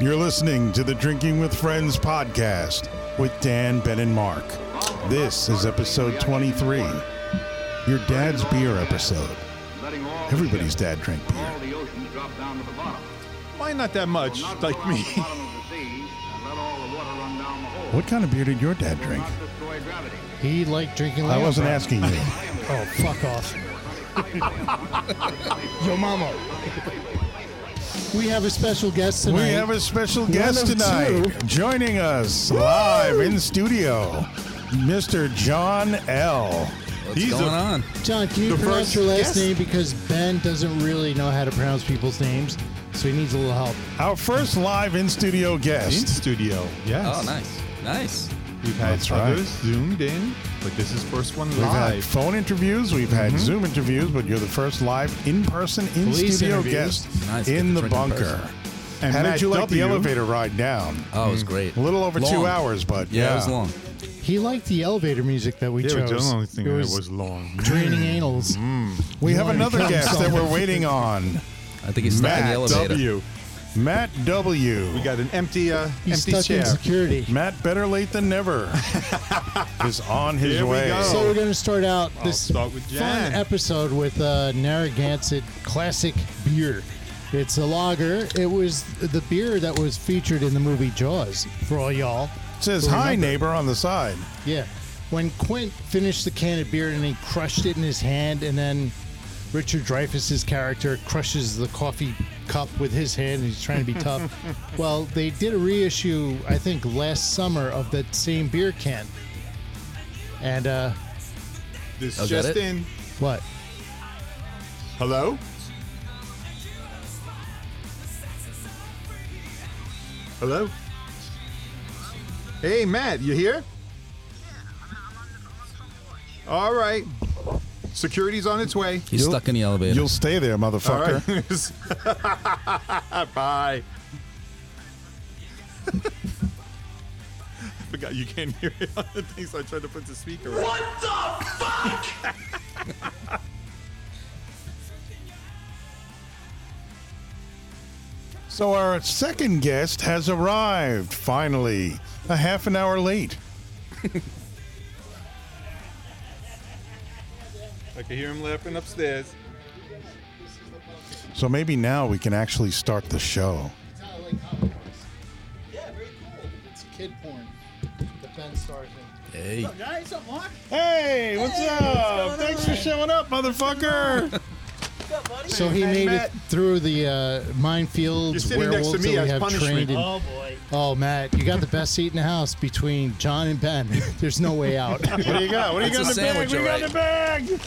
You're listening to the Drinking with Friends podcast with Dan, Ben, and Mark. This is episode 23, your dad's beer episode. Everybody's dad drank beer. All the oceans drop down to the bottom. Mine not that much, Not like around me. The bottom of the sea and let all the water run down the hole. What kind of beer did your dad drink? Not destroy gravity. He liked drinking. I Leo wasn't Brown. asking you. Oh, fuck off. Yo, mama. We have a special guest tonight. We have a special guest of tonight two. joining us live in studio, Mr. John L. What's He's going a- on? John, can you the pronounce first your last guest. name? Because Ben doesn't really know how to pronounce people's names, so he needs a little help. Our first live in studio In guest. studio, yes. Oh, nice, nice. We've had That's right. others zoomed in, but this is first one We've had live. phone interviews, we've had Mm-hmm. Zoom interviews, but you're the first live in person in Police studio interviews. guest Nice, in different the in bunker. person. And How Matt did you like the W. elevator ride down? Oh, it was great. Hmm. A little over two Long. hours, but Yeah, it was long. He liked the elevator music that we Yeah, chose. which was the only thing it that was, was long. draining anals. We You have wanna another come guest that somewhere. we're waiting on, I think he's stuck in Matt the elevator. W. Matt W. We got an empty, uh, He's empty stuck chair. in security. Matt Better Late Than Never is on his Here we way. go. So we're going to start out I'll this start with fun Jan. episode with uh, Narragansett classic beer. It's a lager. It was the beer that was featured in the movie Jaws for all y'all. It says, who Hi, remember." neighbor on the side. Yeah. When Quint finished the can of beer and he crushed it in his hand, and then Richard Dreyfuss's character crushes the coffee cup with his hand and he's trying to be tough. well, they did a reissue, I think, last summer of that same beer can. And, uh, This Oh, is that just it? in. what? Hello? Hello? Hey, Matt, you here? All right. Security's on its way. He's You'll- stuck in the elevator. You'll stay there, All motherfucker. right. Bye. I forgot you can't hear it on the thing, so I tried to put the speaker on. What the So our second guest has arrived, finally, a half an hour late. I can hear him laughing upstairs. So maybe now we can actually start the show. Yeah, very cool. It's kid porn. The Ben Starr thing. hey, Guys, up, Mark? Hey, what's up? Thanks for showing up, motherfucker. Up, buddy? So he Hey, made Matt. it through the uh, minefields. You're sitting next to werewolves that me we as have punishment. trained. in- Oh, boy. oh, Matt, you got the best seat in the house between John and Ben. There's no way out. What do you got? What do you It's got a in the bag? What sandwich, do you got in the bag?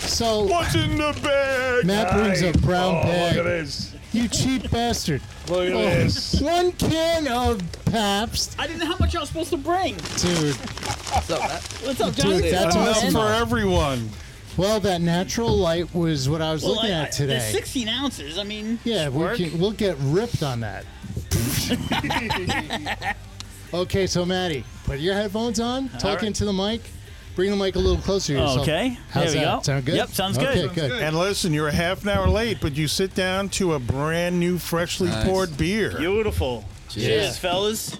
So What's in the bag? Matt brings a Aye. brown oh, bag. Look at this. you cheap bastard. Look at Oh, this. One can of Pabst, I didn't know how much I was supposed to bring. dude. what's up, Matt? What's up, John? Dude, Oh, that's What's up, enough man? For everyone. Well, that natural light was what I was Well, looking I- I- at today. There's 16 ounces. I mean, Yeah, we can, we'll get ripped on that. okay, so Maddie, put your headphones on, talk right. into the mic, bring the mic a little closer to yourself. Okay, How's there we that? go. Sound good? Yep, sounds good. Okay, Sounds good. And listen, you're a half an hour late, but you sit down to a brand new, freshly Nice. poured beer. beautiful. Cheers. Cheers, fellas.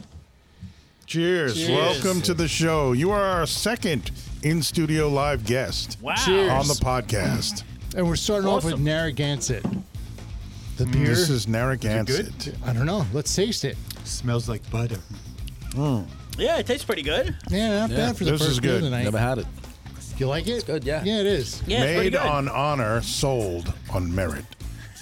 Cheers. Cheers. Welcome to the show. You are our second in studio live guest Wow. Cheers. on the podcast. And we're starting off with Awesome. Narragansett. The beer. This is Narragansett. I don't know. Let's taste it. Smells like butter. Yeah, it tastes pretty good. Yeah, not Yeah, bad for the this first is beer good. tonight. Never had it. You like it? good, yeah. Yeah, it is. Yeah, it's pretty Made good. on honor, sold on merit.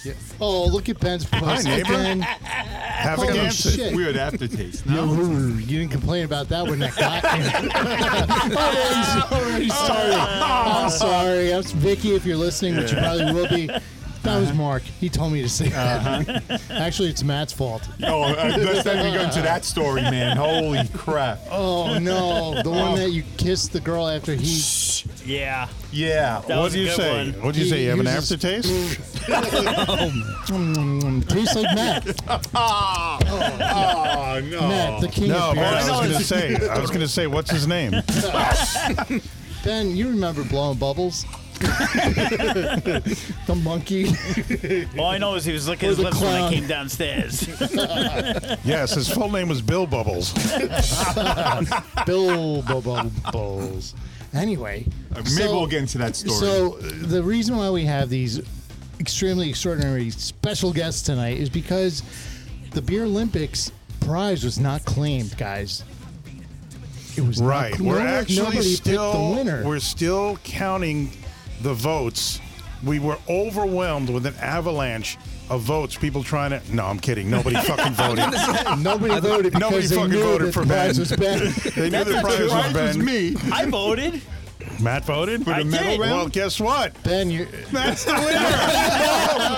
Yeah. Oh, look at Ben's post neighbor. again. Have a Holy Gansett. shit. Weird aftertaste. Yo, you didn't complain about that when that got already, already started. Oh, I'm sorry. I'm Vicky if you're listening, which you probably will be. That was Mark. He told me to say that. Actually, it's Matt's fault. Oh, uh, let's not even go into that story, man. Holy crap. Oh no, the one that you kissed the girl after he. Yeah. Yeah. That What was do a you good say? one. What do you say? You have an He uses- aftertaste? Mm, tastes like Matt. Oh, no. Matt, the king No, of man, I beers. was going to say. I was going to say, what's his name? Ben, you remember blowing bubbles? the monkey. All I know is he was licking Or his the lips when I clown. came downstairs. Yes, his full name was Bill Bubbles. Bill Bubbles. Anyway, Uh, Maybe we'll get into that story. So the reason why we have these extremely extraordinary special guests tonight is because the Beer Olympics prize was not claimed, guys. It was not Right. cl- we're no- actually nobody still picked the winner. we're still counting the votes. We were overwhelmed with an avalanche of votes. People trying to No, I'm kidding. Nobody fucking voted. nobody voted nobody because they fucking knew voted that for the prize Ben. was Ben. They knew the prize was Right, was Ben. me. I voted. Matt voted. the I medal did. round? Well, guess what? ben, you're, That's the winner.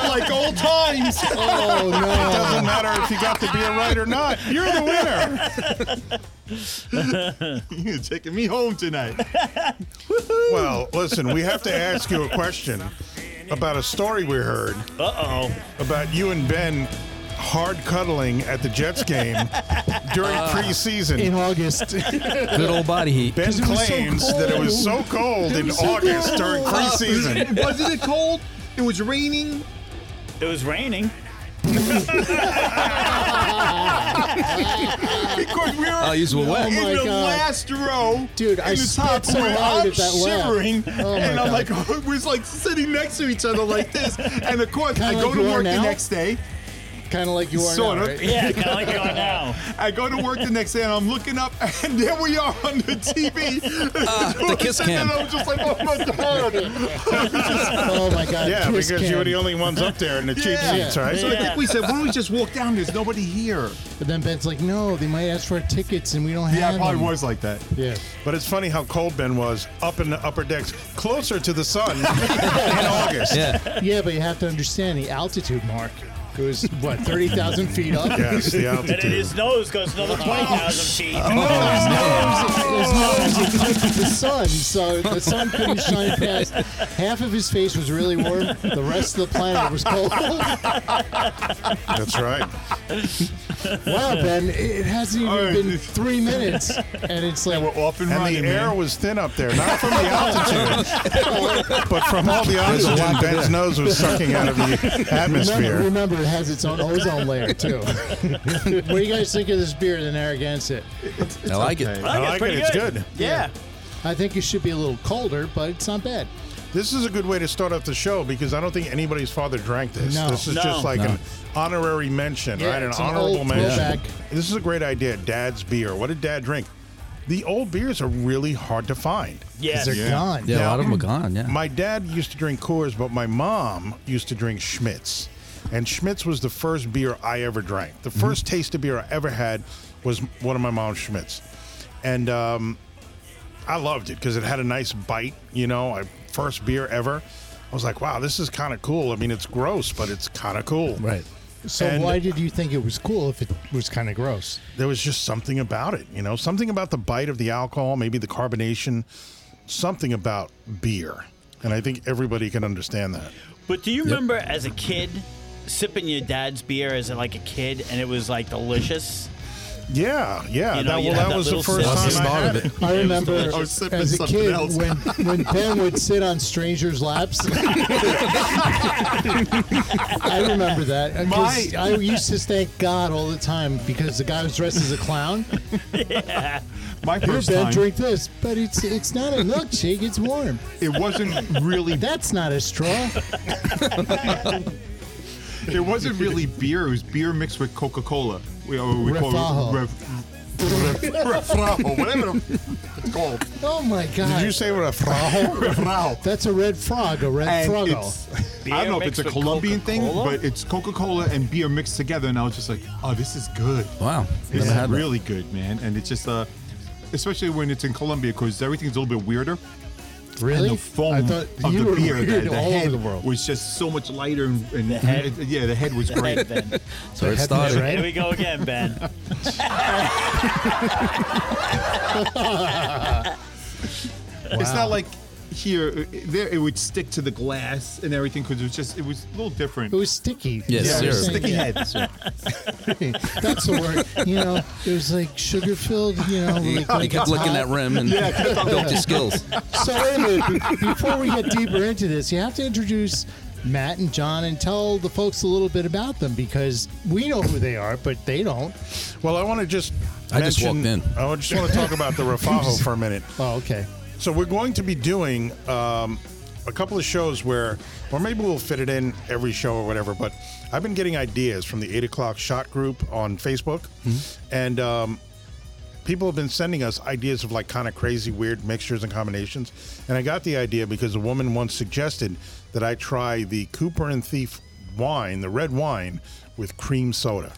like old times. oh no. Doesn't matter if you got to be a right or not. You're the winner. You're taking me home tonight. Well, listen, we have to ask you a question about a story we heard Uh oh. about you and Ben hard cuddling at the Jets game during preseason. In August. Good old body heat. Ben 'Cause it was so claims that it was so cold. cold in was so August cold. during preseason. Wasn't it cold? It was raining. It was raining. Because we were Oh, you were in wet. my the God. last row. Dude, in I the top spit so row. hard I'm at that laugh. shivering, Oh, my and I'm God. like, we're like sitting next to each other like this. And of course, I Kinda go like to you are work the now? next day. kind of like you are Sort now, of. right? Yeah, kind of like you are now. I go to work the next day, and I'm looking up, and there we are on the TV. Ah, the kiss and then cam. I'm just like, oh my god. Oh my god. Yeah, kiss because you cam. were the only ones up there in the cheap Yeah. seats, right? So I think we said, why don't we just walk down? There's nobody here. But then Ben's like, no, they might ask for our tickets and we don't have Yeah, I probably them. was like that. Yeah. But it's funny how cold Ben was up in the upper decks, closer to the sun in August. Yeah. Yeah, but you have to understand the altitude, Mark. It was what thirty thousand feet up. Yes, the And then altitude. his nose goes another 20,000 feet. Oh. It was not- it eclipsed the sun, so the sun couldn't shine past. Half of his face was really warm. The rest of the planet was cold. wow, That's right. Ben, it hasn't even All right. been three minutes, and it's like We're off and, And running. the air man. was thin up there, not from the altitude, but from all the oxygen Ben's nose was sucking out of the remember, atmosphere. remember, it has its own ozone layer too. what do you guys think of this beer, the Narragansett? I like it. okay. I I like like it. it. Pretty It's good. good. Yeah. I think it should be a little colder, but it's not bad. This is a good way to start off the show because I don't think anybody's father drank this. No. This is No. just like No. an honorary mention, Yeah, right? An it's an honorable old mention. throwback. This is a great idea. Dad's beer. What did Dad drink? The old beers are really hard to find. Yes. They're gone. Yeah, a lot of them are gone. Yeah. My dad used to drink Coors, but my mom used to drink Schmitz. And Schmitz was the first beer I ever drank. The 1st taste of beer I ever had was one of my mom's Schmitz. And um, I loved it because it had a nice bite, you know, I, first beer ever. I was like, wow, this is kind of cool. I mean, it's gross, but it's kind of cool. Right. So And- why did you think it was cool if it was kind of gross? There was just something about it, you know, something about the bite of the alcohol, maybe the carbonation, something about beer. And I think everybody can understand that. But do you remember as a kid sipping your dad's beer as like a kid and it was like delicious? Yeah, yeah. You know, Uh, that, you well, have that that was the little first sip. time Lost the I thought had of it. it. I remember I was sipping as a something kid else. when, when Ben would sit on strangers' laps. I remember that. uh, 'cause My- I used to thank God all the time because the guy was dressed as a clown. My Here, first Ben, time, drink this. But it's it's not a milkshake, it's warm. it wasn't really That's not a straw. It wasn't really beer. It was beer mixed with Coca Cola. We, or we Refajo. call it ref, ref, refrajo, whatever the f- it's called. Oh my God. Did you say what a frajo? Refrao. That's a red frog, a red And frog. it's, I don't know if Beer it's a mixed with Colombian thing, Coca-Cola? but it's Coca Cola and beer mixed together. And I was just like, oh, this is good. Wow. This Never is had that. really good, man. And it's just, uh, especially when it's in Colombia, because everything's a little bit weirder. Really? And the foam I thought of you the were beer, weird the, the all head over the world. was just so much lighter. And, and The head? yeah, the head was great. Ben. That's where Heaven it is started. red. Here we go again, Ben. It's Wow. not like here, uh, there it would stick to the glass and everything because it was just it was a little different. It was sticky. Yes, Is what you're syrup. saying? Sticky Yeah. head. That's the word. You know, it was like sugar filled. You know, You, like, when you it kept gets licking hot. that rim and built your skills. So wait a minute. Before we get deeper into this, you have to introduce Matt and John and tell the folks a little bit about them because we know who they are, but they don't. Well, I want to just. I just mention- walked in. I just want to talk about the Rafajo for a minute. Oh, okay. So we're going to be doing um, a couple of shows where, or maybe we'll fit it in every show or whatever. But I've been getting ideas from the eight o'clock shot group on Facebook, and um, people have been sending us ideas of like kind of crazy, weird mixtures and combinations. And I got the idea because a woman once suggested that I try the Cooper and Thief wine, the red wine, with cream soda.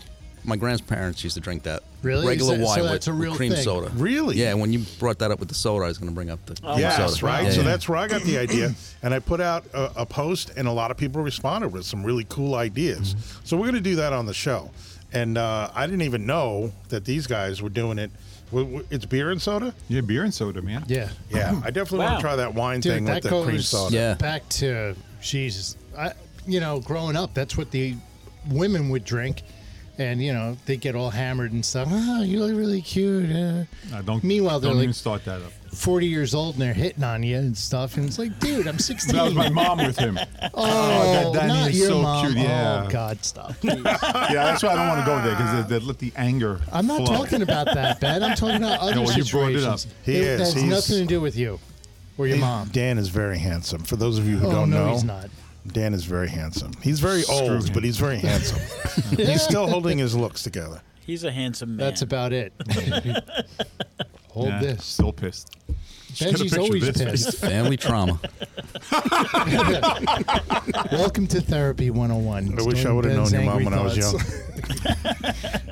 My grandparents used to drink that. Really? Is Regular that- so wine with, that's a with real cream thing? soda. Really? Oh, Yeah, when you brought that up with the soda, I was going to bring up the cream Yes, soda. right. Yeah, so yeah. that's where I got the idea, and I put out a, a post, and a lot of people responded with some really cool ideas. Mm-hmm. So we're going to do that on the show, and uh, I didn't even know that these guys were doing it. W- w- It's beer and soda. Yeah, beer and soda, man. Yeah. Yeah, I definitely want Wow. to try that wine Dude, thing that with the goes cream soda. Yeah. back to Jesus. I, you know, growing up, that's what the women would drink, and you know they get all hammered and stuff. Oh, you look really cute. Uh. Nah, don't. Meanwhile, they're don't even like start that up. forty years old and they're hitting on you and stuff, and it's like, dude, I'm sixteen. That was my mom with him. Oh, that- that not is your so mom. cute, yeah. Oh God, stop. yeah, that's why I don't want to go there because they, they let the anger. I'm not flow. talking about that, Ben. I'm talking about other No, you brought it up. situations. He is. has He's- nothing to do with you or your mom. Dan is very handsome. For those of you who Oh, don't no, know, he's not. Dan is very handsome. He's very old, him. but he's very handsome. he's still holding his looks together. He's a handsome man. That's about it. Hold Nah, this. Still pissed. Should have Benji's pictured always this. pissed. Family trauma. Welcome to Therapy 101. I wish I would have known your mom when I was young.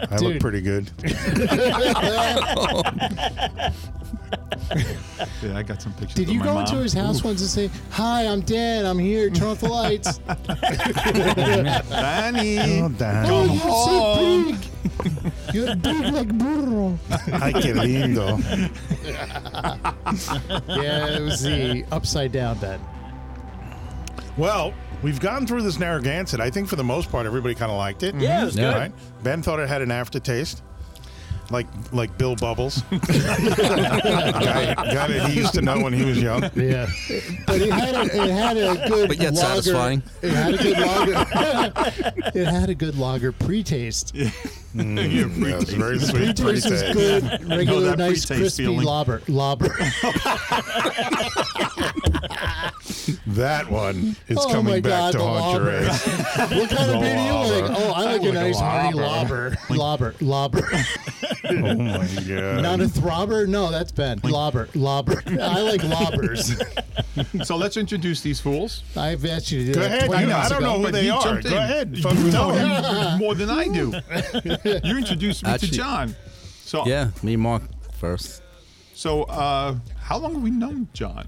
I look Dude. pretty good. Yeah, I got some pictures. Did of you my go mom. into his house once and say, Hi, I'm Dan. I'm here. Turn off the lights. Oh, Danny? Dan. oh, you're so big. You're big like burro. Ay, qué lindo. Yeah, it was the upside down bet. Well, we've gone through this Narragansett. I think for the most part, everybody kind of liked it. Mm-hmm. Yeah, it was Yeah. good. Right? Ben thought it had an aftertaste, like like Bill Bubbles, guy, guy that he used to know when he was young. Yeah, but it had a, it had a good But yet lager, satisfying. It had a good lager. it had a good lager pre-taste. Yeah, it's very sweet. Pre-taste is pre-taste. good, No, regular, that nice, pre-taste crispy feeling. lobber. Lobber. That one is Oh my coming God, back to the haunt your lobber. ass. what kind of The beer do you lobber. like? Oh, I like a nice hearty lobber. Lobber. Lobber. Oh my god! Not a throbber? No, that's Ben. Lobber. Lobber. I like lobbers. So let's introduce these fools. I've asked you to do Go that ahead. 20 I, know, I minutes don't ago. know who But they you are. jumped Go in. ahead. You Fucking tell know me. him more than I do. You introduced me Actually- to John. So Yeah, me and Mark first. So uh, how long have we known John?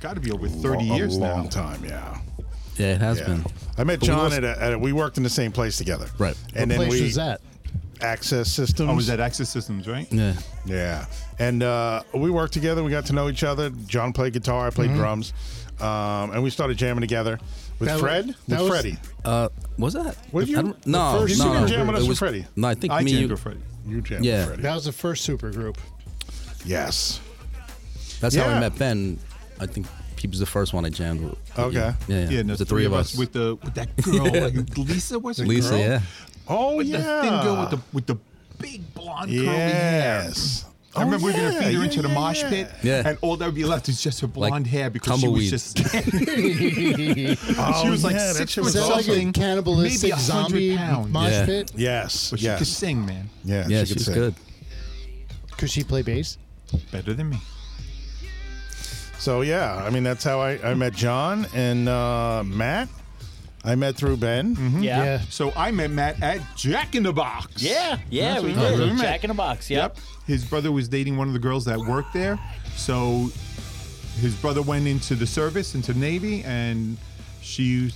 Got to be over thirty Lo- years a long now. time. Yeah. Yeah, it has Yeah. been. I met But we John lost- at, a, at a, we worked in the same place together. Right. And What then place we was that? access systems. Oh, was that Access Systems, right? Yeah. Yeah, and uh, we worked together. We got to know each other. John played guitar. I played Mm-hmm. drums, um, and we started jamming together with That was- Fred. that with was- Freddie, Uh, was that? Were you- I don't- the no, first- you no, were no. jamming us it with was- Freddie. No, I think I me. jammed with Freddie. you jammed Yeah. with Freddie. That was the first supergroup. Yes. That's how Yeah. I met Ben. I think he was the first one I jammed with. Okay. Yeah, yeah. Yeah, and It was the three of us. with the with that girl, like Lisa was it? Lisa, girl? yeah. Oh With yeah. The thin girl with the with the big blonde curly hair. yes. I Oh, remember we were gonna yeah, feed her yeah, into the yeah, mosh yeah. pit, Yeah. and all that would be left is just her Like blonde hair because she was tumbleweed. just she Oh, was like yeah, that six shit foot was Is that like something, a cannibalistic maybe a zombie hundred pounds. mosh Yeah. pit? Yes. But she yes. could sing, man, yeah. Yeah, she could she's sing. good. Could she play bass? better than me. So yeah, I mean that's how I, I met John and uh, Matt. I met through Ben. Mm-hmm. Yeah. Yeah. So I met Matt at Jack in the Box. Yeah, That's we what- did. that's what we met. Jack in a box. Yep. Yep. His brother was dating one of the girls that worked there. So his brother went into the service, into the Navy, and she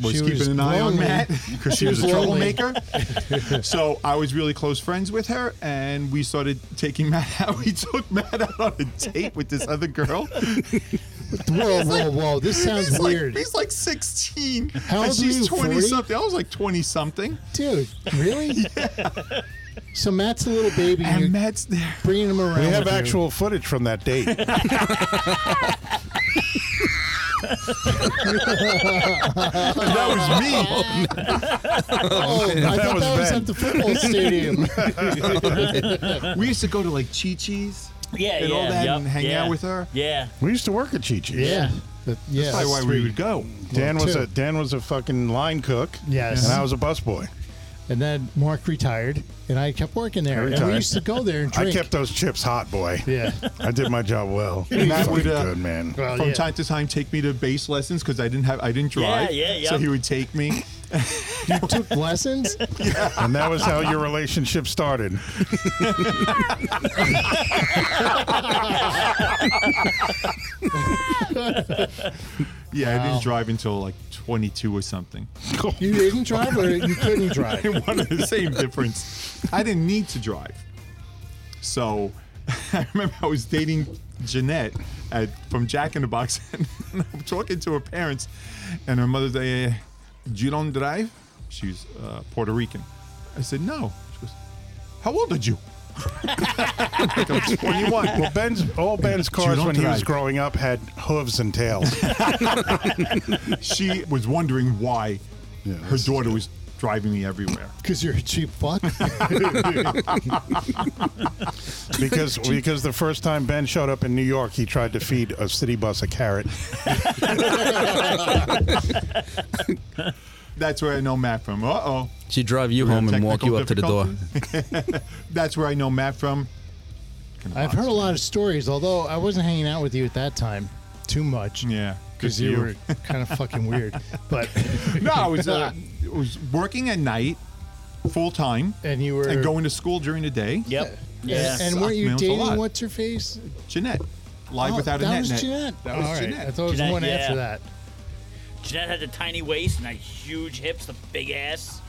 was She keeping was an eye on lonely. Matt because she was a was lonely. troublemaker. so I was really close friends with her, and we started taking Matt out. We took Matt out on a date with this other girl. Whoa, whoa, whoa! This sounds He's weird, like, he's like 16. How and old are she's you, 20 40? something. I was like 20 something. dude. Really? So Matt's a little baby. and And you're Matt's there. bringing him around. We have with you. actual footage from that date. And that was me. Oh, I That thought was that was Ben. at the football stadium. we used to go to like Chi Chi's Yeah, and yeah, all that yep, and hang yeah, out with her. Yeah, we used to work at Chi Chi's. yeah. That- yeah. That's probably why we would go. Dan was Two. a Dan was a fucking line cook. Yes. And I was a busboy. And then Mark retired, and I kept working there. And we retired. used to go there and I drink. kept those chips hot, boy. Yeah. I did my job well. And that Fucking would, uh, good man. Well, From yeah. time to time, take me to bass lessons because I didn't have, I didn't Oh, Yeah, drive. yeah, yeah. So he would take me. You took lessons. And that was how your relationship started. Yeah, I didn't drive until like 22 or something. You didn't drive, or you couldn't drive. one of the same difference. I didn't need to drive. So I remember I was dating Jeanette at, from Jack in the Box, and I'm talking to her parents, and her mother's like, "Eh, "You don't drive?" She's uh, Puerto Rican. I said, "No." She goes, "How old are you?" Like, I'm 21. Well, Ben's all Ben's cars don't when he was drive. growing up had hooves and tails. She was wondering why Yeah, her that's- daughter was driving me everywhere. Because you're a cheap fuck. because because the first time Ben showed up in New York, he tried to feed a city bus a carrot. That's where I know Matt from. Uh oh. She drive you home and walk you up to the door. That's where I know Matt from. I've heard a lot of stories, although I wasn't hanging out with you at that time too much. Yeah, Because you, were kind of fucking weird. But no, I was uh, I was working at night, full time, and you were and going to school during the day. yep, yeah. And, and weren't you Sucked me up a dating? lot. What's her face? Jeanette, live Oh, without a that net. was net. Jeanette. That was All right. Jeanette. I thought it was Jeanette, one yeah. after that. Jeanette had the tiny waist and the huge hips, the big ass.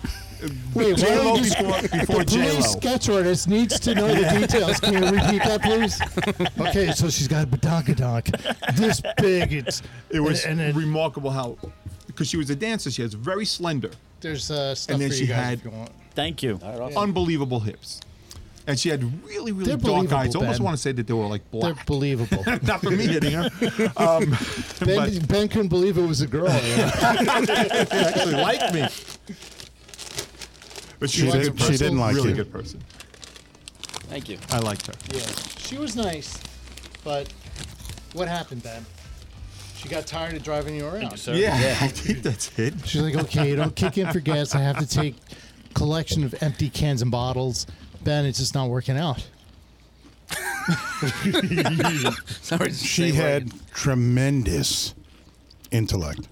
Wait, why J-Lo don't you just- before, before the J-Lo. police sketch artist needs to know the details. Can you repeat that, please? Okay, so she's got a badonkadonk. This big. It's It was and, and then remarkable how, because she was a dancer, she has very slender, there's uh, stuff and then for she you guys had- if you want. Thank you. unbelievable hips, and she had really really They're dark eyes. believable, Almost Ben. want to say that they were like They're black. believable. Not for me hitting her. Um, but Ben, ben couldn't believe it was a girl. Yeah. they actually liked me. But she, She was a did- good she person. didn't like really you. good person. Thank you. I liked her. yeah, she was nice, but what happened, Ben? She got tired of driving you around. Yeah, I think that's it. She's like, okay, don't kick in for gas. I have to take collection of empty cans and bottles. Ben, it's just not working out. Sorry. it's the She same had way. tremendous intellect.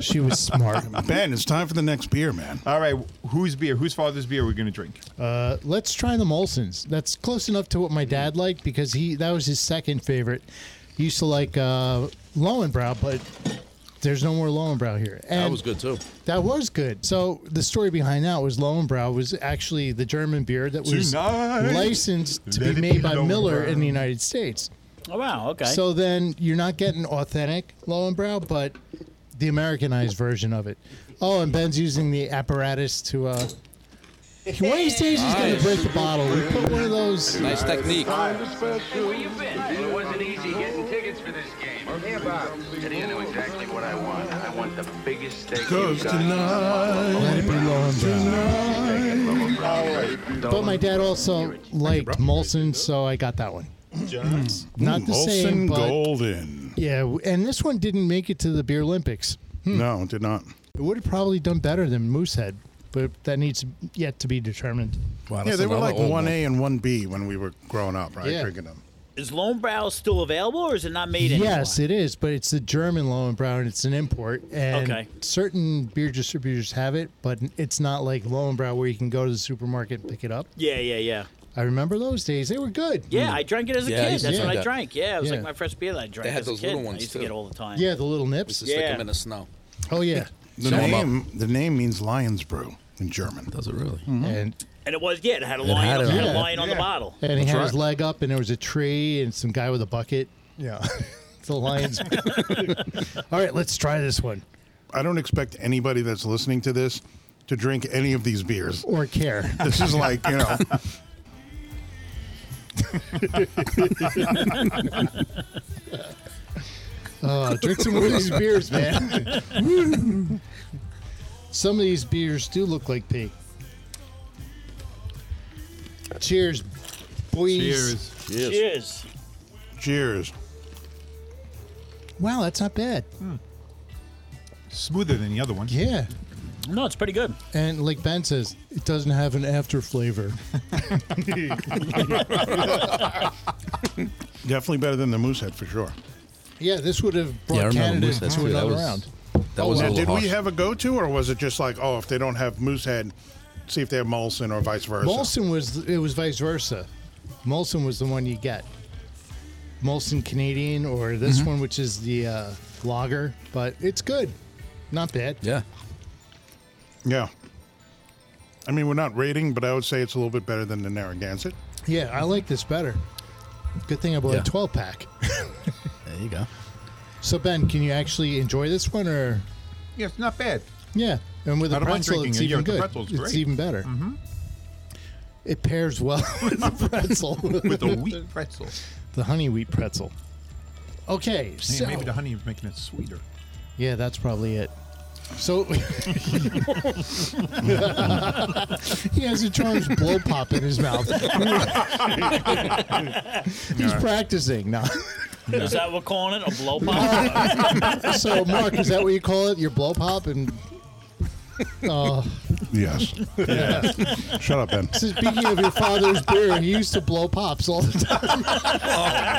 She was smart. Ben, it's time for the next beer, man. All right, whose beer? Whose father's beer we're gonna drink? Uh, let's try the Molsons. That's close enough to what my dad liked because he that was his second favorite. He used to like uh, Lowenbrow, but there's no more Lowenbrow here. And That was good too. That was good. So the story behind that was Lowenbrow was actually the German beer that was Tonight, licensed to let be it made be by Miller in Lowenbrow. the United States. Oh wow. Okay. So then you're not getting authentic Lowenbrow, but the Americanized version of it. Oh, and Ben's using the apparatus to. Uh, one of these days he's going to break the bottle. We put one of those. Nice technique. Where you been? It wasn't easy getting tickets for this game. Hey, Bob. Today I know exactly what I want. I want the biggest steak you've got. Let it be Lowenbrow. But my dad also liked Molson, so I got that one. Not the Molson same, but Hmm, Golden. yeah. w- And this one didn't make it to the Beer Olympics. No, it did not. It would have probably done better than Moosehead, but that needs yet to be determined. Wow, yeah, that's they were another like old one A and one B when we were growing up, right? Yeah. Drinking them. is Lone Brow still available, or is it not made anymore? Yes, it is, but it's the German Lowenbrow and it's an import. And Okay. certain beer distributors have it, but it's not like Lowenbrow where you can go to the supermarket and pick it up. Yeah, yeah, yeah. I remember those days. They were good. Hmm. Yeah, I drank it as a Yeah, I kid. used to That's drink what I that. drank. Yeah, it was Yeah. like my first beer that I drank. They had as a those kid. little I ones, used to too. get all the time. Mm. Yeah, the little Just nips. stick 'em Yeah. in the snow. Oh, yeah. The Show 'em up. name the name means lion's brew in German. Does it really? Mm-hmm. Hmm. And and it was yeah, it had a lion, had it it had on a it. lion on the Yeah. bottle. and he had That's his right. leg up, and there was a tree and some guy with a bucket. Yeah, the lion's. All right, let's try this one I don't expect anybody that's listening to this to drink any of these beers. or care. This is like, you know. Uh, drink some of these beers, man. some of these beers do look like pee. Cheers, boys. Cheers. Cheers. Cheers. Wow, that's not bad. Smoother than the other one. Yeah. No, it's pretty good. And like Ben says, it doesn't have an after flavor. Definitely better than the moose head for sure. Yeah, this would have brought Yeah, I remember Canada Moose Head to too. another That was, round. that was a Now, little did harsh. we have a go to, or was it just like, oh, if they don't have moose head, see if they have Molson or vice versa? Molson was it was vice versa. Molson was the one you get. Molson Canadian or this Mm-hmm. one, which is the uh, lager, but it's good, not bad. yeah. Yeah. I mean, we're not rating, but I would say it's a little bit better than the Narragansett. Yeah, I like this better. Good thing I bought Yeah. a twelve pack. There you go. So Ben, can you actually enjoy this one or Yeah, it's not bad. yeah? And with a I don't mind pretzel, drinking it's it. Yeah, even the good. pretzel's it's great. Mm-hmm. even better. It pairs well with the pretzel, With the wheat pretzel. the honey wheat pretzel. Okay, Hey, so maybe the honey is making it sweeter. Yeah, that's probably it. So he has a charged blow pop in his mouth. He's practicing now. Is that what calling it? A blow pop? So, Mark, is that what you call it? Your blow pop? And Yes. Shut up, Ben. so speaking of your father's beer, he used to blow pops all the time.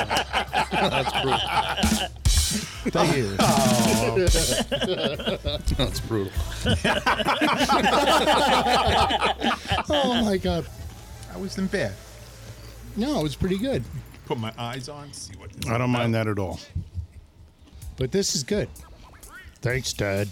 Thank you. That's brutal. Oh my god! I wasn't bad. No, it was pretty good, Put my eyes on, see what. I don't mind that at all. but this is good. Thanks, Dad.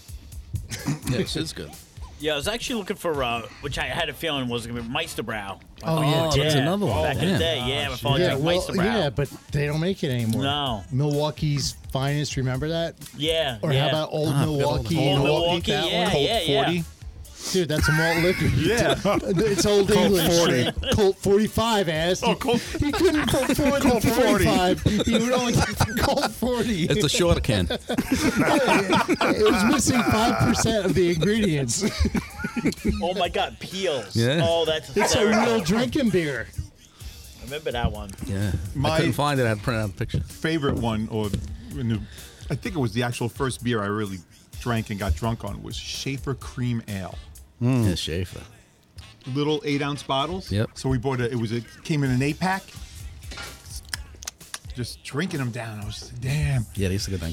Yeah, this is good. yeah, I was actually looking for, uh, which I had a feeling was going to be Meisterbrow. Oh, yeah, that's another one. Back in Damn. the day, yeah, my father drank Meisterbrow. Ah, yeah, but they don't make it anymore. No. Milwaukee's finest. Remember that? yeah. Or how yeah. about Old Milwaukee? Old Milwaukee, that yeah, one? yeah, yeah. Dude, that's a malt liquor. Yeah. It's Old English. 40. Colt 45 ass. Oh, Colt- He couldn't Colt 40. Colt 40. 45. He would only get Colt 40. It's the shorter can. it was missing 5% of the ingredients. Oh my God, peels. Yeah. Oh, that's It's a hysterical. real drinking beer. I remember that one. Yeah. My- I couldn't find it. I had to print out the picture. favorite one, or when the- I think it was the actual first beer I really drank and got drunk on, was Schaefer Cream Ale. Yeah, Schaefer. Little eight ounce bottles. Yep. So we bought a, it was a, came in an eight pack. Just drinking them down. I was just like, damn. Yeah, they used to go down.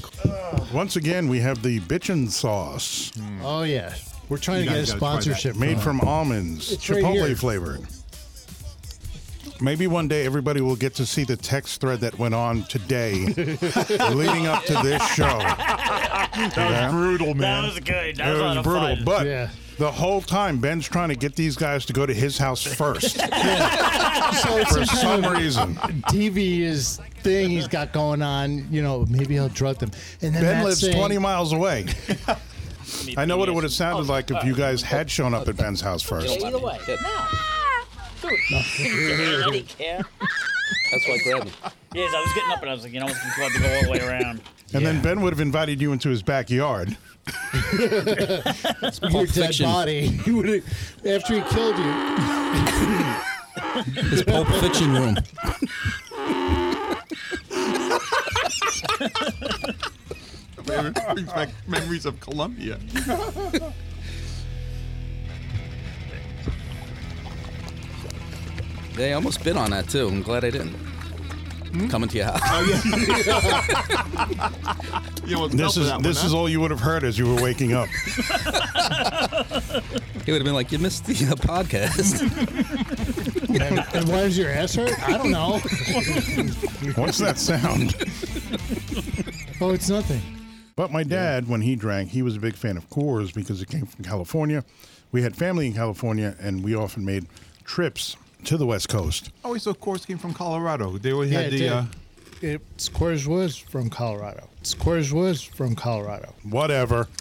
Once again, we have the bitchin' sauce Oh, yeah. We're trying You to get a guys gotta try that. sponsorship. made from almonds, It's right chipotle here. flavored. Maybe one day everybody will get to see the text thread that went on today leading up to this show. Yeah. Brutal, That was good. That It was, a lot was of brutal, fun. but Yeah. the whole time Ben's trying to get these guys to go to his house first So it's for some kind some of- reason. TV is thing he's got going on. You know, maybe he'll drug them. And then Ben Matt's lives saying- 20 miles away. I know what it would have Oh, sounded like if you guys had shown up at Ben's house first. Either way. I didn't care. That's why I grabbed it. Yes, I was getting up and I was like, you know, it's going to go all the way around. And then Ben would have invited you into his backyard. your Pulp dead Fiction. body. He would have after he killed you. His Pulp Fiction room. brings back memories of Columbia. They almost bid on that too. I'm glad I didn't. Hmm? Coming to your house. Oh, You know, This is this is all you would have heard as you were waking up. He would have been like, "You missed the uh, podcast." And, and why does your ass hurt? I don't know. What's that sound? Oh, it's nothing. But my dad, when he drank, he was a big fan of Coors because it came from California. We had family in California, and we often made trips to the West Coast. Oh, always, of course, came from Colorado. They always Yeah, had it the. did. Uh, It Squares was from Colorado. Squares was from Colorado. Whatever.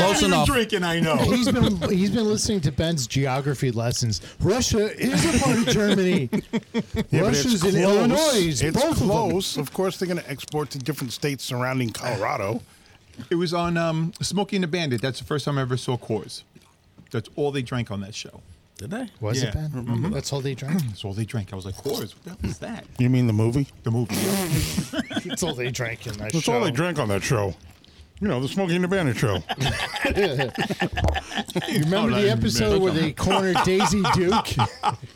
Close enough. drinking, I know. He's been he's been listening to Ben's geography lessons. Russia is a part of Germany. Yeah, but it's Russia's in close. Illinois. It's both Of them. close. Of, course, they're going to export to different states surrounding Colorado. it was on um, Smokey and the Bandit. That's the first time I ever saw Coors. That's all they drank on that show. Did they? Was it Yeah. Ben? Mm-hmm. That's all they drank. That's all they drank. I was like, Coors, what the hell is that? You mean the movie? The movie. That's all they drank in that That's show. all they drank on that show. You know, the Smoking and the Bandit show. You remember Oh, the no, episode man. where they cornered Daisy Duke?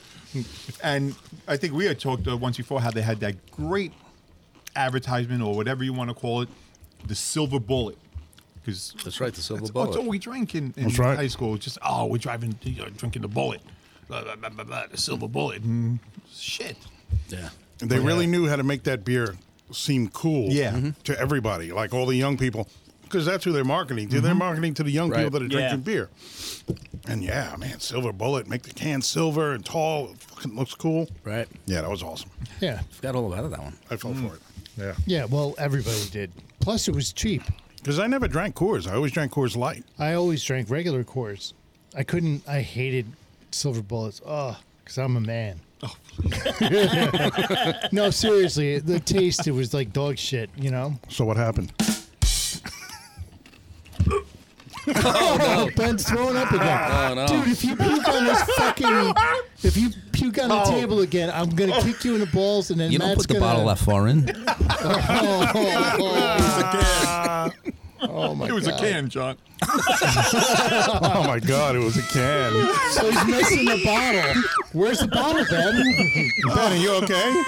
and I think we had talked uh, once before how they had that great advertisement or whatever you want to call it, the silver bullet. Because That's right, the silver that's, bullet. that's all we drank in, in That's right. high school. Just oh, we're driving, you know, drinking the bullet, blah, blah, blah, blah, blah, the silver bullet, and shit. Yeah. They really knew how to make that beer seem cool Yeah. Mhm. to everybody, like all the young people, because that's who they're marketing to. They're marketing to the young Right. people that are Yeah. drinking beer. And yeah, man, silver bullet, make the can silver and tall. It fucking looks cool. Right. Yeah, that was awesome. yeah. Got all out of that one. I fell for it. Mm. Yeah. Yeah, well, everybody did. Plus, it was cheap. Because I never drank Coors. I always drank Coors Light. I always drank regular Coors. I couldn't. I hated Silver Bullets. Oh, because I'm a man. Oh, no, seriously, the taste it was like dog shit. You know. So what happened? Oh, Ben's throwing up again, Ah, Oh, no. dude. If you puke on this fucking, if you puke on the Oh. table again, I'm gonna kick you in the balls, and then you don't Matt's put the gonna. bottle that far in. Oh, oh, oh. Ah. Oh my It was a can, John. Oh my God, it was a can. So he's missing the bottle. Where's the bottle, Ben? Ben, are you okay?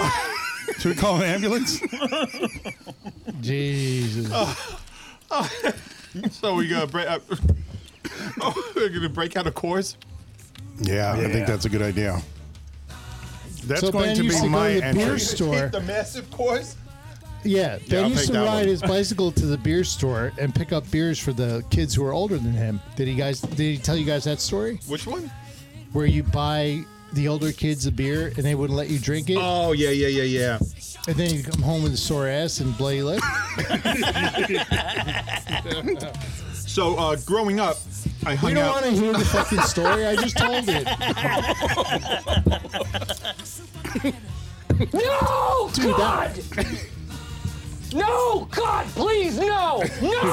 Should we call an ambulance? Jesus. So we got break. Uh, oh, we're gonna break out of course. Yeah, I think that's a good idea. That's So going Ben to used be to go my to the entry. beer store. Sure. the massive course. Yeah, Ben I'll used take to that ride one. his bicycle to the beer store and pick up beers for the kids who are older than him. Did he guys? Did he tell you guys that story Which one? where you buy the older kids a beer and they wouldn't let you drink it, Uh, Oh yeah, yeah, yeah, yeah. and then you come home with a sore ass and bloody lip? So uh, growing up, I You hung don't out. want to hear the fucking story. I just told it. No! God! No! God, please, no! No!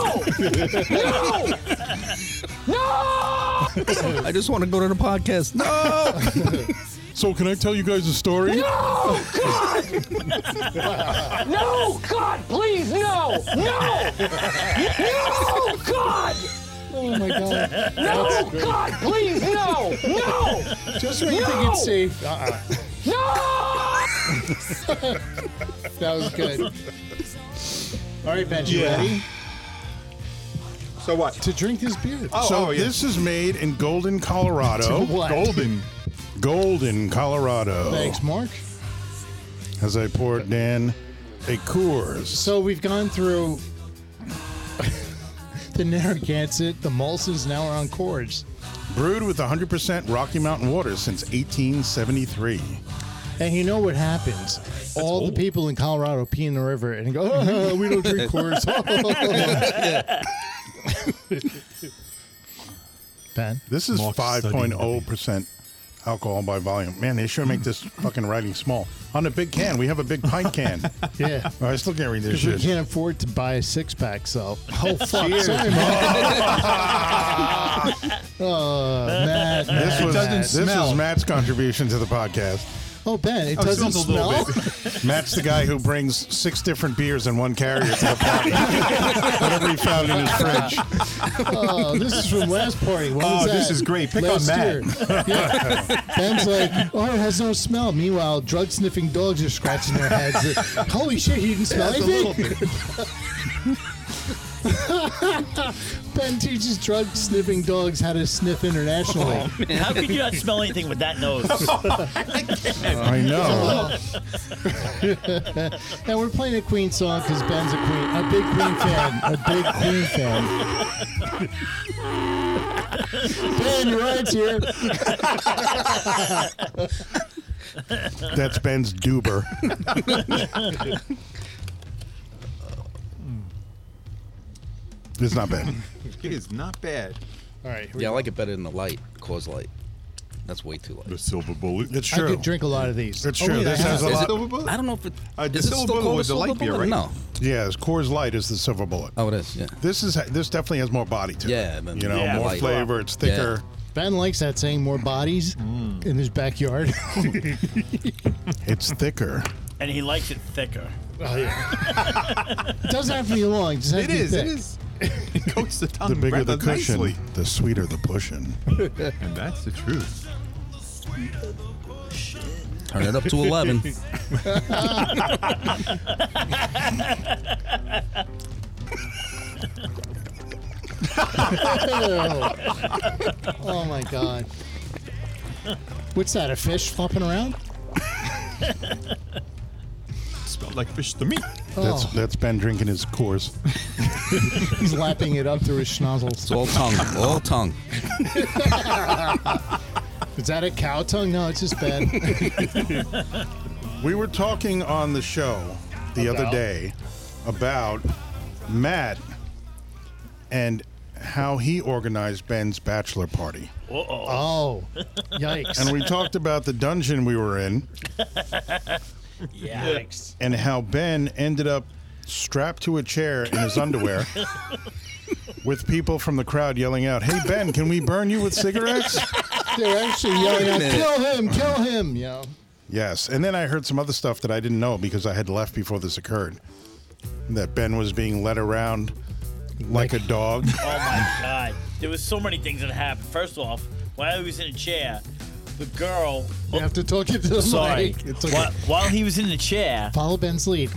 no! No! I just want to go to the podcast. No. So can I tell you guys a story? No! God! No! Oh, God, please, no! No! No! God! Oh my god! No! God, please, no! No! Just when you think No! it's safe, uh-uh. No! that was good. All right, Ben, you Yeah. ready So what? to drink this beer? Oh, so oh, yeah. this is made in Golden, Colorado. What? Golden. Golden, Colorado. Thanks, Mark. As I poured Dan a Coors. So we've gone through the Narragansett, the Molsons, now we're on Cords. Brewed with 100% Rocky Mountain water since 1873. And you know what happens? All the people in Colorado pee in the river and go, oh, we don't drink Cords. ben? This is Mark 5.0% alcohol by volume. Man, they sure make this fucking writing small. On a big can, we have a big pint can. Oh, Yeah. I still can't read this We shit. can't afford to buy a six pack, so. Oh, fuck. Sorry, Mark. oh, This Matt. Matt, was Matt. this smell. is Matt's contribution to the podcast. Oh, Ben, it Oh, it doesn't smells a little smell. Matt's the guy who brings six different beers in one carrier to the party. Whatever he found in his fridge. Oh, this is from last party. What Oh, was that? this is great. Pick on last Matt. year. Yeah. Ben's like, oh, it has no smell. Meanwhile, drug sniffing dogs are scratching their heads. Holy shit, he didn't smell That's a little anything. Ben teaches drug sniffing dogs how to sniff internationally. How could you not smell anything with that nose? I know. and we're playing a Queen song because Ben's a Queen, a big Queen fan, a big Queen fan. ben, your ride's here. That's Ben's Duber. it's not Ben. It is not bad. All right. here we Yeah, I go. like it better than the light, cause light. That's way too light. silver bullet. It's I true. could drink a lot of these. It's Oh, true. wait, I This has have. a Is lot. it- Silver bullet? I don't know if it. Uh, the is it silver still bullet called a was a silver light beer, bullet? right? No. Yes, Coors Light is the silver bullet. Oh, it is. Yeah. This is this definitely has more body to Yeah, it. but- you know, Yeah, more light. flavor. It's thicker. Ben likes that saying more bodies in his backyard. It's thicker. and he likes it thicker. Doesn't have to be long. Just has It to be is. It thick. is. It coats the tongue The bigger the Um, rather cushion, nicely. the sweeter the pushing. And that's the truth. Turn it up to eleven. oh my god. What's that? A fish flopping around? Smelled like fish to me. That's Oh, that's Ben drinking his Coors. he's lapping it up through his schnozzles. It's all tongue. All tongue. Is that a cow tongue? No, it's just bad. We were talking on the show the other About? day about Matt and how he organized Ben's bachelor party. Oh, yikes! And we talked about the dungeon we were in Yikes. and how Ben ended up strapped to a chair in his underwear with people from the crowd yelling out, Hey, Ben, can we burn you with cigarettes? They're actually yelling out, minute. "Kill him! Kill him!" You know. Yes. And then I heard some other stuff that I didn't know because I had left before this occurred that Ben was being led around like a dog. Oh my god. There was so many things that happened. First off, while he was in a chair, the girl. You have to talk it to the Sorry. mic. It's okay. While, while he was in the chair, Follow Ben's lead.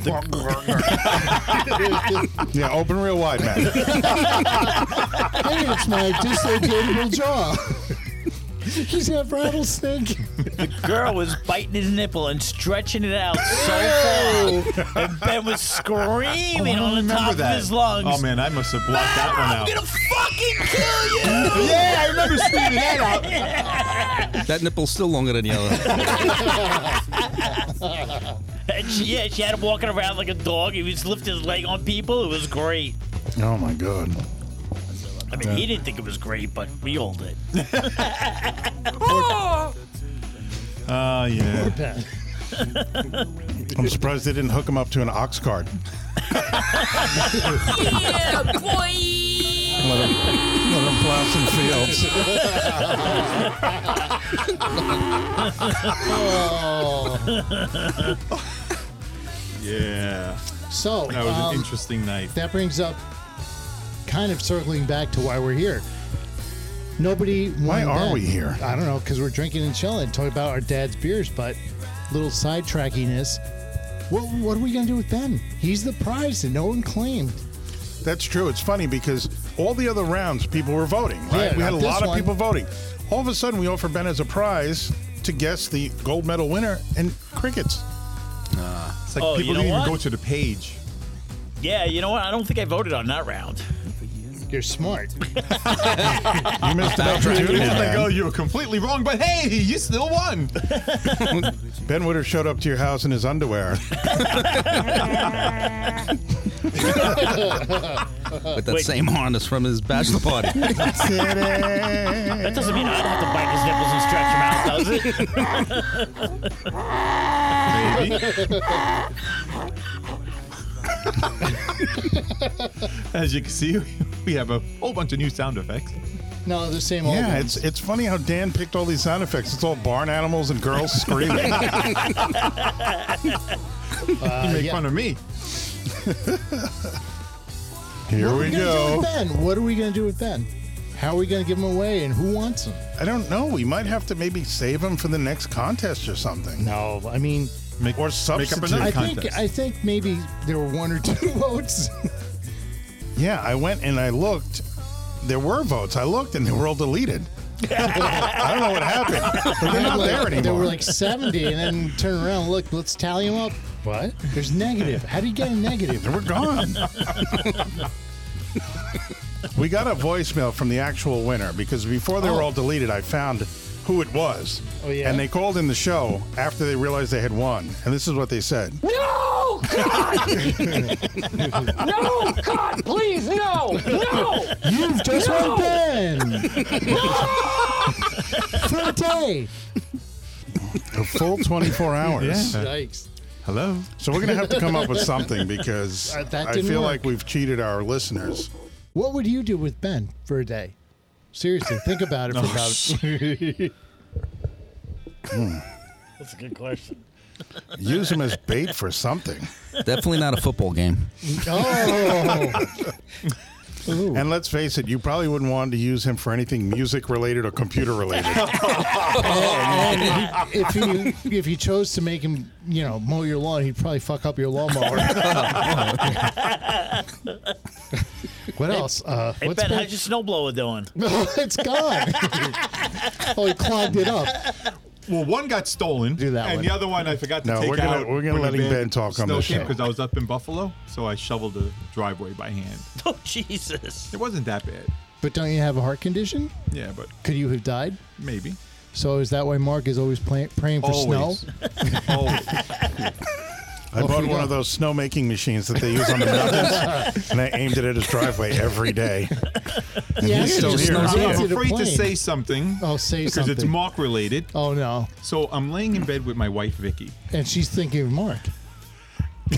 yeah, open real wide, Matt. hey, it's my dislocatable jaw. He's got rattlesnake. girl was biting his nipple and stretching it out so far. And Ben was screaming I on the top of his lungs. Ah, Oh man, I must have blocked that one I'm out. gonna fucking kill you! yeah, I remember screaming that out. That nipple's still longer than the other. And she, yeah, she had him walking around like a dog. He was lifting his leg on people. It was great. Oh, my God. I mean, he didn't think it was great, but we all did. Oh yeah. I'm surprised they didn't hook him up to an ox cart. Yeah, boy. Let him, let him plow some fields. Yeah. So That was um, an interesting night. that brings up kind of circling back to why we're here. Nobody. Why wanted are that. we here? I don't know because we're drinking and chilling, talking about our dad's beers. But little sidetrackiness. What, what are we gonna do with Ben? He's the prize that no one claimed. That's true. It's funny because all the other rounds, people were voting, right? Yeah, we had a not this lot of one. people voting. All of a sudden, we offer Ben as a prize to guess the gold medal winner and crickets. It's like Oh, people you know didn't what? even go to the page. Yeah, you know what? I don't think I voted on that round. You're smart. You missed an opportunity. It's like, oh, man. you were completely wrong, but hey, you still won. Ben would have showed up to your house in his underwear. With that Wait. same harness from his bachelor party. That doesn't mean I don't have to bite his nipples and stretch him out, does it? Maybe. As you can see, we have a whole bunch of new sound effects. No, the same old. yeah, ones. it's it's funny how Dan picked all these sound effects. It's all barn animals and girls screaming. Uh, Make yeah. fun of me. Here What are we gonna do with go. Ben? What are we gonna do with Ben? How are we gonna give him away? And who wants him? I don't know. We might have to maybe save him for the next contest or something. No, I mean, Make, Or make up substitute. another I contest. think I think maybe there were one or two votes. Yeah, I went and I looked. There were votes. I looked and they were all deleted. I don't know what happened. But they're not Like, there anymore. There were like 70, and then turn around, look, let's tally them up. What? There's negative. How do you get a they negative? were gone. we got a voicemail from the actual winner because before they were Oh. all deleted, I found who it was. Oh, yeah? And they called in the show after they realized they had won, and this is what they said. No! God! no! God, please, no! No! You've just No! won Ben for the day. A full 24 hours. Yeah. Yikes! Hello. So we're going to have to come up with something because Uh, that I didn't feel work. like we've cheated our listeners. What would you do with Ben for a day? Seriously, think about it for Oh, about. That's a good question. Use them as bait for something. Definitely not a football game. Oh, Ooh. And let's face it, you probably wouldn't want to use him for anything music related or computer related. and if you if you chose to make him, you know, mow your lawn, he'd probably fuck up your lawnmower. what else? Uh, Hey, what's Ben, been- how's your snowblower doing? No, it's gone. oh, he clogged it up. Well, one got stolen, Do that and one. the other one I forgot to No, take we're gonna- out. we're gonna letting Ben talk on the show. because I was up in Buffalo, so I shoveled the driveway by hand. Oh, Jesus. It wasn't that bad. But don't you have a heart condition? Yeah, but Could you have died? maybe. So is that why Mark is always play- praying for Always. snow? Always. I bought we one go. of those snow making machines that they use on the mountains, and I aimed it at his driveway every day. Yeah, he's still just here. knows I'm how Yeah. I'm to afraid to plane. say something Oh, say because something. it's Mark related. oh no, So I'm laying in bed with my wife Vicky. and she's thinking of Mark.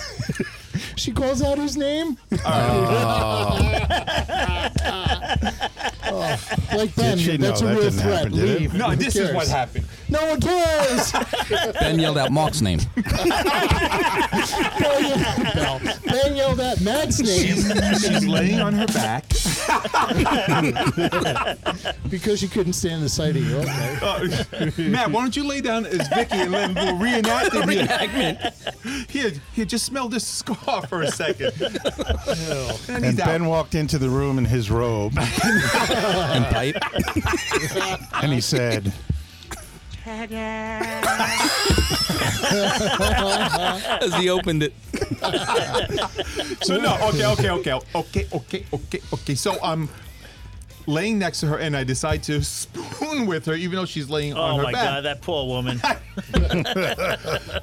she calls out his name. Oh, like Ben, she? No, that's a that real didn't threat. happen, did it? Leave. No, Who this is what cares? happened. No one cares. Ben yelled out Mark's name. Ben yelled at Matt's name She's, she's laying on her back. because she couldn't stand the sight of you. Okay. Uh, Matt, why don't you lay down as Vicky and then we'll reenact it here. Here, here, just smell this scar for a second. And And he's Ben out. walked into the room in his robe, And pipe. and he said, As he opened it. So no, okay, okay, okay, okay, okay, okay, okay. So I'm laying next to her and I decide to spoon with her, even though she's laying Oh, on her my back. God, that poor woman.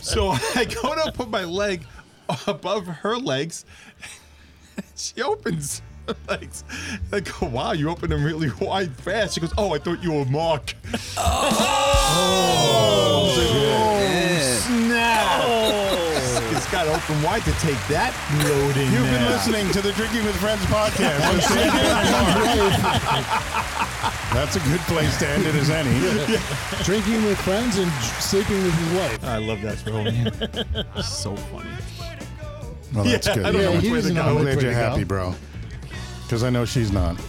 So I go to put my leg above her legs. She opens her legs. I go, wow, you opened them really wide fast. She goes, oh, I thought you were Mark. Oh, It's got open wide to take that loading. You've been now. listening to the Drinking with Friends podcast. with Sam and Mark." That's a good place to end it as any. Drinking with friends and sleeping with his wife. I love that show, man. so funny. Well, that's Yeah, good. I don't know Yeah, which he way to doesn't know I'm go. which glad way you're to go. happy, bro. Because I know she's not. She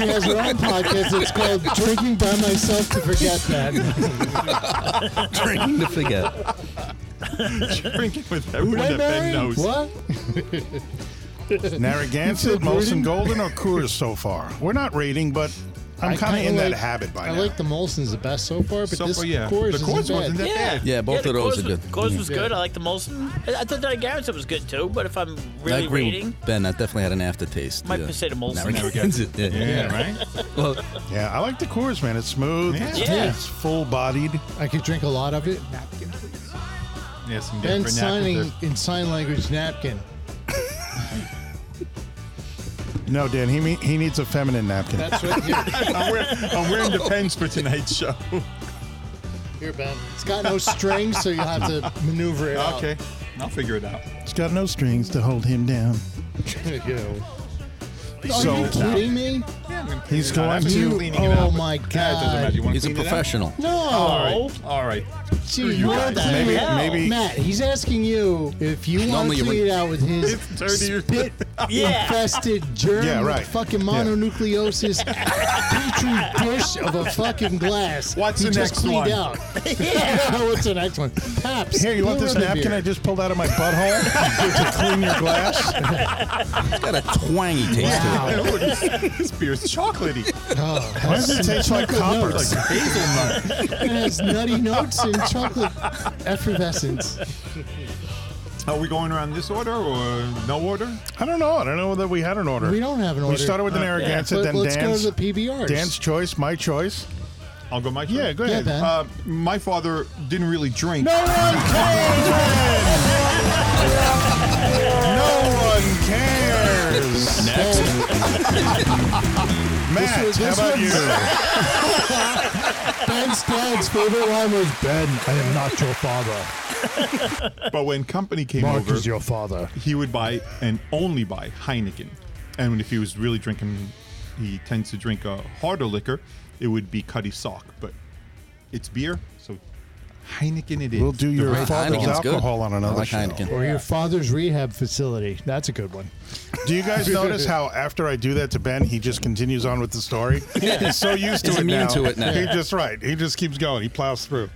has her own podcast. It's called Drinking by Myself to Forget That. Drinking to forget. Drinking with Who everyone did I that Ben marry? knows. What? Narragansett, You're Molson rooting? Golden, or Coors so far? We're not rating, but I'm I kind of kinda in that like- habit by I now. like the Molson's the best so far, but So this far, yeah. Coors the isn't course wasn't bad. that Yeah. bad. Yeah, both the of those Coors are good. was- Coors was Yeah. good. I like the Molson. I, I thought that Garrison was good too, but if I'm I really agree reading, with Ben. That definitely had an aftertaste. Might say the Molson. Narragansett. Yeah. Yeah, right? Well, yeah, I like the Coors, man. It's smooth. Yeah. Yeah. It's full bodied. I could drink a lot of it. Yeah, some Ben different signing in sign language napkin. No, Dan, he me- he needs a feminine napkin. That's what here, I'm wearing, I'm wearing the pens for tonight's show. here, Ben. It's got no strings, so you have to maneuver it out. Okay, I'll figure it out. it's got no strings to hold him down. Are So- you kidding me? He's going Just You- to. cleaning it oh up. my Yeah, it doesn't matter. god. You want he's a professional. No. Oh, All right. All right. Gee, you what guys. the Maybe, hell? maybe Matt, he's asking you if you want Normally to you clean it wouldn't. out with his dirty. spit Yeah. infested germ, Yeah, right. fucking Yeah. mononucleosis, petri dish of a fucking glass. What's you the just next cleaned one? Out. yeah, what's the next one? Paps. Here, you want Blue this Ribbon napkin I beer. just pulled out of my butthole to clean your glass? It's got a twangy taste to it. Oh, this, this beer's chocolatey. Why does it taste like copper? notes. Like hazelnut. It has nutty notes and chocolate effervescence. Are we going around this order or no order? I don't know. I don't know that we had an order. We don't have an We order. started with the Narragansett, Let- then let's dance. go to the PBRs. Dance choice, my choice. I'll go my Yeah, go Yeah, ahead. Ben. Uh, my father didn't really drink. no one cares. no one cares. Next. Matt, was- this how about you? one's- Ben's dad's favorite line was Ben. I am not your father. But when company came Mark over, is your father. he would buy and only buy Heineken. And if he was really drinking, he tends to drink a harder liquor. It would be Cuddy Sock, but it's beer, so Heineken it is. We'll do your Right, father's Heineken's good. alcohol on another I like show. Heineken. Or your father's rehab facility. That's a good one. Do you guys notice how after I do that to Ben, he just continues on with the story? He's so used to He's it immune now. to it now. He just right. He just keeps going. He plows through.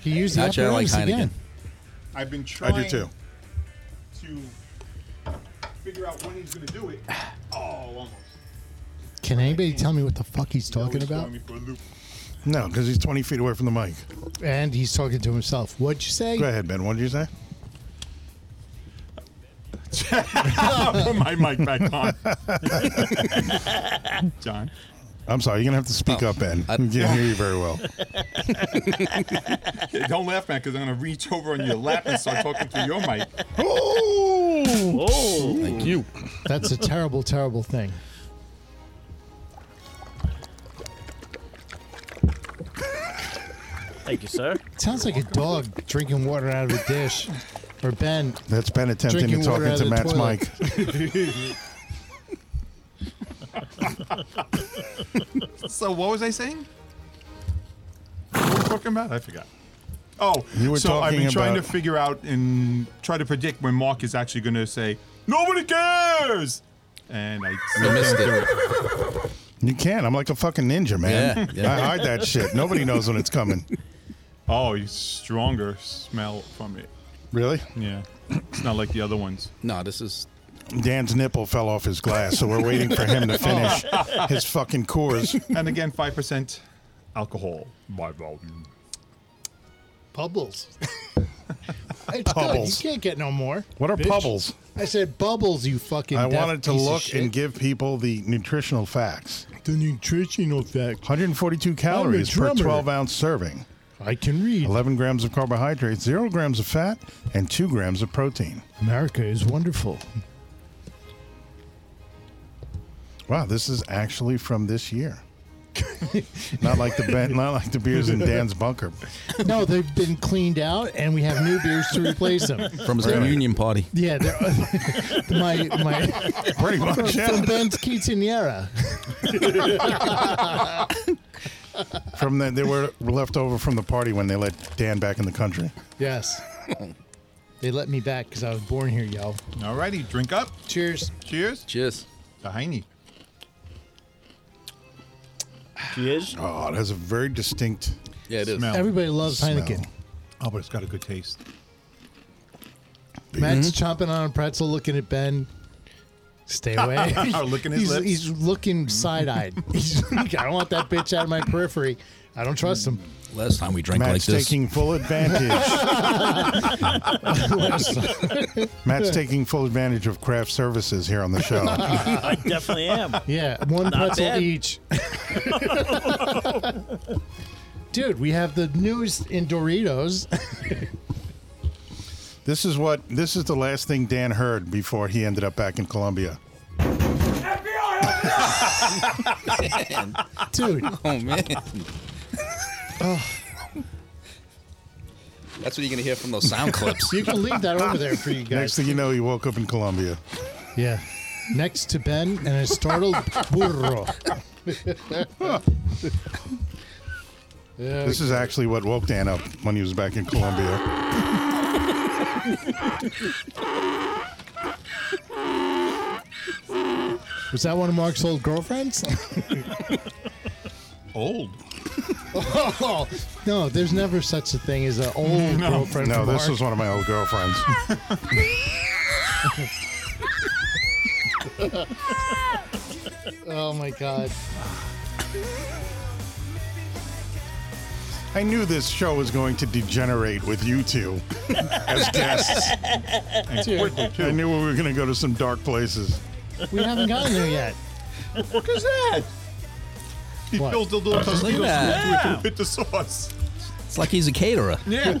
He used the Actually, I like apparatus Heineken. again. I've been trying I do too. to figure out when he's going to do it. Oh, almost. Can anybody tell me what the fuck he's talking about? No, because he's 20 feet away from the mic. And he's talking to himself. What'd you say? Go ahead, Ben. What did you say? Put my mic back on. John. I'm sorry. You're gonna have to speak Oh. up, Ben. I- we can't hear you very well. Yeah, don't laugh, man, because I'm going to reach over on your lap and start talking through your mic. Oh, Thank you. That's a terrible, terrible thing. thank you, sir. It sounds like a dog drinking water out of a dish. Or Ben. That's Ben attempting Drinking to water talk out into of the Matt's toilet. mic. So what was I saying? What were we talking about? I forgot. Oh, You were so I've been talking trying to about- figure out and try to predict when Mark is actually going to say, "Nobody cares," and I You still missed can't do it. it. You can. I'm like a fucking ninja, man. Yeah, yeah. I hide that shit. Nobody knows when it's coming. Oh, you stronger smell from it. Really? Yeah, it's not like the other ones. No, this is. Dan's nipple fell off his glass, so we're waiting for him Oh. to finish his fucking Coors. And again, five percent alcohol by volume. Bubbles. it's Bubbles. Good. You can't get no more. What are bitch. bubbles? I said bubbles, you fucking I deaf wanted to piece of look shit. and give people the nutritional facts. the nutritional fact. 142 calories per drummer. 12 ounce serving, I can read. 11 grams of carbohydrates, 0 grams of fat, and 2 grams of protein. America is wonderful. Wow, this is actually from this year. not like the ben, not like the beers in Dan's bunker. No, they've been cleaned out, and we have new beers to replace them. From his communion party. Yeah, they're, my my Pretty much, yeah. from Ben's quinceanera. From the, they were left over from the party when they let Dan back in the country. Yes, they let me back because I was born here, yo. Alrighty, drink up. Cheers. Cheers. Cheers. The Heine. Cheers. Oh, it has a very distinct Yeah, it is. Smell. Everybody loves Smell. Heineken. Oh, but it's got a good taste. Matt's chomping on a pretzel, looking at Ben. Stay away. Licking his he's, lips. he's looking side-eyed. He's like, I don't want that bitch out of my periphery. I don't trust him. Last time we drank Matt's like this. taking full advantage. Matt's taking full advantage of craft services here on the show. I definitely am. Yeah, one pretzel bad. each. Dude, we have the news in Doritos. this is what this is the last thing Dan heard before he ended up back in Colombia. Dude, Oh man. That's what you're gonna hear from those sound clips. you can leave that over there for you Next guys. thing you know, he woke up in Colombia. Yeah. Next to Ben and a startled burro. This is actually what woke Dan up when he was back in Colombia. Was that one of Mark's old girlfriends? Old. oh, no, there's never such a thing as an old girlfriend. No, for this Mark. was one of my old girlfriends. Oh my god. I knew this show was going to degenerate with you two as guests. I knew we were going to go to some dark places. We haven't gotten there yet. What is that? He What? fills the little Tostitos that. with- with the sauce. It's like he's a caterer. Yeah.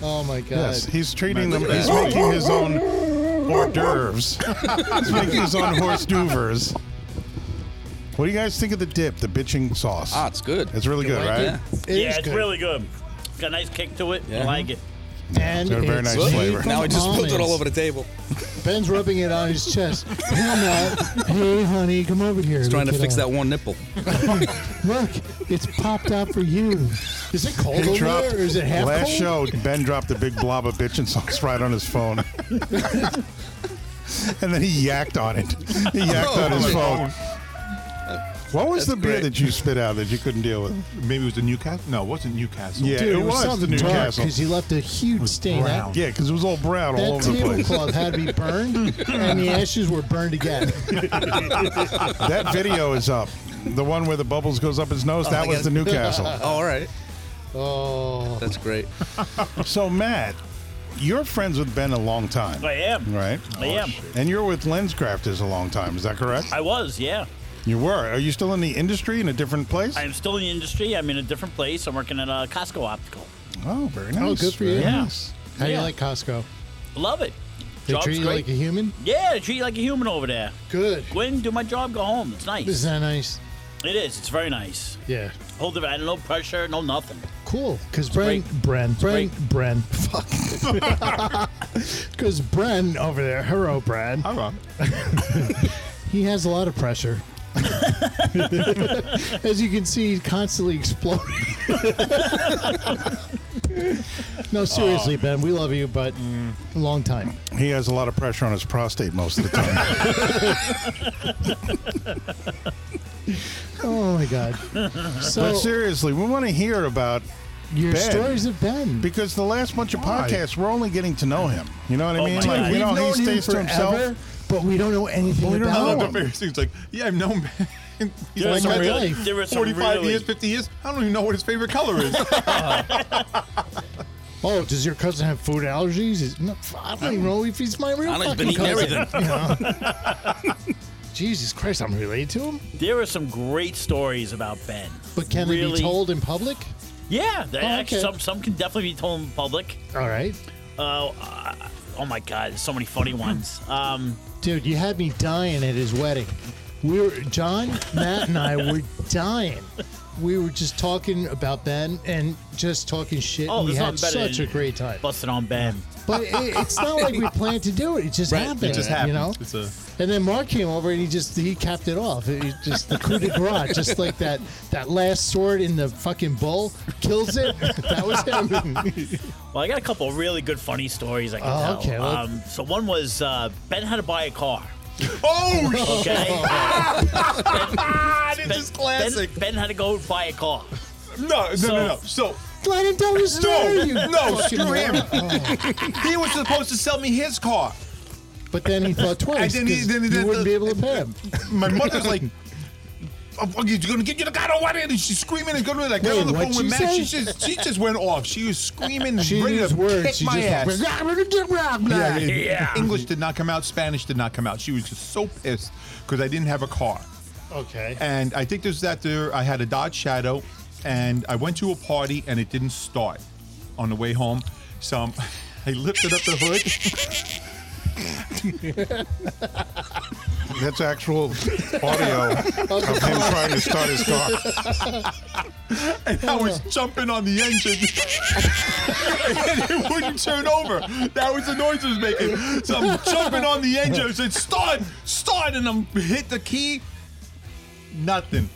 Oh my god. Yes, he's treating them. He's making his own hors d'oeuvres. he's making his own horse d'oeuvres. What do you guys think of the dip, the bitching sauce? Ah, it's good. it's really good, right? Yeah. It yeah, is it's good. really good. Got a nice kick to it. Yeah. I like it. and Got a very it's nice made flavor. from Now I just put it all almonds. over the table. Ben's rubbing it on his chest. Hey, Matt. Hey, honey, come over here. He's trying to Look it fix up. that one nipple. Look, it's popped out for you. Is it cold He over dropped- there, or is it half last cold? show, Ben dropped a big blob of bitchin' sauce right on his phone. and then he yacked on it. He yacked on his phone. What was That's the beer great. that you spit out that you couldn't deal with? Maybe it was the Newcastle. No, it wasn't Newcastle. Yeah, Dude, it was the something dark Newcastle. because he left a huge stain. brown. That, Yeah, because it was all brown all that over the place. tablecloth had to be burned, and the ashes were burned again. That video is up. The one where the bubbles goes up his nose. that I was got the it. Newcastle. All right. Oh, That's great. so Matt, you're friends with Ben a long time, I am. right? I Oh, am. And you're with Lenscrafters a long time. Is that correct? I was, yeah. You were. Are you still in the industry in a different place? I'm still in the industry. I'm in a different place. I'm working at uh, Costco Optical. oh, very nice. Oh, good for you. very Yeah. nice. how do you Yeah. like Costco? Love it. They Job's treat you great. like a human. yeah, they treat you like a human over there. Good. Go in, do my job, go home. It's nice. Isn't that nice? It is. It's very nice. Yeah. Whole different. No pressure. No nothing. Cool. Because Bren, great. Bren, Bren, great. Bren, fuck. Because Bren over there, hello, Bren. All right. He has a lot of pressure. As you can see, he's constantly exploding. no, seriously, Ben, we love you, but Mm. a long time. He has a lot of pressure on his prostate most of the time. Oh my God! but So seriously, we want to hear about your Ben. stories of Ben. because the last bunch of podcasts we're only getting to know him. You know what I Oh, mean? my like God. we We've know he known him stays to himself. forever, but we don't know anything we don't I about love know the him. him. various things. Like, yeah, I've known Ben. He's There like was some my really- life. there was some 45 really- years, 50 years. I don't even know what his favorite color is. Oh, does your cousin have food allergies? Is- no, I don't even know if he's my real I fucking don't been eating cousin. everything. Jesus Christ, I'm related to him. There were some great stories about Ben. But can really, they be told in public? Yeah, they- Oh, actually, okay. some some can definitely be told in public. All right. Uh, uh, oh my God, there's so many funny ones. Um, Dude, you had me dying at his wedding. We were John, Matt, and I were dying. We were just talking about Ben and just talking shit. Oh, and we there's had nothing better such a than- great time. But, busted on Ben. it, it's not like we planned to do it. It just Right, happened. it just happened. You know. It's a, And then Mark came over and he just he capped it off. It, it just the coup de grace, just like that that last sword in the fucking bull kills it. That was him. Well, I got a couple of really good funny stories I can Oh, tell. okay, well- um, so one was uh, Ben had to buy a car. oh, shit. Okay, This ben, is classic. Ben, ben had to go buy a car. No, no, no, no. So Let him tell his story. No, you no, fucking screw him. moron. Oh. he was supposed to sell me his car. But then he thought twice. And then he- 'cause then he you did wouldn't the- be able to pay him. My mother's like, "I'm fucking gonna get you the car. I don't want it." And she's screaming and going like, I Wait, got on the what'd phone with she Matt. say? She just, she just went off. She was screaming and She ready used to words. kick she my just ass. went, "Rah, rah, rah, rah, rah." Yeah, it- Yeah. English did not come out. Spanish did not come out. She was just so pissed because I didn't have a car. Okay. And I think there's that there. I had a Dodge Shadow, and I went to a party and it didn't start. On the way home, so I'm- I lifted up the hood. That's actual audio of him trying to start his car. and I was jumping on the engine, and it wouldn't turn over. That was the noise it was making. So I'm jumping on the engine. I said, "Start, start!" And I'm hit the key. Nothing.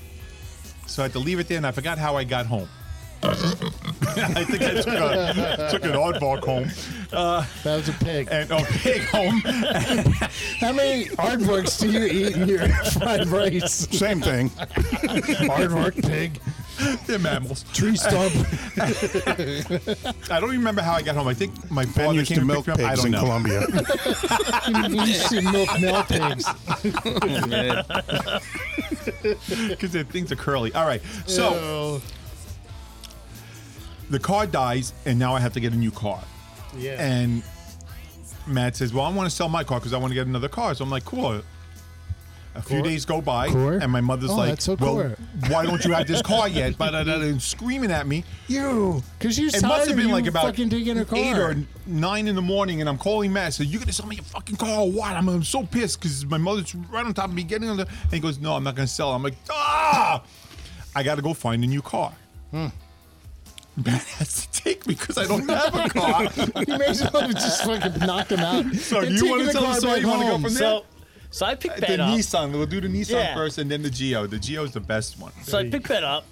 So I had to leave it there, and I forgot how I got home. I think I took, a, took an oddball home That was a pig. and a pig home. How many aardvarks do you eat in your fried rice? Same thing. Aardvark pig. They're mammals. Tree stump. I don't even remember how I got home. I think my Ben father used came to and milk picked me up. I pigs don't in know. Colombia. you see milk male pigs. Yeah. Because the things are curly. All right. So Oh, the car dies, and now I have to get a new car. yeah. And Matt says, "Well, I want to sell my car because I want to get another car." So I'm like, "Cool." A few days go by, Core? and my mother's Oh, like, that's so "Well, core. why don't you have this car yet?" But and screaming at me. you, because you're It tired must have of been you like about fucking digging a car. eight or nine in the morning, and I'm calling Matt. So you gonna sell me your fucking car? Or what? I'm, I'm so pissed because my mother's right on top of me getting on the. And he goes, "No, I'm not gonna sell." I'm like, "Ah, I gotta go find a new car." Hmm. Matt has to take me because I don't have a car. you may as well have just fucking knocked him out. So And do you taken wanna the tell the car story? back You wanna go home. from there? So, so I picked the Ben up. Nissan. We'll do the Nissan Yeah. first, and then the Geo. The Geo is the best one. So I picked Ben up.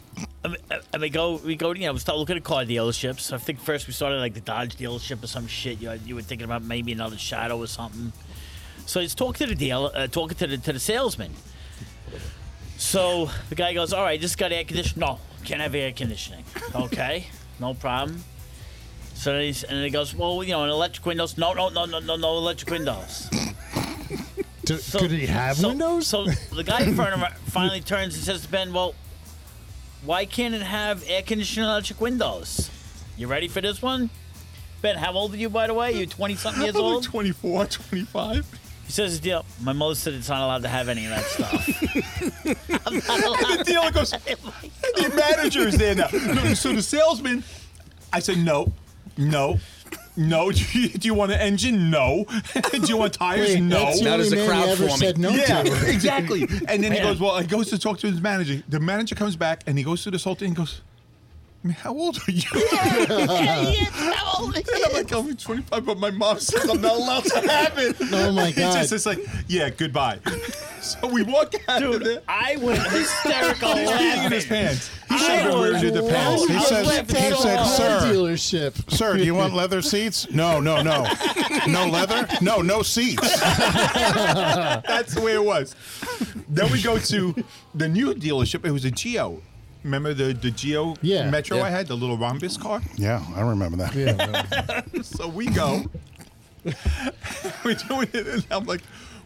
And we- and we go, we go. You know, we start looking at car dealerships. I think first we started like the Dodge dealership or some shit. You, you were thinking about maybe another Shadow or something. So he's talking to the deal, uh, talking to the to the salesman. So the guy goes, "All right, just got air conditioning. No, can't have air conditioning. Okay, no problem." So then he's, and then he goes, "Well, you know, an electric windows. No, no, no, no, no, no electric windows." Do- could he have so, windows? So the guy in front of him finally turns and says to Ben, Well, why can't it have air conditioning and electric windows? You ready for this one? Ben, how old are you, by the way? you 20 something years I'm like old? 24, 25. He says, Yeah, my mother said it's not allowed to have any of that stuff. The dealer goes, the manager is there now. No, so the salesman, I said, no, no, no. Do you, do you want an engine? No. do you want tires? Wait, no. that's the Now only there's a man he crowd ever forming. said no yeah, to. exactly. And then he Man. goes, well, he goes to talk to his manager. The manager comes back and he goes through this whole thing and goes, "Man, how old are you? And I'm like, I'm 25, but my mom says I'm not allowed to have it. Oh, my It's God. just it's like, yeah, goodbye. so we walk out of Dude, there. I went hysterical He's peeing in his laughing. pants. He I should have been was wearing the pants. He He says- he said, "Sir." dealership. Sir, do you want leather seats? No, no, no. No leather? No, no seats. That's the way it was. Then we go to the new dealership. It was a Geo. Remember the, the Geo Yeah. Metro Yeah. I had, the little rhombus car? Yeah, I remember that. Yeah, So we go. We're doing it, and I'm like,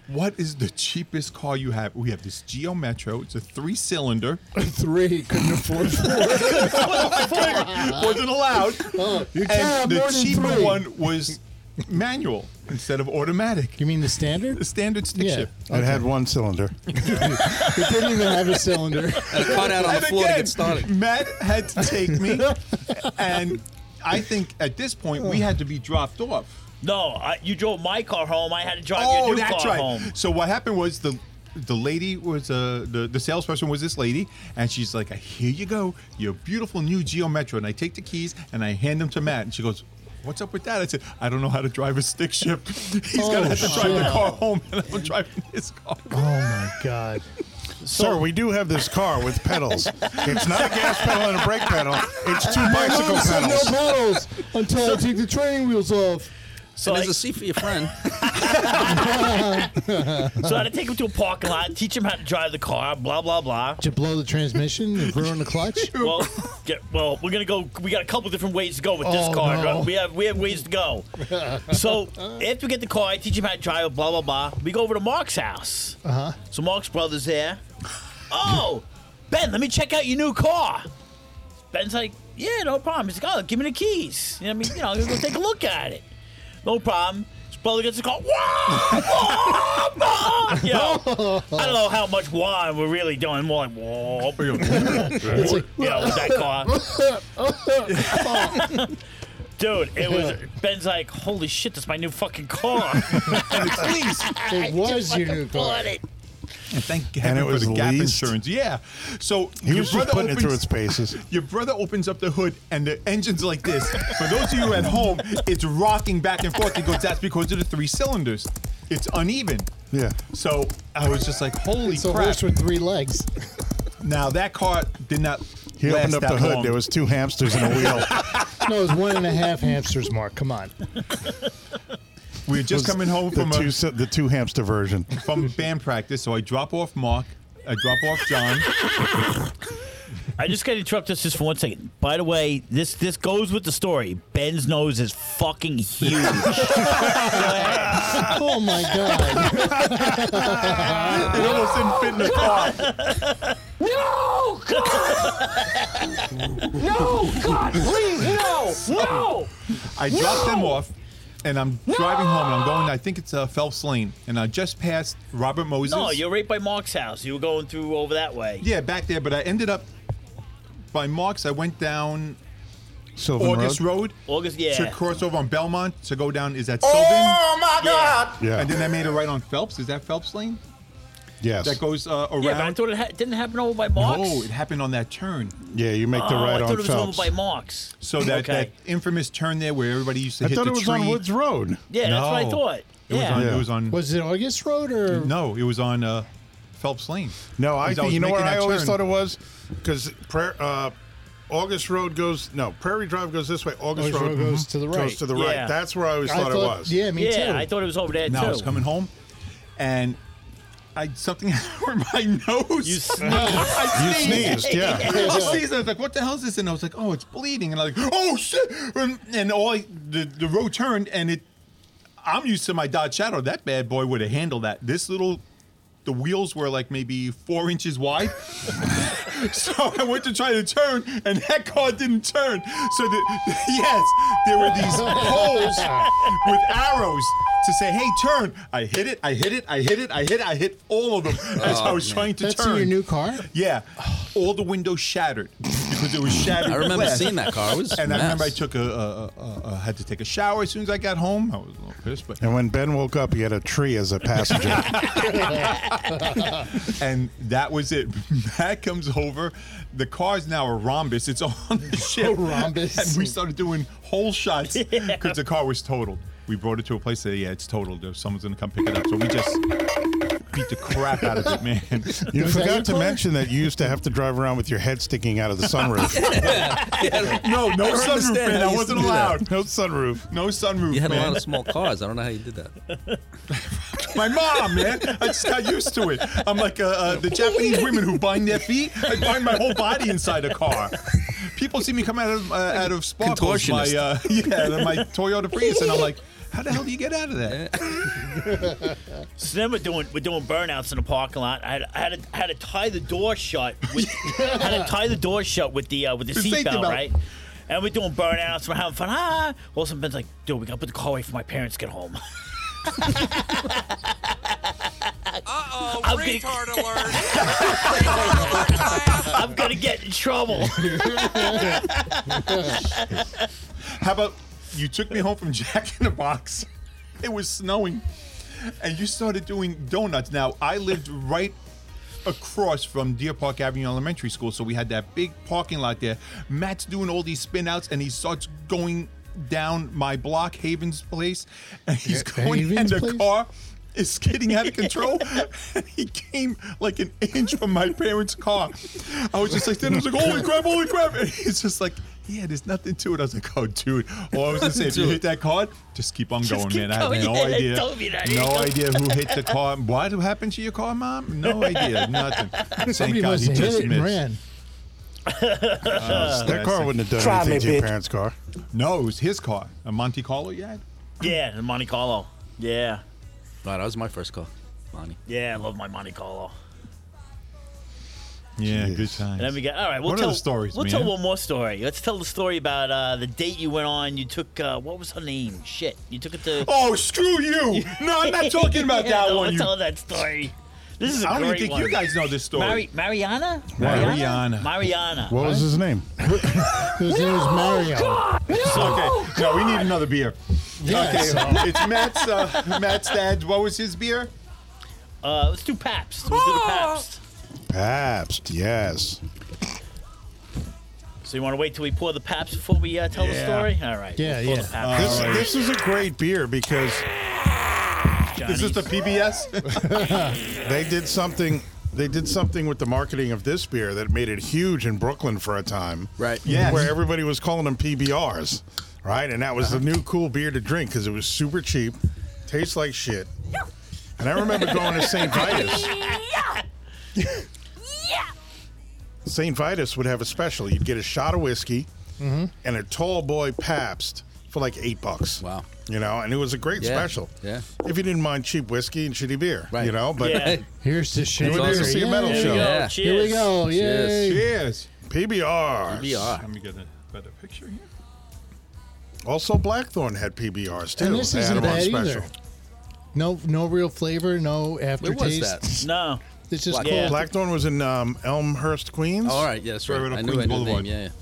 what is the cheapest car you have? We have this Geo Metro. It's a three cylinder. three couldn't afford four. Wasn't allowed. You can't have And Uh-huh. the more than cheaper three. one was manual instead of automatic. You mean the standard? The standard stick Yeah. shift. It had one cylinder. It didn't even have a cylinder. I caught out on the And floor to again, get started. Matt had to take me, and I think at this point we had to be dropped off. No, I, you drove my car home. I had to drive your Oh, new that's car right. home. So what happened was the the lady was uh, the the salesperson was this lady, and she's like, "Here you go, your beautiful new Geo Metro." And I take the keys and I hand them to Matt, and she goes. What's up with that? I said, I don't know how to drive a stick shift. He's gonna Oh, have to drive the shit. car home, and I'm driving his car. Oh my god. Sir, we do have this car with pedals. It's not a gas pedal and a brake pedal. It's two bicycle no pedals. pedals until I take the training wheels off. So, So I, there's a seat for your friend. so I had to take him to a parking lot, teach him how to drive the car, blah, blah, blah. To blow the transmission and ruin the clutch. Well, get, well, we're gonna go. We got a couple different ways to go with this Oh, car. no. right? We have we have ways to go. so after we get the car, I teach him how to drive. Blah blah blah. We go over to Mark's house. Uh-huh. Uh huh. So Mark's brother's there. Oh, Ben, let me check out your new car. Ben's like, yeah, no problem. He's like, oh, give me the keys. You know, what I mean, you know, he'll go take a look at it. No problem. His brother gets a call. Wah, wah, wah. You know, I don't know how much wah we're really doing. More like wah. It's like, You know, with that car. Dude, it was Ben's like, holy shit, that's my new fucking car. Please. it was your new car. And thank And heaven it for was the gap leased. insurance. Yeah. So He your was just brother putting it through opens- its paces. Your brother opens up the hood and the engine's like this. For those of you at home, it's rocking back and forth. He goes, that's because of the three cylinders. It's uneven. Yeah. So I was just like, holy It's a crap. horse with three legs. now that car did not He last opened up that the hood. long. There was two hamsters and a wheel. No, it's one and a half hamsters, Mark. Come on. we were just coming home The from two, a, se- the two hamster version. from band practice. So I drop off Mark. I drop off John. I just gotta interrupt us just for one second. By the way, this this goes with the story. Ben's nose is fucking huge. oh my god! It almost didn't fit in the car. No! God! no! God, please, no! No! I dropped them off, and I'm driving home, and I'm going. I think it's uh, Phelps Lane, and I just passed Robert Moses. no, you're right by Mark's house. You were going through over that way. yeah, back there. But I ended up by Marks. I went down Sylvan August Road. Road. August, yeah. To cross over on Belmont to go down is that Sylvan? Oh my God! Yeah. And then I made a right on Phelps. Is that Phelps Lane? yes. That goes uh, around. Yeah, but I thought it ha- didn't happen over by Mark's. no, it happened on that turn. yeah, you make the Oh, right I thought on it was Phelps. over by Mark's. So that, Okay. that infamous turn there where everybody used to I hit thought the it was tree. on Woods Road. Yeah, that's what I No. thought. It was yeah. on. Yeah. It was on. Was it August Road or No, it was on uh, Phelps Lane. No, I, Because think was you know making what that I always turn. thought it was because prayer. Uh, August Road goes no. Prairie Drive goes this way. August, mm-hmm, August Road goes to the right. Goes to the Yeah. right. That's where I always I thought, it was. Yeah, me yeah, too. I thought it was over there No, too. I was coming home, and I something over my nose. You sneezed. I You sneezed. sneezed. Yeah. I sneezed, and I was like, "What the hell is this?" And I was like, "Oh, it's bleeding." And I was like, "Oh shit!" And, and all I, the the road turned, and it. I'm used to my Dodge Shadow. That bad boy would have handled that. This little, the wheels were like maybe four inches wide. so I went to try to turn, and that car didn't turn. So the, yes, there were these poles with arrows to say, "Hey, turn!" I hit it. I hit it. I hit it. I hit. it, I hit all of them as I was trying to That's turn. in your new car. Yeah, all the windows shattered because it was shattered. I remember glass. seeing that car. It was And I a remember I mess. took a, a, a, a, a had to take a shower as soon as I got home. I was a little pissed, but And when Ben woke up, he had a tree as a passenger. and that was it. Matt comes over. The car's now a rhombus. It's on the ship. rhombus. And we started doing whole shots because the car was totaled. We brought it to a place that yeah, it's totaled. There's- Someone's gonna come pick it up. So we just beat the crap out of it, man. You Was that your forgot to car? mention that you used to have to drive around with your head sticking out of the sunroof. No, no I sunroof, understand man. how I you wasn't do that. allowed. no sunroof. No sunroof, You had a man. lot of small cars. I don't know how you did that. My mom, man. I just got used to it. I'm like uh, uh, the Japanese women who bind their feet. I bind my whole body inside a car. People see me come out of uh, out of sparkles, my Contortionist. uh, yeah, out of my Toyota Prius, and I'm like, how the hell do you get out of that? So then we're doing we're doing burnouts in the parking lot. I had, I had, to, had to tie the door shut. With, had to tie the door shut with the uh, with the The safety seatbelt, belt. right? And we're doing burnouts. We're having fun. Ah, well, some Ben's like, dude, we gotta put the car away for my parents get home. Uh-oh, I'm gonna- retard alert. Retard alert class. I'm gonna get in trouble. How about you took me home from Jack in the Box? It was snowing, and you started doing donuts. Now I lived right across from Deer Park Avenue Elementary School, so we had that big parking lot there. Matt's doing all these spin outs, and he starts going down my block, Haven's place, and he's Ha- going Haven's in the place? car. Is getting out of control. and he came like an inch from my parents' car. I was just like, then I was like, holy crap, holy crap. And he's just like, yeah, there's nothing to it. I was like, oh, dude. All I was gonna say, if you to hit that card, just keep on going, keep man. I going. have no Yeah, they idea. told me that. No idea who hit the car. What happened to your car, mom? No idea. Nothing. Thank Somebody God must he have hit just it and missed. ran. Uh, That car wouldn't have done Try me, anything to your bitch. parents' car. No, it was his car. A Monte Carlo you had? yeah, in Monte Carlo. Yeah, Wow, that was my first car, Lonnie. yeah, I love my Monte Carlo. Yeah, Jeez. good times. And then we got all right. We'll What are tell the stories, We'll man? tell one more story. Let's tell the story about uh, the date you went on. You took uh, what was her name? Shit, you took it to. oh, screw you! No, I'm not talking about Yeah, that no, one. Let's You, tell that story. This is a I don't great even think one. you guys know this story. Mari- Mariana? Mariana. Mariana. What was his name? His name was Mario. Okay, no, we need another beer. Yes. Okay, it's Matt's uh, Matt's dad. What was his beer? Uh, let's do Pabst. We'll do the Pabst. Pabst. Yes. So you want to wait till we pour the Pabst before we uh, tell Yeah. the story? All right. Yeah, we'll pour yeah. the Uh, Pabst. This, this is a great beer because Is this the Johnny's. PBS? they did something. They did something with the marketing of this beer that made it huge in Brooklyn for a time. Right. Yes. Where everybody was calling them PBRs, right? And that was the Uh-huh. new cool beer to drink because it was super cheap, tastes like shit. And I remember going to St. Vitus. Yeah. Yeah. St. Vitus would have a special. You'd get a shot of whiskey Mm-hmm. and a tall boy Pabst for like eight bucks. Wow. You know, and it was a great Yeah, special. yeah. If you didn't mind cheap whiskey and shitty beer, Right. you know, but Yeah. Here's the shit. were there to see a metal There we go. show. Yeah. Cheers. Here we go. Cheers. Yay. Cheers. PBR. BR. Let me get a better picture here. Also, Blackthorn had PBRs too. And this They had isn't them on bad either. special. No, no real flavor. No Where was aftertaste. that? No. It's just Black- cold. Yeah. Blackthorn was in um, Elmhurst, Queens. All right. Yeah, that's Right, right. right up I knew Queens I knew the Boulevard. name.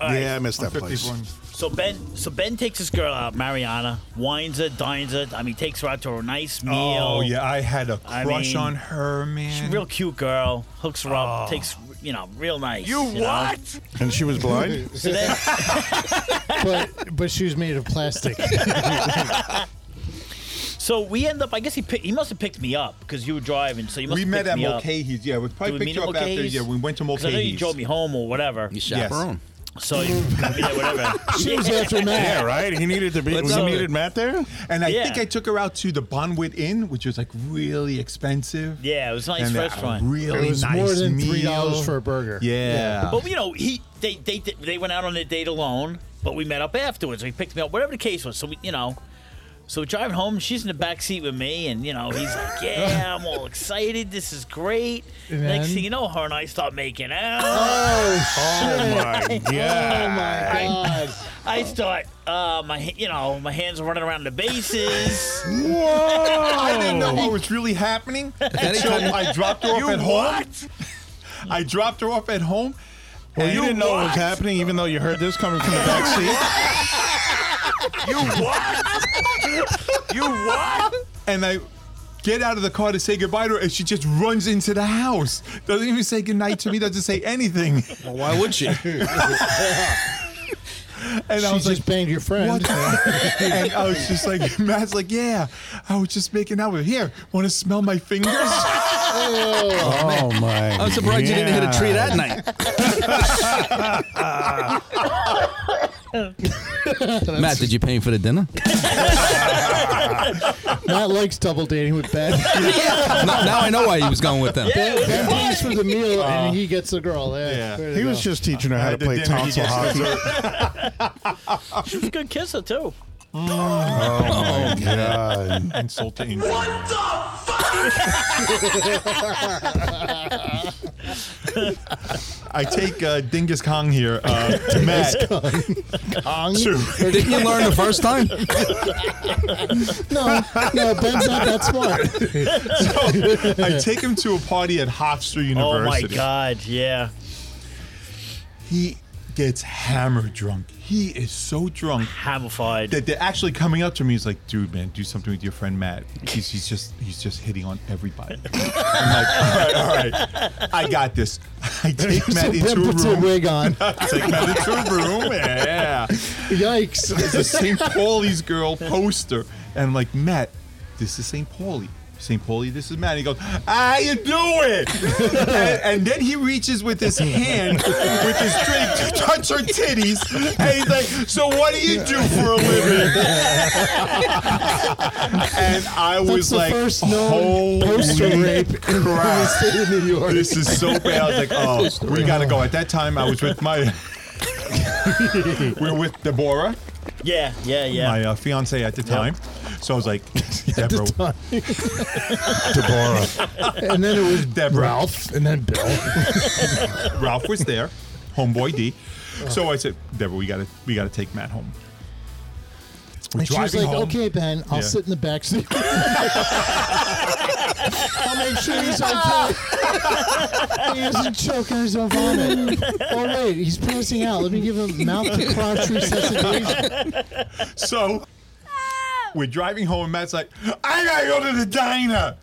Yeah. yeah. Yeah, I missed that place. 51. So Ben, so Ben takes this girl out, Mariana, wines her, dines her. I mean, takes her out to a nice meal. Oh yeah, I had a I crush mean, on her, man. She's a real cute girl. Hooks her up. Takes you know, real nice. Oh. You know? what? And she was blind? So then, but but she was made of plastic. so we end up. I guess he pick, he must have picked me up because you were driving. So you must We have met picked at me up. Mulcahy's. Yeah, we Did probably we picked meet you at up after. Mulcahy's? Yeah, we went to 'Cause I know you Mulcahy's. drove me home or whatever. You chaperone. So you got me there, whatever. she was after yeah, Matt. right? He needed to be. Let's he go. needed Matt there? And I Yeah. think I took her out to the Bonwit Inn, which was like really expensive. Yeah, it was a nice and a restaurant. Really It was nice more than meal. three dollars for a burger. Yeah. But you know, he they they they went out on a date alone, but we met up afterwards. He picked me up, whatever the case was. So we, you know, so we're driving home, she's in the back seat with me, and you know, he's like, "Yeah, I'm all excited. This is great." And Next then- thing you know, her and I start making out. Oh, my God. Oh God. I start, uh, my ha- you know, my hands are running around the bases. Whoa! I didn't know what was really happening until I dropped her off at home. I dropped her off at home. Well, and- you didn't know what was happening, even though you heard this coming from the back seat. You what? you what? And I get out of the car to say goodbye to her, and she just runs into the house. Doesn't even say goodnight to me. Doesn't say anything. Well, why would she? And I She was just like, banged your friend. What? the- and I was just like, Matt's like, yeah, I was just making out with her. Here, want to smell my fingers? Oh, my I'm surprised you didn't hit a tree that night. Matt, did you pay him for the dinner? Matt likes double dating with Ben. ben now, now I know why he was going with them. ben pays for the meal and he gets the girl. yeah. Yeah, Way to He was go. just teaching her how to At the play dinner, he tonsil gets hockey. She was a good kisser too. Oh, God. Insulting. I take uh, Dingus Kong here, uh, Matt. Kong. Didn't you learn the first time? No, no, Ben's not that smart. I take him to a party at Hofstra Oh my University. god, yeah. He gets hammer drunk. He is so drunk Hamified. that they're actually coming up to me. He's like, "Dude, man, do something with your friend Matt. He's, he's just he's just hitting on everybody." I'm like, "All right, all right, I got this." I take So Matt Ben into a puts a room. wig on. Take Matt into a room. Yeah. Yikes. It's a St. Pauli's girl poster. And I'm like, Matt, this is St. Pauli. St. Pauli, this is Matt. He goes, How you doing? and, and then he reaches with his hand, with his drink, to touch her titties. And he's like, So what do you do for a living? and I was That's the like, "Oh, first known poster Holy rape in the crap. state of New York. This is so bad. I was like, oh, we gotta go. At that time, I was with my, we were with Deborah, yeah, yeah, yeah. my uh, fiance at the time. So I was like, Deborah, Deborah. And then it was Deborah. Ralph, and then Bill. Ralph was there, homeboy D. So I said, Deborah, we gotta, we gotta take Matt home. We're And she was like, driving home. "Okay, Ben, I'll Yeah. sit in the back seat. I'll make sure he's okay. he doesn't choke and he's not vomit. Oh wait, he's passing out. Let me give him mouth to crotch resuscitation. So we're driving home, and Matt's like, I gotta go to the diner.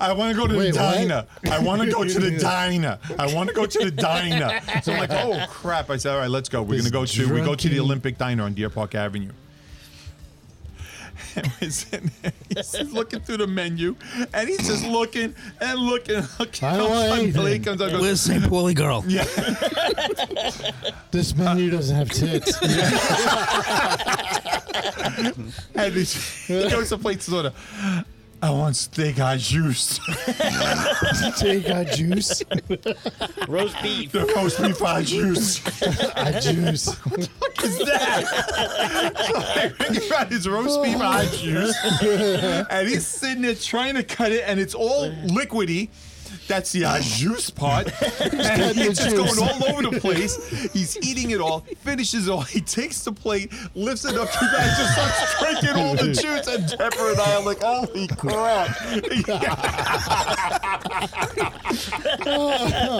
I want to go to Wait, the what? diner. I want to go to the diner. I want to go to the diner. So I'm like, oh crap! I said, all right, let's go. We're This gonna go to we go to the drunken- Olympic Diner on Deer Park Avenue. And we're sitting there. He's just looking through the menu, and he's just looking and looking. looking I don't want Until he anything. comes out and Where's goes, St. Pauli girl? Yeah. This menu doesn't have tits. and he he goes to plate soda. I want steak hot juice. Take our juice. Roast beef. the roast beef hot juice. Our juice. is that? So he got his roast beef hot juice, and he's sitting there trying to cut it, and it's all liquidy. That's the hot juice part. and he's just juice. going all over the place. He's eating it all, finishes it all. He takes the plate, lifts it up to that, and just starts drinking all the juice. And Pepper and I are like, holy crap. now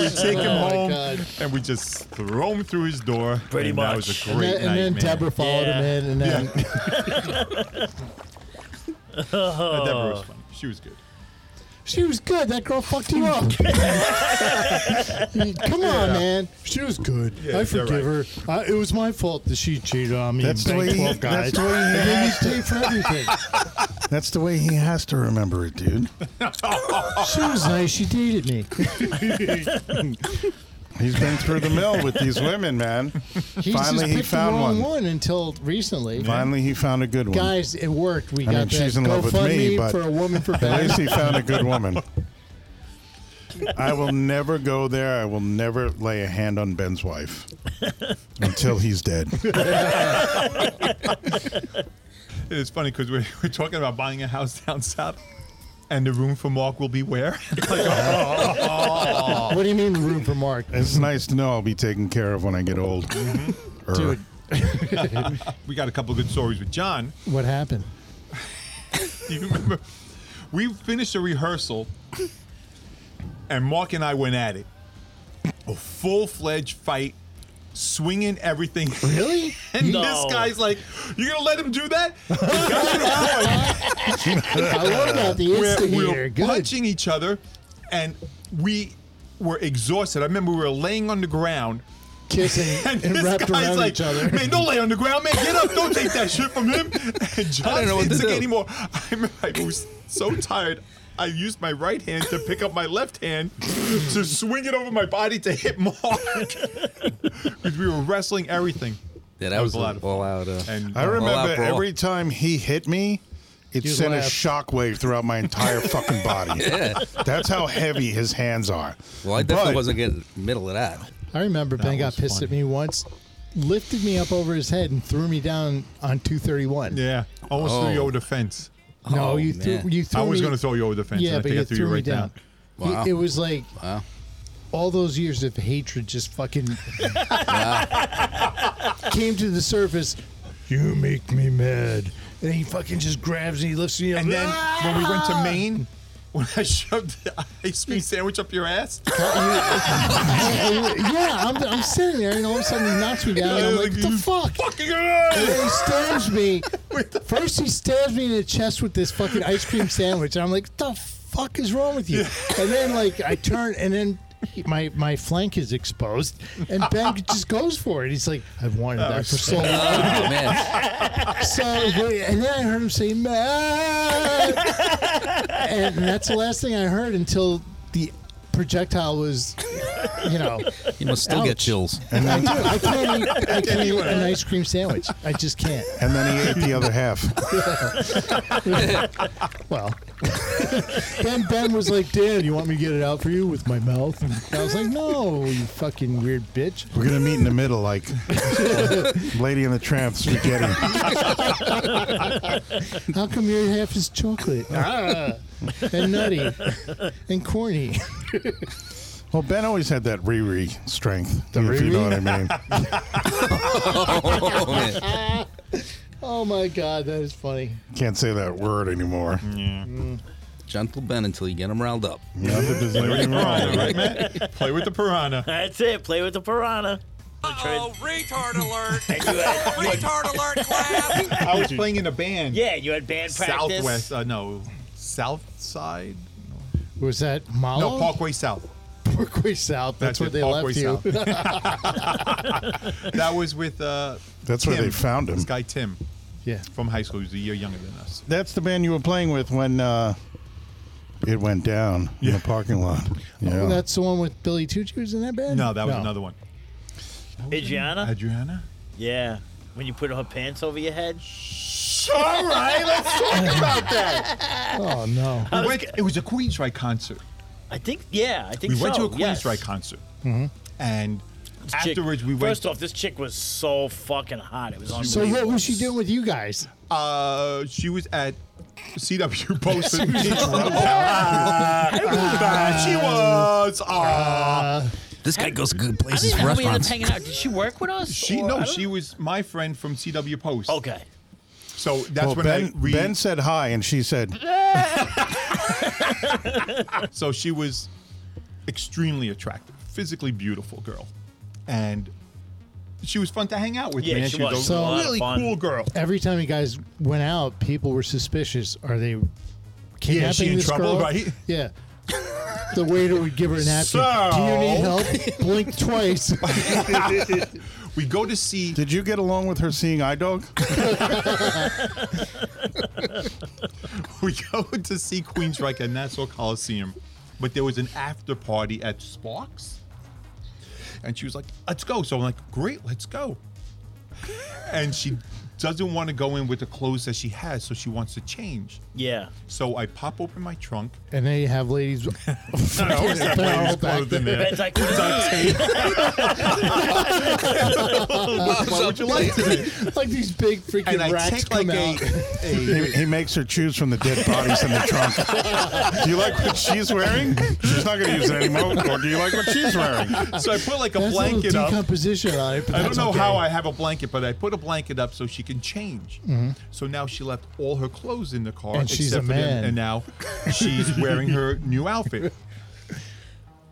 we take him Oh my home God. and we just throw him through his door. Pretty and That was much. a And great then, night, and then man. Deborah followed Yeah. him in, and then Uh, Deborah was funny. She was good. she was good. That girl fucked you up. Come on, man. She was good. Yeah, I you're forgive her. I, it was my fault that she cheated on me. That's That's the and way. banged He, that's twelve guys. the way he and then has you pay for everything. That's the way he has to remember it, dude. she was nice. She dated me. He's been through the mill with these women, man. Finally, He just he picked found the wrong one. one. until recently. Finally, he found a good one. Guys, it worked. We I got mean, that she's in love with me, GoFundMe but- for a woman for At bad. least he found a good woman. I will never go there. I will never lay a hand on Ben's wife until he's dead. It's funny because we're, we're talking about buying a house down south, and the room for Mark will be where? What do you mean room for Mark? It's nice to know I'll be taken care of when I get old. Er. Dude, we got a couple good stories with John. what happened? Do you remember? We finished a rehearsal, and Mark and I went at it. A full fledged fight, swinging everything. Really? And No. this guy's like, "You're gonna let him do that?" I love that the we're, instigator. we were Good. punching each other, and we were exhausted. I remember we were laying on the ground, kissing and, and, this wrapped guy's around like, each other. "Man, don't lay on the ground, man. Get up. Don't take that shit from him." And John know what to didn't do. take anymore. I remember I was so tired. I used my right hand to pick up my left hand to swing it over my body to hit Mark. 'Cause we were wrestling everything. Yeah, that, That was, was a lot of an all out. Uh, And I remember out brawl. every time he hit me, it You'd sent laugh. a shockwave throughout my entire fucking body. That's how heavy his hands are. well, I definitely But- wasn't getting middle of that. I remember Ben got was pissed at funny. me once, lifted me up over his head and threw me down on 231. yeah, almost threw you Oh. over the fence. No, Oh, you threw man. you threw I was me- going to throw you over the fence. Yeah, and I but think you I threw, threw you me right down. down. Y- Wow. It was like Wow. all those years of hatred just fucking came to the surface. You make me mad. And he fucking just grabs me, lifts me up. And then when we went to Maine, when I shoved the ice cream sandwich up your ass, yeah, I'm, I'm sitting there, and all of a sudden he knocks me down. And I'm like, what the fuck? fucking And he stabs me. First, he stabs me in the chest with this fucking ice cream sandwich, and I'm like, "What the fuck is wrong with you?" And then, like, I turn, and then he- my my flank is exposed, and Ben just goes for it. He's like, "I've wanted that for so long." Oh man, So, and then I heard him say, "Matt," and that's the last thing I heard until the projectile was, you know. you must still get Ouch. chills. I do. I can't eat, I can't eat an ice cream sandwich. I just can't. And then he ate the other half. Well, then Ben was like, Dan, you want me to get it out for you with my mouth? And I was like, no, you fucking weird bitch. We're gonna meet in the middle, like Lady and the Tramp spaghetti. How come your half is chocolate? Ah, and nutty and corny. Well, Ben always had that Riri strength, if you know what I mean. Oh man, Oh my God, that is funny. Can't say that word anymore. gentle Ben until you get him riled up. Not that there's anything Piranha, wrong. right, Matt? Play with the piranha. That's it. Play with the piranha. Oh, retard alert! You had- retard alert, class! I was playing in a band. yeah, you had band practice. Southwest. Uh, no, South Side. Was that No, Oh. Malo? Parkway South. Parkway South. That's, That's where it, they Parkway left you. That was with. Uh, That's where Tim. they found him. This guy Tim yeah. from high school. He's a year younger than us. That's the band you were playing with when uh, it went down in the parking lot. Yeah. Oh, that's the one with Billy Tucci was in that band? No, that was another one. Adriana? Oh, Adriana. Yeah. When you put her pants over your head? All right, let's talk about that. Oh no. We went, it was a Queensryche concert. I think, yeah, I think We so. went to a yes. Queensryche concert, and Chick- afterwards we went. First off, this chick was so fucking hot. It was So unbelievable. what was she doing with you guys? Uh, she was at CW Boston. she was. Uh, This guy goes to good I places, didn't for know we ended up restaurants. hanging out. Did she work with us? she or- I no, don't- she was my friend from CW Post. Okay. so that's Well, when ben, I re- ben said hi, and she said, So she was extremely attractive, physically beautiful girl, and she was fun to hang out with. Yeah, man. she was. a She was a lot of really fun. cool girl. Every time you guys went out, people were suspicious. Are they kidnapping Yeah, is she in this trouble, girl? right? Yeah. The waiter would give her an napkin. So- Do you need help? Blink twice. We go to see. "Did you get along with her seeing eye dog?" we go to see Queensryche at Nassau Coliseum, but there was an after party at Sparks. And she was like, let's go. So I'm like, great, let's go. And she doesn't want to go in with the clothes that she has, so she wants to change. Yeah. So I pop open my trunk. and then you have ladies. I always have Barrel ladies' back clothes in there. Ben's like, Duct tape. Why would you like today? like these big freaking And I rats take come like out. a, a He, he makes her choose from the dead bodies in the trunk. do you like what she's wearing? She's not going to use it anymore. Or do you like what she's wearing? so I put like a That's a little blanket up. decomposition on it. But I don't that's know okay. how I have a blanket, but I put a blanket up so she can change. So now she left all her clothes in the car, Mm-hmm. And she's except a for them, man. and now she's wearing her new outfit.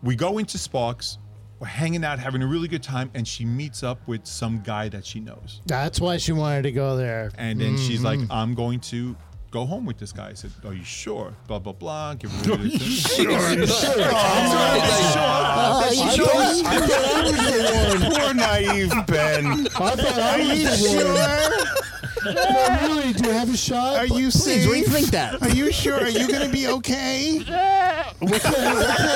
We go into Sparks. We're hanging out, having a really good time, and she meets up with some guy that she knows. That's why she wanted to go there. And then she's like, Mm-hmm. "I'm going to go home with this guy." I said, "Are you sure?" Blah blah blah. Give her this. Uh, Poor naive Ben. I thought Are I was you the one. sure? No, really, do you have a shot? Are you Please safe? rethink that. Are you sure? Are you going to be okay? How Are you Oh, can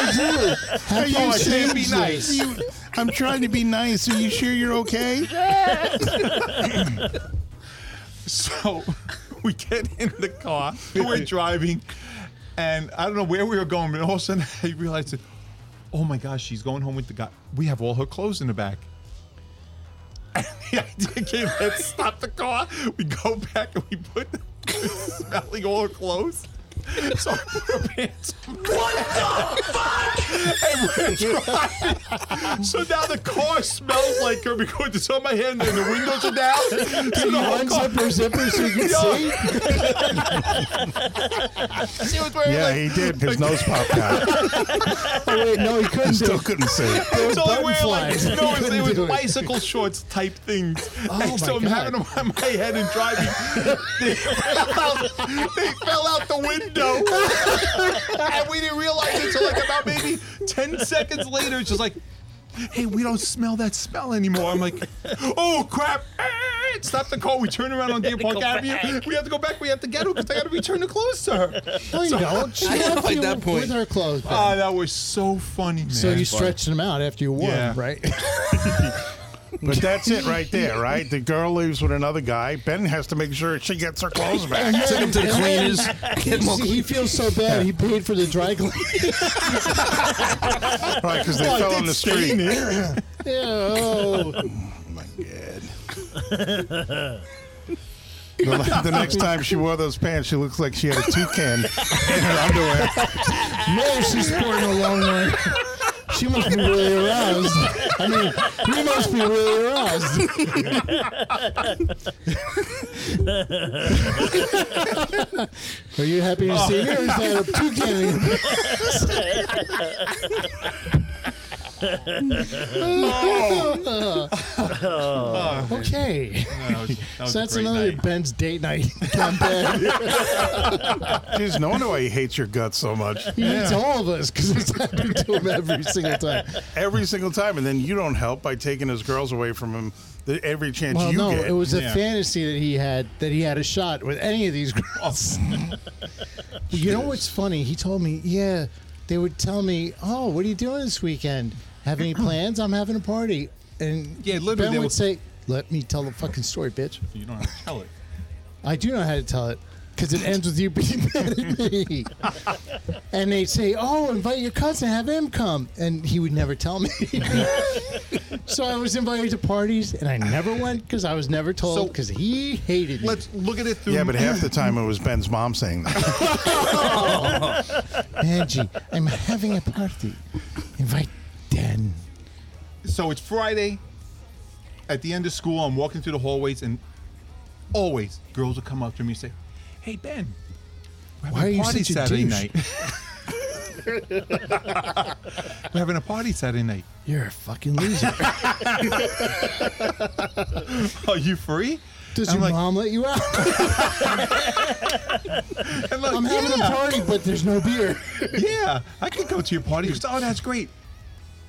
I safe? change this? You- I'm trying to be nice. Are you sure you're okay? So we get in the car, we're driving, and I don't know where we were going, but all of a sudden I realized that, oh my gosh, she's going home with the guy. We have all her clothes in the back. And the idea came, let's stop the car. We go back and we put smelling all her clothes. So I put her pants on. What the fuck? And we're driving. So now the car smells like her because it's on my hand and the windows are down. So the whole Unzip car her zipper so you can see. she was wearing Yeah, like he did. His nose popped out. Oh, wait, no, he couldn't do Still it. couldn't see. It's only Button wearing like flies. no, it, Couldn't was do it. bicycle shorts type things. Oh and so my I'm God. having them on my head and driving. they, fell out, they fell out the window, and we didn't realize it until like about maybe ten seconds later. It's just like, hey, we don't smell that smell anymore. I'm like, oh crap. Eh, Stop the car. We turn around on Deer to Park go Avenue. back. We have to go back. We have to get her because I got to return the clothes to her. No, you don't. She I know left at you that with- point. with her clothes. back. Ah, that was so funny, man. so you stretched them out after you wore Yeah. them, right? But that's it right there, right? The girl leaves with another guy. Ben has to make sure she gets her clothes back. Took him to the cleaners. Get him all- See, he feels so bad. He paid for the dry clean. Right, because they fell on the street. oh, my god. the, the next time she wore those pants, she looks like she had a toucan in her underwear. man, she's sporting a long one. She must be really aroused. I mean, he must be really aroused. Are you happy to see her? Is that a toucan? okay. That was- Oh. that was So a that's great another night. Ben's date night campaign. Jeez, no wonder why he hates your guts so much. He hates all of us because it's happened to him every single time. Every single time, and then you don't help by taking his girls away from him. The- Every chance Well, you no, get. it was a Yeah. fantasy that he had that he had a shot with any of these girls. Oh. you know what's funny? He told me, yeah, they would tell me, oh, what are you doing this weekend? Have any plans? I'm having a party, and Yeah, literally Ben they would would- say, "Let me tell the fucking story, bitch." You don't have to tell it. I do know how to tell it because it ends with you being mad at me. and they'd say, "Oh, invite your cousin, have him come," and he would never tell me. so I was invited to parties, and I never went because I was never told So- because he hated me. Let's look at it through. Yeah, but half the time it was Ben's mom saying that. Angie, I'm having a party. Invite Dan. so it's Friday. At the end of school, I'm walking through the hallways, and always girls will come up to me and say, "Hey Ben, we're having Why are a you party such a Saturday douche?" night. we're having a party Saturday night. You're a fucking loser. Are you free? Does I'm your like- mom let you out? I'm like, I'm having a "Yeah." party, but there's no beer. yeah, I could go to your party. He goes, oh, that's great.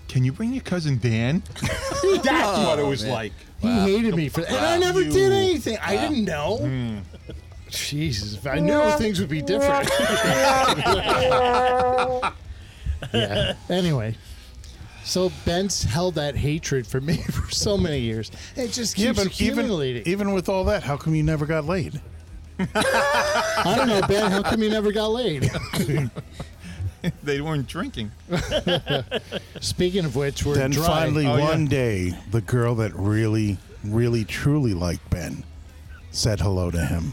Can you bring your cousin Dan? that's what it was Oh, like. He hated me for that. And I never did anything. I didn't know. Hmm. Jesus, if I knew things would be different. yeah. Anyway. So Ben's held that hatred for me for so many years. It just keeps even, accumulating. even with all that, how come you never got laid? I don't know, Ben. How come you never got laid? They weren't drinking. Speaking of which, we're Then dry. finally, Oh, one yeah. day, the girl that really, really, truly liked Ben said hello to him.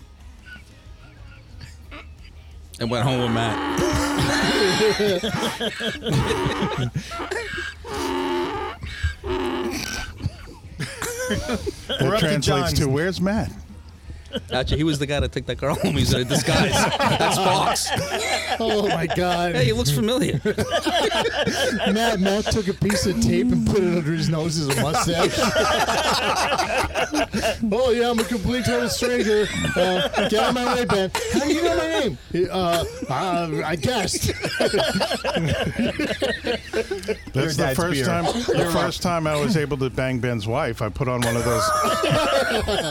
And went home with Matt. That up to translates John's. to where's Matt? Actually, he was the guy that took that girl home. He's in a disguise. That's Fox. Oh my God! Hey, he looks familiar. Matt, Matt took a piece of tape and put it under his nose as a mustache. oh yeah, I'm a complete total stranger. Uh, get out of my way, Ben. How do you know my name? Uh, I, I guessed. That's Your the dad's first beer. time. The first time I was able to bang Ben's wife, I put on one of those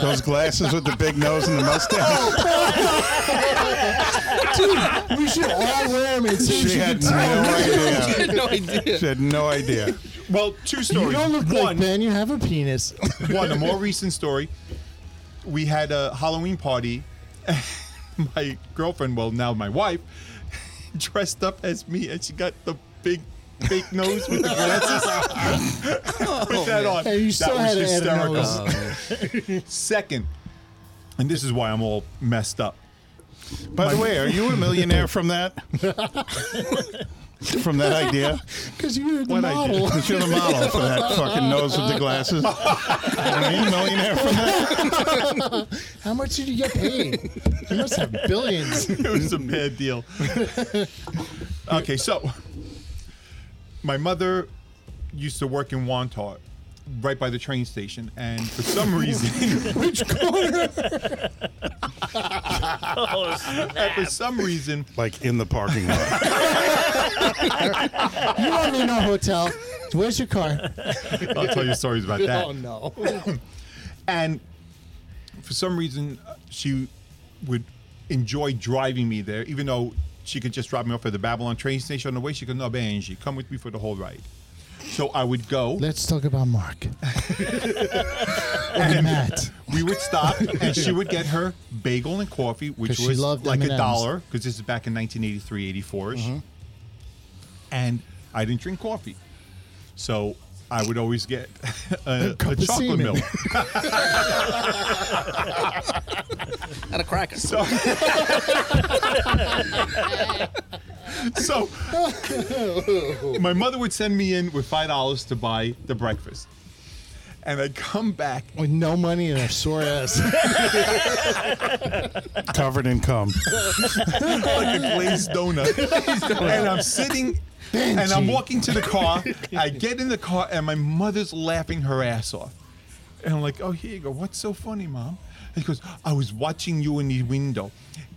those glasses with the big nose and the Oh, mustache. We should all wear them and see if She she can had no idea. tell. no idea. She had no idea. Well, two stories. You don't look one, like Ben. You have a penis. one, a more recent story. We had a Halloween party. my girlfriend, well, now my wife, dressed up as me, and she got the big fake nose with the glasses. Put that on. And Oh, you still that was had to add a hysterical. nose. Second, and this is why I'm all messed up. By the way, are you a millionaire from that? from that idea? Because you're the What I did. model. Because you're the model for that fucking nose with the glasses. Are you a millionaire from that? How much did you get paid? You must have billions. it was a bad deal. okay, so my mother used to work in Wantar, right by the train station, and for some reason, Which corner? Oh, snap. for some reason, Like in the parking lot. You don't need no hotel. Where's your car? I'll tell you stories about that. Oh no. And for some reason, uh, she would enjoy driving me there, even though she could just drop me off at the Babylon train station on the way. She could, no, Benji, come with me for the whole ride. So I would go. Let's talk about Mark. and Matt. we would stop and she would get her bagel and coffee, which 'Cause she was loved like M&Ms. Mm-hmm. a dollar because this is back in 1983, 84 ish. And I didn't drink coffee. So I would always get a, cup a of chocolate semen. milk. And a cracker. So, so Oh. my mother would send me in with $5 to buy the breakfast. And I'd come back With no money and a sore ass. Covered in cum. like a glazed donut. and I'm sitting and I'm walking to the car. I get in the car and my mother's laughing her ass off. And I'm like, oh, here you go. What's so funny, mom? And she goes, I was watching you in the window.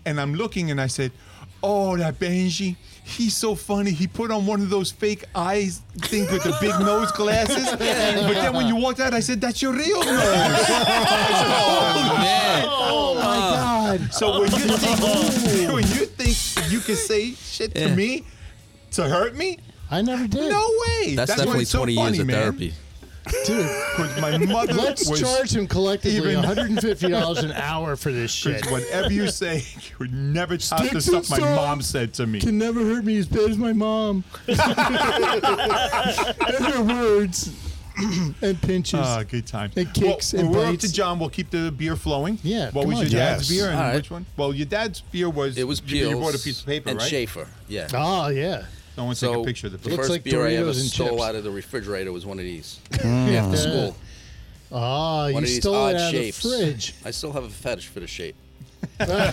And I'm looking and I said, oh, that Benji, he's so funny. He put on one of those fake eyes thing with the big nose glasses. But then when you walked out, I said, that's your real nose. Oh, man. Oh my god. So when you think, when you think you can say shit Yeah. to me to hurt me, I never did. no way. That's, why definitely it's so 20 years funny, of man. therapy. Dude, Because my mother let's was charge him collectively even- $150 an hour for this shit. Because whatever you say, you would never top Stick the to stuff my song. mom said to me. Can never hurt me as bad as my mom. and her words and pinches. Ah, good time. And kicks well, and we're bites. up to John. We'll keep the beer flowing. Yeah, What come was on, your John. dad's Yes. beer and All right. which one? Well, your dad's beer was. It was you, you Peel's bought a piece of paper, and right? Schaefer. Yeah. oh, yeah. No one's So taking a picture of the the paper. Looks first like beer I ever Doritos and stole chips. out of the refrigerator was one of these after Hmm. school. Oh, One you of these stole it odd out shapes. of the fridge. I still have a fetish for the shape. Very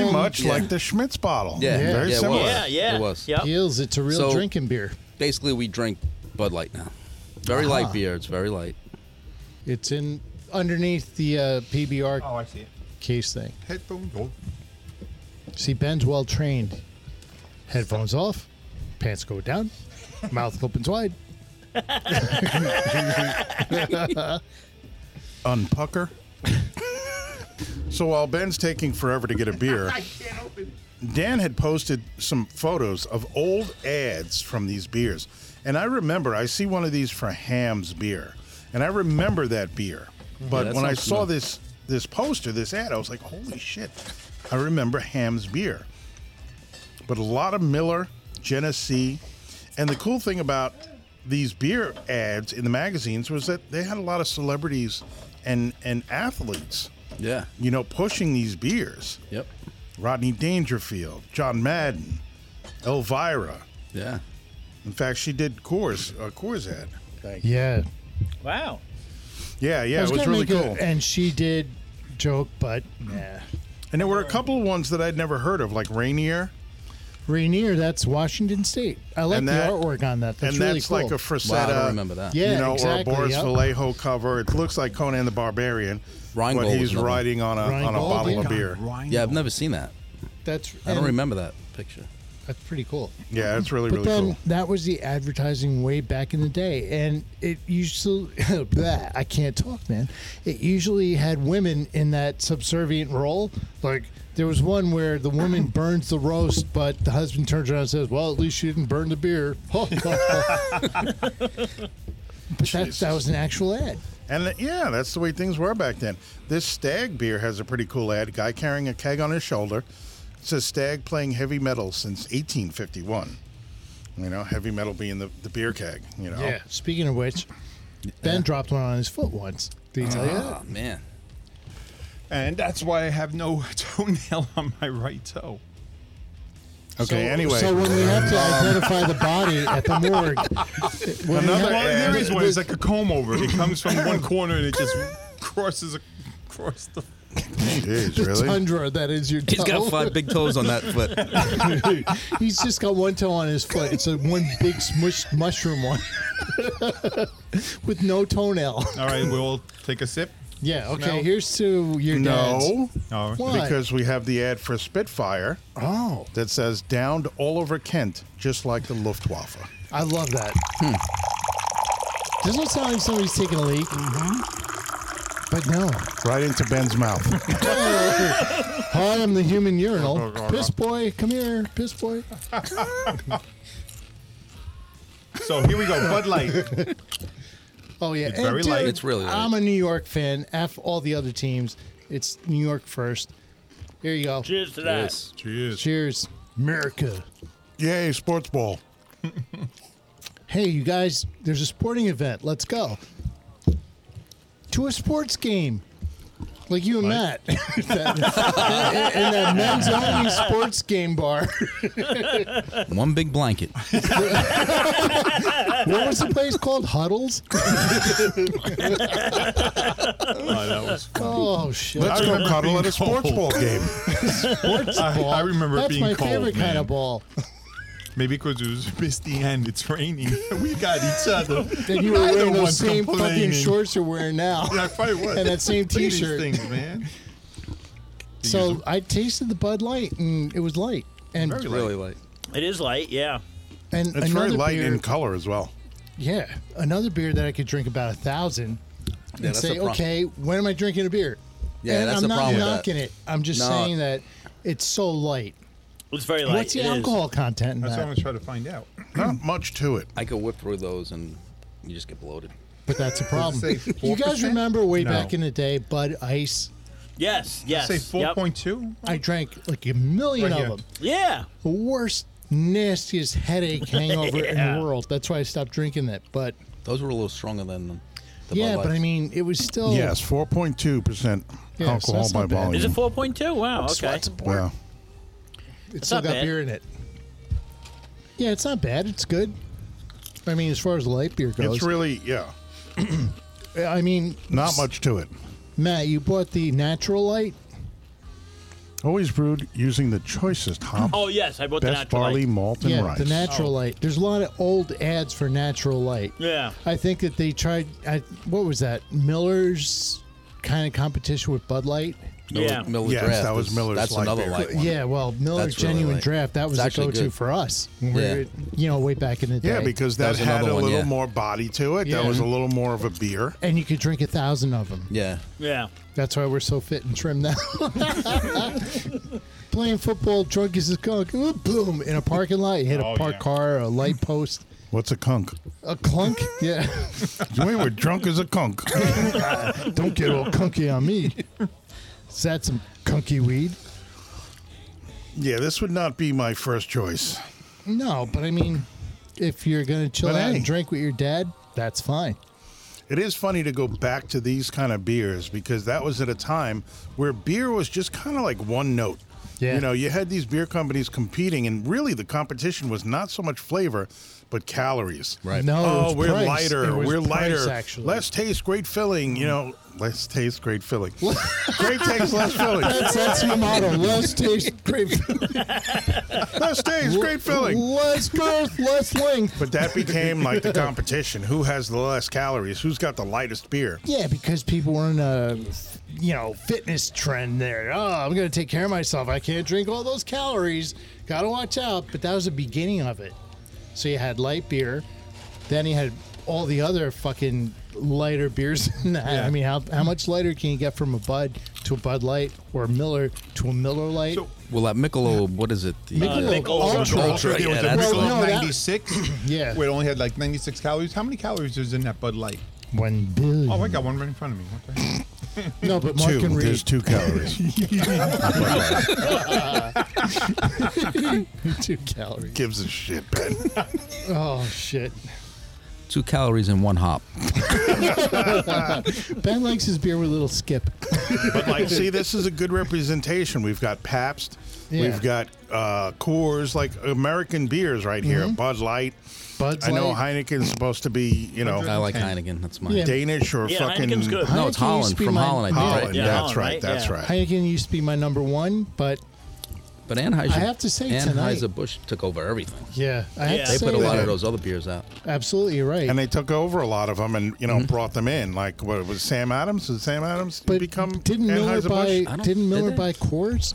Small much Yeah. like the Schmitz bottle. Yeah, yeah, Very it similar. was. Yeah, yeah. It was. Yep. Peels, it's a real So- drinking beer. Basically, we drink Bud Light now. Very light beer. It's very light. It's in underneath the uh, PBR Oh, I see it. case thing. Headphone. Oh. See, Ben's well trained. Headphones off, pants go down, mouth opens wide. Unpucker. so while Ben's taking forever to get a beer, Dan had posted some photos of old ads from these beers. And I remember I see one of these for Ham's beer. And I remember that beer. But that when I sounds saw familiar. this this poster, this ad, I was like, holy shit. I remember Ham's beer. But a lot of Miller, Genesee, and the cool thing about these beer ads in the magazines was that they had a lot of celebrities and and athletes, Yeah. you know, pushing these beers. Yep. Rodney Dangerfield, John Madden, Elvira. Yeah. In fact, she did Coors, a Coors ad. Yeah. Wow. Yeah, yeah, it was gonna really make a- cool. and she did joke, but nah. and there were a couple of ones that I'd never heard of, like Rainier, Rainier, that's Washington State. I like And that- the artwork on that. That's and really that's cool. like a Frisetta. Wow, I don't remember that. Yeah, you know, exactly, or a Boris yep. Vallejo cover. It looks like Conan the Barbarian, Rheingold but was he's another one. riding on a on a Rheingold, bottle of yeah. beer. Yeah, I've never seen that. That's I don't and remember that picture. That's pretty cool. Yeah, it's really But really then cool. that was the advertising way back in the day, and it usually that I can't talk, man. It usually had women in that subservient role. Like there was one where the woman burns the roast, but the husband turns around and says, "Well, at least she didn't burn the beer." but that, that was an actual ad. And th- yeah, that's the way things were back then. This Stag beer has a pretty cool ad. Guy carrying a keg on his shoulder. It says Stag playing heavy metal since 1851. You know, heavy metal being the, the beer keg. You know. Speaking of which, Ben dropped one on his foot once. Did Uh-huh. he tell you that? Oh man. And that's why I have no toenail on my right toe. Okay. anyway, Um, So when we have to identify the body at the morgue, when we Another have- Well, there Yeah. is one. It's like a comb over. It comes from one corner and it just crosses across the. Jeez, the really? tundra that is your toe. He's got five big toes on that foot. He's just got one toe on his foot. It's a one big smushed mushroom one with no toenail. All right, we'll take a sip. Yeah. Okay. Smell? Here's to your dad's. no, All right. What? because we have the ad for Spitfire Oh, that says "Downed all over Kent, just like the Luftwaffe." I love that. Hmm. Doesn't it sound like somebody's taking a leak? Mm-hmm. But no. Right into Ben's mouth. Hi, I'm the human Oh, urinal. Piss boy, come here, piss boy. So here we go. Bud Light. Oh yeah, It's very dude, light. It's really light. I'm a New York fan. F all the other teams. It's New York first. Here you go. Cheers to that. Yes. Cheers. Cheers, America. Yay, sports ball. Hey, you guys, there's a sporting event. Let's go to a sports game. Like you and Matt That- in, in that men's only sports game bar. One big blanket. what was the place called? Huddles. Oh, that was fun. Oh shit! Let's go remember cuddle being at a sports cold. ball game. I, I remember it That's being my cold. favorite man. kind of ball. Maybe because it was misty and it's raining. we got each other. Then you were Neither wearing one those same fucking complaining. shorts you're wearing now. Yeah, I probably was. and that same Look at these t-shirt. things, man. So I tasted the Bud Light, and it was light. And Very Really light. It is light, yeah. and It's another very light beer, in color as well. yeah, another beer that I could drink about a thousand, Yeah, and that's the say, problem. okay, when am I drinking a beer? Yeah, and that's I'm the not problem with that. knocking it. I'm just No. saying that it's so light. It's very light. What's the it is. alcohol content in That's what I'm that? gonna try to find out. Not much to it. I could whip through those in You just get bloated. But that's a problem. say You guys 4%? remember way No. back in the day, Bud Ice? Yes, yes. Say yep. 4.2? I drank like a million Right of here. them. Yeah. The worst, nastiest headache hangover in Yeah. the world. That's why I stopped drinking that. But Those were a little stronger than the Bud yeah, but I Lights. mean, it was still Yes, 4.2% Yeah, alcohol so Oh. that's by not bad. volume. Is it 4.2? Wow, okay. Sweats support. Wow. It's still not got bad. beer in it. Yeah, it's not bad. It's good. I mean, as far as light beer goes, It's really, yeah, I mean, not much to it. Matt, you bought the natural light. Always brewed using the choicest hops, Oh, yes, I bought the best natural barley, light. malt, and yeah, rice. the Oh. natural light. There's a lot of old ads for natural light. Yeah. I think that they tried. I, what was that? Miller's kind of competition with Bud Light. Miller- Yeah. Miller Yes, Draft that was is- Miller's That's light another beer. light one. Yeah, well, Miller's That's really Genuine light. Draft that was It's the actually go-to good. for us. When we were, you know, way back in the day. yeah, because That that, was had another a one, little yeah. more body to it. That Yeah. was a little more of a beer. and you could drink a thousand of them. Yeah. Yeah. That's why we're so fit and trim now. Playing football, drunk as a skunk. Ooh, boom! In a parking lot, you hit a Oh, parked yeah. car, a light post, What's a cunk? a clunk. Yeah, we were drunk as a cunk. don't get all cunky on me. Is that some cunky weed? yeah, this would not be my first choice. No, but I mean, if you're gonna chill But out hey. and drink with your dad, that's fine. It is funny to go back to these kind of beers because that was at a time where beer was just kind of like one note. Yeah. You know, you had these beer companies competing, and really the competition was not so much flavor, but calories. Right. No, it Oh, was we're price. It lighter. was We're price, lighter. Actually, Let's taste great filling. You know, let's taste great filling. great taste, less filling. that's that's the motto. Let's taste grape. Let's taste great filling. Less girth, less length. But that became like the competition. Who has the less calories? Who's got the lightest beer? Yeah, because people were in a, you know, fitness trend there. Oh, I'm going to take care of myself. I can't drink all those calories. Got to watch out. But that was the beginning of it. So you had light beer. Then you had all the other fucking lighter beers. than that. I mean, how, how much lighter can you get from a Bud to a Bud Light or a Miller to a Miller Light? So- uh, Well, that Michelob, what is it? The, Michelob Ultra. Ultra, There yeah, was a that's Michelob the one. Well, no, that- 96. Yeah. Where it only had like 96 calories. How many calories is in that Bud Light? One billion. Oh, I got one right in front of me. What the heck? no, but Mark two. and Reed. There's two calories. two calories. Gives a shit, Ben. Oh, shit. uh, Two calories in one hop. Ben likes his beer with a little skip. But like, see, this is a good representation. We've got Pabst, Yeah. we've got uh, Coors, like American beers right here. Bud Light. Bud's I know Mm-hmm. Light. Heineken's supposed to be, you I know, like Heineken. That's mine. Yeah. Danish or Yeah, fucking Heineken's good. No, Heineken it's used to Holland. be From my- Holland, I think. Holland. Right? Yeah, that's Holland, right. right? That's Yeah. right. Heineken used to be my number one, but But Anheuser, I have to say tonight- Anheuser Busch took over everything. yeah, I have Yeah. to They say put a lot that- of those other beers out. Absolutely you're right. and they took over a lot of them and you know brought them in. Like what was Sam Adams? Did Sam Adams Mm-hmm. but become didn't Miller buy? Anheuser-Busch? I don't- Didn't did Miller they? buy Coors?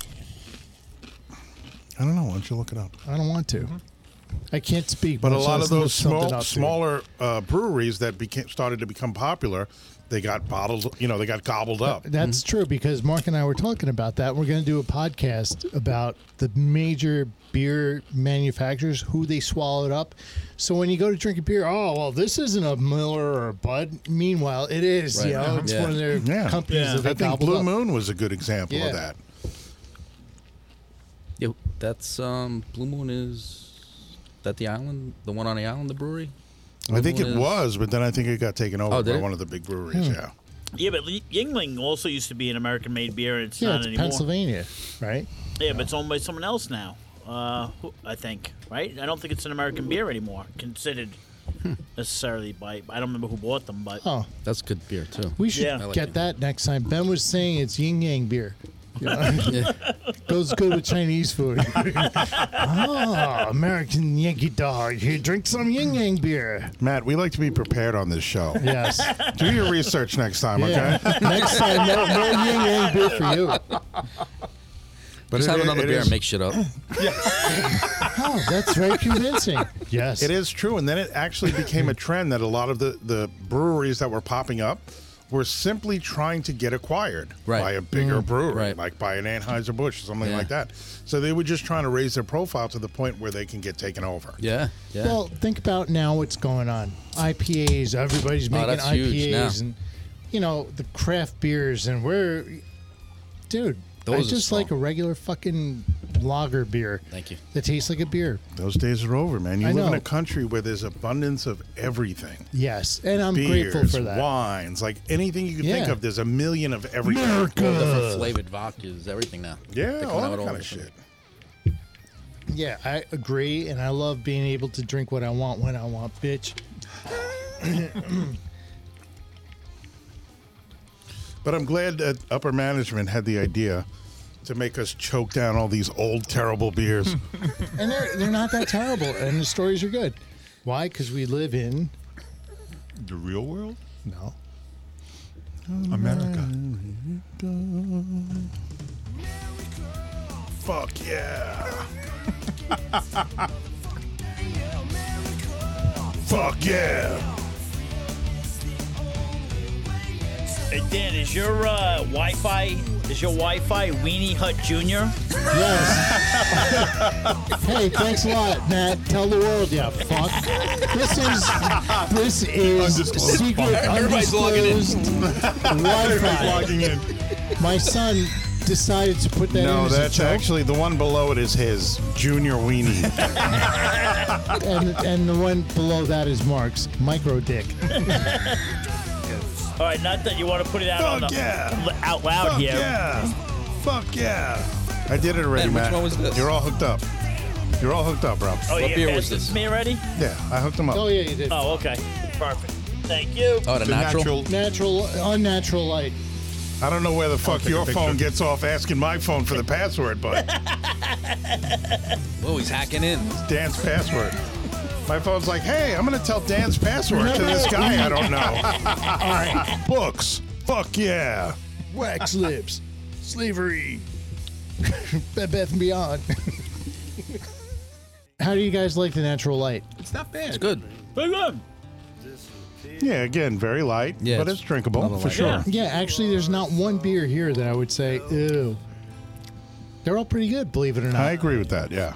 I don't know. Why don't you look it up? I don't want to. I can't speak. But a much lot less of those look something small, up, dude. smaller uh, breweries that became started to become popular, they got bottled. You know, they got gobbled up. That's Mm-hmm. true because Mark and I were talking about that. We're going to do a podcast about the major beer manufacturers, who they swallowed up. So when you go to drink a beer, oh well, this isn't a Miller or a Bud. Meanwhile, it is. You Right. Uh-huh. know, it's Yeah. one of their Yeah. companies Yeah. that they I think gobbled Blue up. Moon was a good example Yeah. of that. Yeah, that's um, Blue Moon is that the island, the one on the island, the brewery. I think Moon it is- was, but then I think it got taken over Oh, did by it? one of the big breweries. Yeah. Yeah, but Li- Yingling also used to be an American made beer. It's Yeah, not it's anymore. Pennsylvania, right? Yeah, but it's owned by someone else now, uh, who- I think, right? I don't think it's an American beer anymore, considered necessarily by. I don't remember who bought them, but. Oh, That's good beer too. We should Yeah. I like get it. that next time. Ben was saying it's yin yang beer. Goes good with Chinese food. oh, American Yankee dog. Here, drink some yin yang beer. Matt, we like to be prepared on this show. Yes. Do your research next time, Yeah. okay? next time, no, no yin yang beer for you. But Just it- have it- another it beer is- and make shit up. Oh, that's very convincing. Yes. It is true, and then it actually became a trend that a lot of the the breweries that were popping up were simply trying to get acquired Right. Hmm. by a bigger brewery, right. like by an Anheuser-Busch or something Yeah. like that. So they were just trying to raise their profile to the point where they can get taken over. Yeah. Yeah. Well, think about now what's going on. IPAs, everybody's making Oh, that's IPAs, huge now. and you know the craft beers, and we're, dude, Those I are just strong. like a regular fucking lager beer. Thank you. That tastes like a beer. Those days are over, man. You I live in know. a country where there's abundance of everything. Yes, and I'm grateful Beers, for that. wines, like anything you can think Yeah. of, there's a million of everything. All different flavored vodkas, everything now. They Yeah, come all out that kind of different. shit. Yeah, I agree, and I love being able to drink what I want when I want, bitch. But I'm glad that upper management had the idea to make us choke down all these old terrible beers. And they're they're not that terrible, and the stories are good. Why? Because we live in The real world? no. Oh, America. Fuck yeah. Fuck yeah. Hey, Dan, is your uh, Wi-Fi is your Wi-Fi Weenie Hut Junior? Yes. hey, thanks a lot, Matt. Tell the world, yeah, fuck. This is this Undisclosed is secret file. Everybody's logging in. undisclosed Wi-Fi. Logging in. My son decided to put that in No, as that's a joke, actually the one below it is his junior weenie. and and the one below that is Mark's micro dick. All right, not that you want to put it out on Fuck the, yeah. l- out loud Fuck here. yeah. Fuck yeah. I did it already, Ben, which Matt. one was this? You're all hooked up. You're all hooked up, Rob. Oh, What yeah, beer passed was this? to Me already? Yeah, I hooked him up. Oh yeah, you did. Oh, okay, perfect. Thank you. Oh, the, The natural. natural. Natural, unnatural light. I don't know where the fuck take a your phone picture. gets off asking my phone for the password, but Oh, he's hacking in. Dan's password. My phone's like, hey, I'm gonna tell Dan's password to this guy I don't know. All right, books. Fuck yeah. Wax lips. Slavery. Bed Bath and Beyond. How do you guys like the natural light? It's not bad. It's good. Very good. Yeah, again, very light, Yeah, but it's, it's drinkable another for light. sure. Yeah. Yeah, actually, there's not one beer here that I would say, ew. They're all pretty good, believe it or not. I agree with that. Yeah.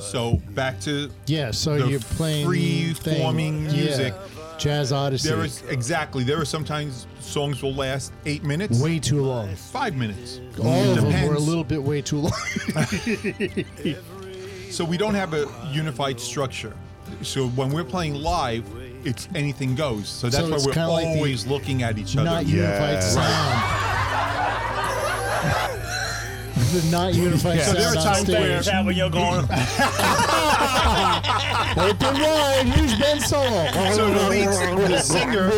So back to yeah, so The you're playing thing. free-forming Yeah. music. Jazz Odyssey. there is exactly there are sometimes songs will last eight minutes, way too long. five minutes. All It of them were a depends. little bit way too long. So we don't have a unified structure. So when we're playing live, it's anything goes. So that's So why it's we're kinda like the- always looking at each other. not unified Yeah. sound. the not unified Yeah. So sound. there are on times stage. where- Is that when you're going? Open wide. Who's Ben Oh, Solo? So the lead the singer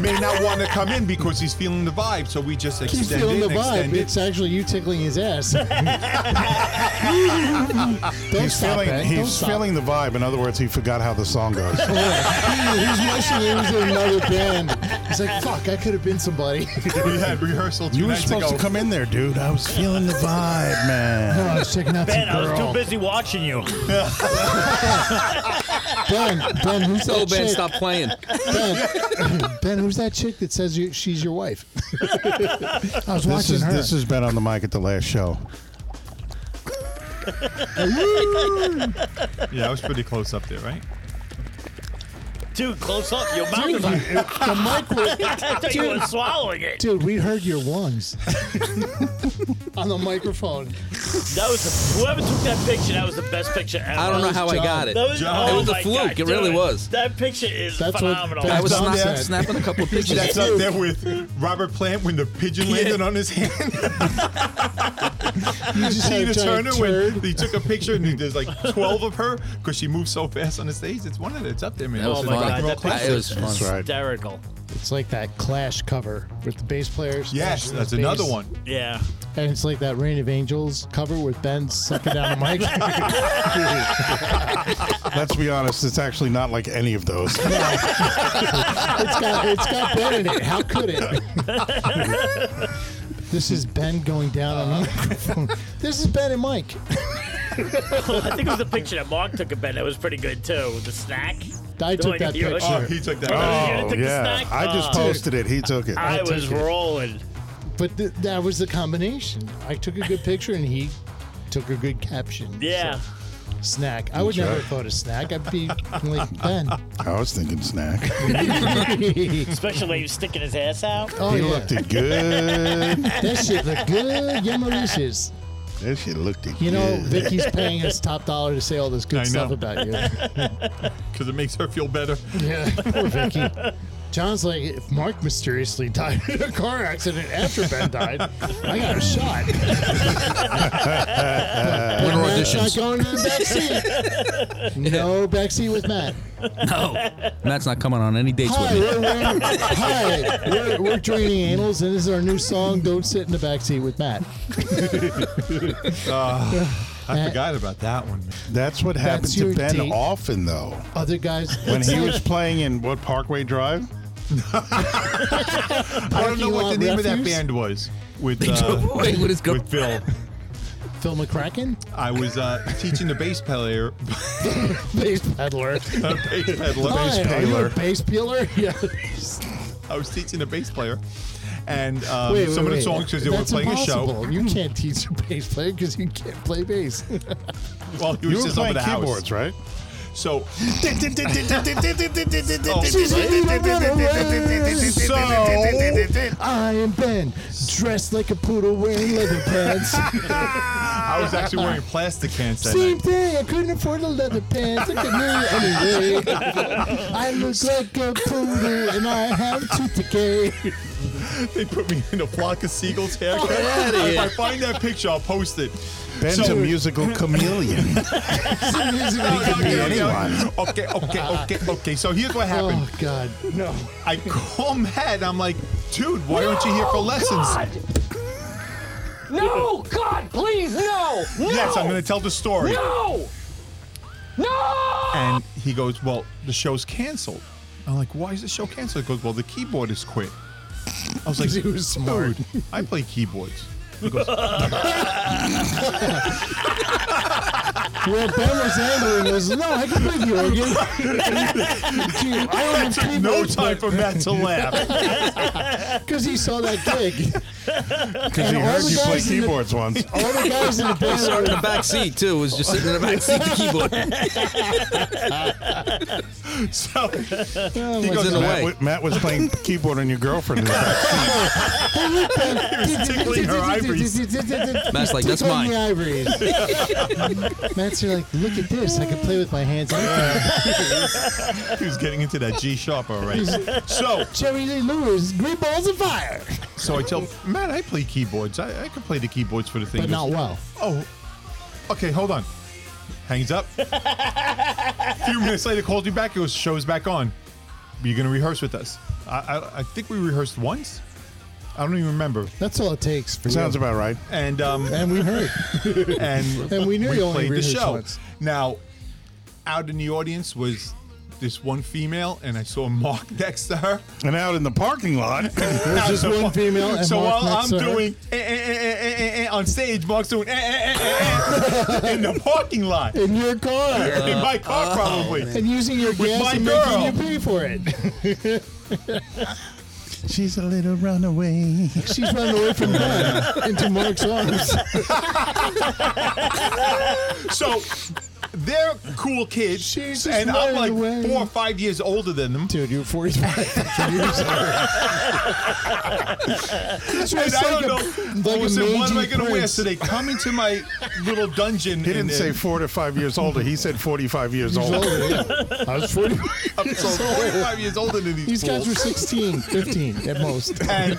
may not want to come in because he's feeling the vibe. So we just He's extend feeling it, the and vibe. extend It's it. actually you tickling his ass. Don't He's stop feeling Ben. Don't he's stop. feeling the vibe. In other words, he forgot how the song goes. Yeah. He- He's wishing he was in another band. He's like, fuck, I could have been somebody. we had rehearsal two you were nights supposed ago. to come in there, dude. I was feeling the vibe, man. Oh, I was checking out Ben, I some was too girl. busy watching you. Ben, Ben, who's Oh, that Ben, chick? stop playing. Ben, Ben, who's that chick that says you, she's your wife? I was This watching is her. this has been on the mic at the last show. Yeah, I was pretty close up there, right? Dude, close up. Your mouth is like, the mic was, I thought you were swallowing it. dude, we heard your lungs on the microphone. That was the, whoever took that picture. That was the best picture ever. I don't know how I John. got it. That was, John. oh It was a my fluke, God, it really dude. was. That picture is That's what- phenomenal. that I was John snap- said. snapping a couple of pictures. That's up there with Robert Plant when the pigeon landed on his hand. You just Tina had a Turner giant turd. when they took a picture and there's like 12 of her because she moves so fast on the stage. It's one of the, it's up there, man. That It's was Oh in fun. Rock and Roll that picture- That- Classics. it was fun. That's right. hysterical. It's like that Clash cover with the bass players. Yes, smashing that's his bass. another one. Yeah. And it's like that Reign of Angels cover with Ben sucking down the mic. Let's be honest, it's actually not like any of those. Oh, it's, got, it's got Ben in it. How could it? this is Ben going down on the microphone. This is Ben and Mike. I think it was the picture that Mark took of Ben. That was pretty good too. The snack. I took that you- picture. Oh, he took that. Oh. took the yeah. snack I just bar. posted it. He took it. I was rolling. But th- that was the combination. I took a good picture and he took a good caption. Yeah. So, snack. I would never have thought of snack. I'd be like Ben. I was thinking snack. Especially when he was sticking his ass out. oh he yeah, looked it good. that shit looked good, yummalicious. that shit looked it You know, good. Vicky's paying us top dollar to say all this I good stuff know. about you. Because it makes her feel better. Yeah, poor Vicky. John's like, if Mark mysteriously died in a car accident after Ben died, I got a shot. Winner Matt's not auditions. going to the backseat. No backseat with Matt. No, Matt's not coming on any dates with Hi, me. we're, we're, hi, we're, we're draining anals, and this is our new song, Don't Sit in the Backseat with Matt. Ah, I forgot about that one, man. That's what happened That's to your Ben date? often, though. Other guys, When he was playing in what Parkway Drive? I don't Parking know what lot the name of that refuse? band was. With uh, Wait, what is going with Bill, Phil McCracken, I was uh, teaching the bass player, bass peddler. bass peddler, Hi, are you a bass peeler? Yeah. I was teaching a bass player, and um, Wait, some wait, of the wait. songs because they That's were playing a impossible. You can't teach a bass player because you can't play bass. show. Well, he You was were just up at playing the keyboards, house. right? So, So- I am Ben, dressed like a poodle wearing leather pants. I was actually wearing plastic pants that Same night. thing. I couldn't afford the leather pants. Look at me anyway. I look like a poodle and I have tooth decay. They put me in a flock of seagulls haircut. if I find that picture, I'll post it. Ben's So- a musical chameleon. oh could be anyone. okay, okay, okay, okay. So here's what happened. Oh, God! No. I call Matt. and I'm like, dude, why aren't you here for lessons? No, God, please, no! No! Yes, I'm going to tell the story. No! No! And he goes, Well, the show's canceled. I'm like, Why is the show canceled? He goes, Well, the keyboardist quit. I was like, He was smart. "Dude, I play keyboards. Well, Ben was angry and was no, I can play the organ. Dude, I It took no time for Matt to laugh. because he saw that gig. Because he all heard the you play guys in the- keyboards once. All the guys in the band in the back seat too. Was just sitting in the back seat, the keyboard. So he It's goes, in a Matt, way. wa- Matt was playing keyboard on your girlfriend in the back. tickling her ivories. Matt's like, "That's Tickling mine." The ivories. Matt's here like, look at this. I can play with my hands. He was getting into that G sharp, all right. So, Jerry Lee Lewis, great balls of fire. so I tell Matt, I play keyboards. I, I can play the keyboards for the thing. But He not goes, well. Oh, okay, hold on. Hangs up. A few minutes later, calls me back. It goes, show's back on. You're going to rehearse with us. I, I, I think we rehearsed once. I don't even remember. That's all it takes for Sounds you. about right. And um, And we heard. and, And we knew you only played the rehearsed show. once. Now, out in the audience was this one female, and I saw Mark next to her. And out in the parking lot, There's just one female. And so Mark while I'm next to her. doing eh, eh, eh, eh, eh, eh, on stage, Mark's doing eh, eh, eh, eh, eh, in the parking lot in your car Uh, in my car, Uh, probably. and using your gas my and girl. making you pay for it. she's a little runaway. She's running away from Ben into Mark's arms. So they're cool kids, She's just and I'm running like away. four or five years older than them. Dude, you're 45 years old. It's And I don't know. I said, what am I going to wear? prince. So they come into my little dungeon. He didn't say four to five years older. He said 45 years old. I was 40. I'm so 45 years older than these, These guys fools. were 16, 15 at most. and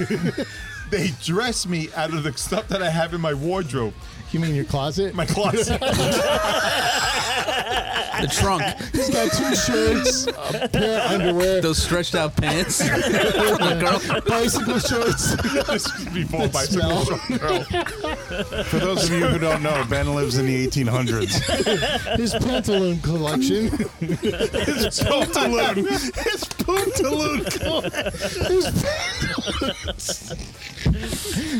they dress me out of the stuff that I have in my wardrobe, You mean your closet? my closet. The trunk, He's got two shirts, a pair of underwear, those stretched out pants. From the girl. bicycle shorts. this is before my smell. For those of you who don't know, Ben lives in the 1800s. His pantaloon collection. It's so Pantaloon. His pantaloon. His pantaloons.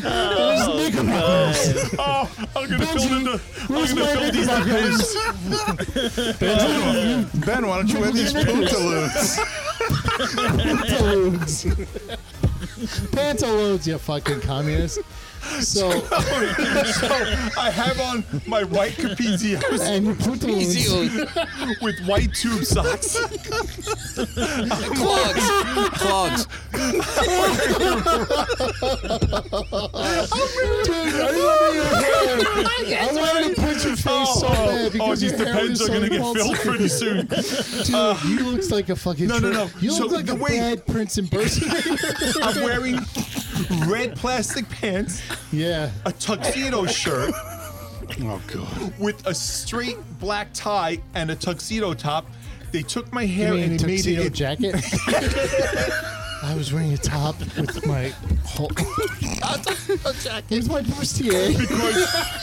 and his knickerbockers. Oh, I'm gonna fill in the. Where's my Mickey Mouse? Ben, why don't you wear these pantaloons? Pantaloons. Pantaloons, you fucking communist. So, I have on my white capizios and your pantaloons. with white tube socks. Clogs. Clogs. Dude, I want to punch your face so oh, bad because these your hair is depends are so gonna get impulsive. filled pretty soon. Dude, you look like a fucking no, no, tr- no. You So look like the a way- bad prince impersonator. I'm wearing red plastic pants, yeah, a tuxedo shirt Oh, God. with a straight black tie and a tuxedo top. They took my you hair mean and they made tuxedo it. jacket. I was wearing a top with my whole jacket. Here's my bustier.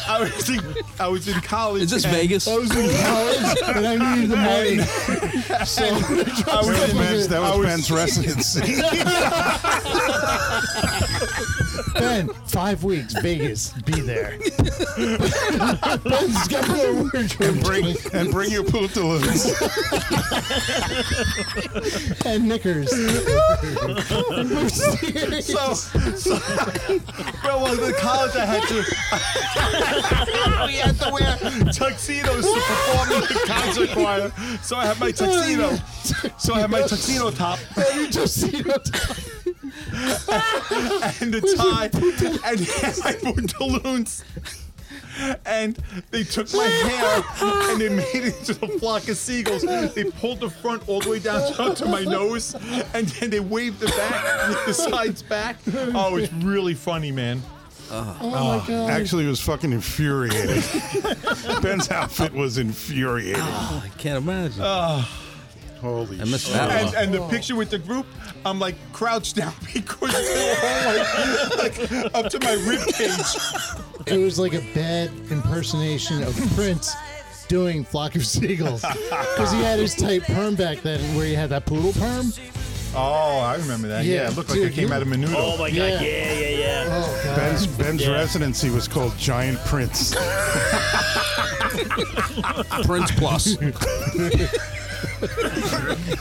I was in, I was in college. Is this and Vegas? I was in college and I needed the money. So I was That was in- Ben's, that was I was- Ben's residency. Ben, five weeks, Vegas, be there. Ben's got more wardrobe. bring, choice. and bring your pantaloons. and knickers. Bustier. So, so well, well, in college I had to. we had to wear tuxedos to perform in the concert choir. So I had my tuxedo. So I had my tuxedo top You just see it. and the tie and my pantaloons. And they took my hair and they made it into a flock of seagulls. They pulled the front all the way down to, to my nose, and then they waved the back, the sides back. Oh, it's really funny, man. Oh my god. Actually, it was fucking infuriating. Ben's outfit was infuriating. I can't imagine. Holy I missed shit. that and, one. and the picture with the group, I'm like crouched down because they're all like, like up to my rib cage. It was like a bad impersonation of Prince doing Flock of Seagulls. Because he had his tight perm back then where he had that poodle perm. Oh, I remember that. Yeah, Yeah, it looked like dude, it came you- out of Menudo. Oh my Yeah. god! Yeah, yeah, yeah. Oh god. Ben's, Ben's Yeah. residency was called Giant Prince. Prince Plus.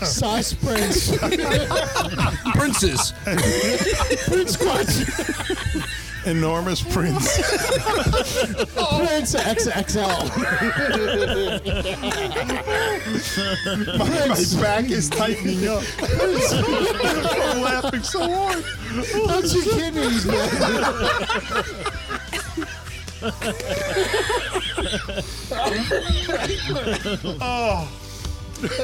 Sauce Prince. Princes. Prince Squatch. Enormous Prince. Oh. Prince XXL. Prince. my back is tightening up. I'm laughing so hard. That's your kidneys, man. oh.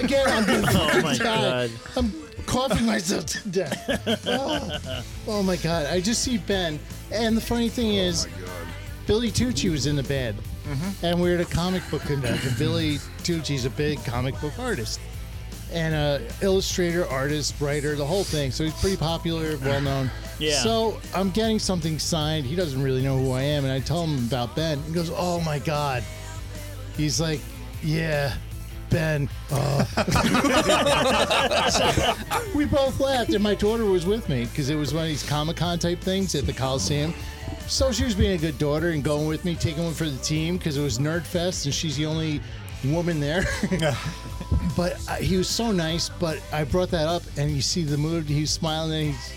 Again, I'm gonna Oh my god! I'm coughing myself to death. Oh, Oh my god! I just see Ben, and the funny thing is, Billy Tucci was in the band, and we were at a comic book convention. Billy Tucci's a big comic book artist, and a illustrator, artist, writer, the whole thing. So he's pretty popular, well known. Yeah. So I'm getting something signed. He doesn't really know who I am, and I tell him about Ben. He goes, "Oh my god." He's like, "Yeah." Ben, oh. we both laughed, and my daughter was with me because it was one of these Comic Con type things at the Coliseum. So she was being a good daughter and going with me, taking one for the team because it was Nerd Fest, and she's the only woman there. but uh, he was so nice. But I brought that up, and you see the mood. He's smiling, and he's,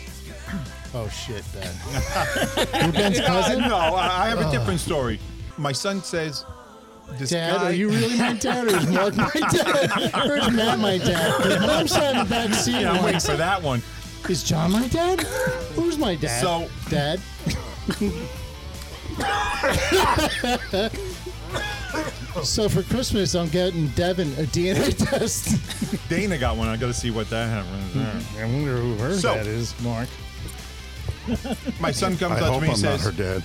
oh shit, Ben. You're Ben's cousin. no, I, I have a different story. My son says, "This Dad, guy." are you really my dad, or is Mark my dad, or is Matt my dad? 'Cause Mom sat in the back seat yeah, I'm waiting once. for that one. Is John my dad? Who's my dad? So- dad. so for Christmas, I'm getting Devin a DNA test. Dana got one. I got to see what that happened. I wonder who her So- dad is, Mark. My son comes I up to hope me I'm and not says, her dad.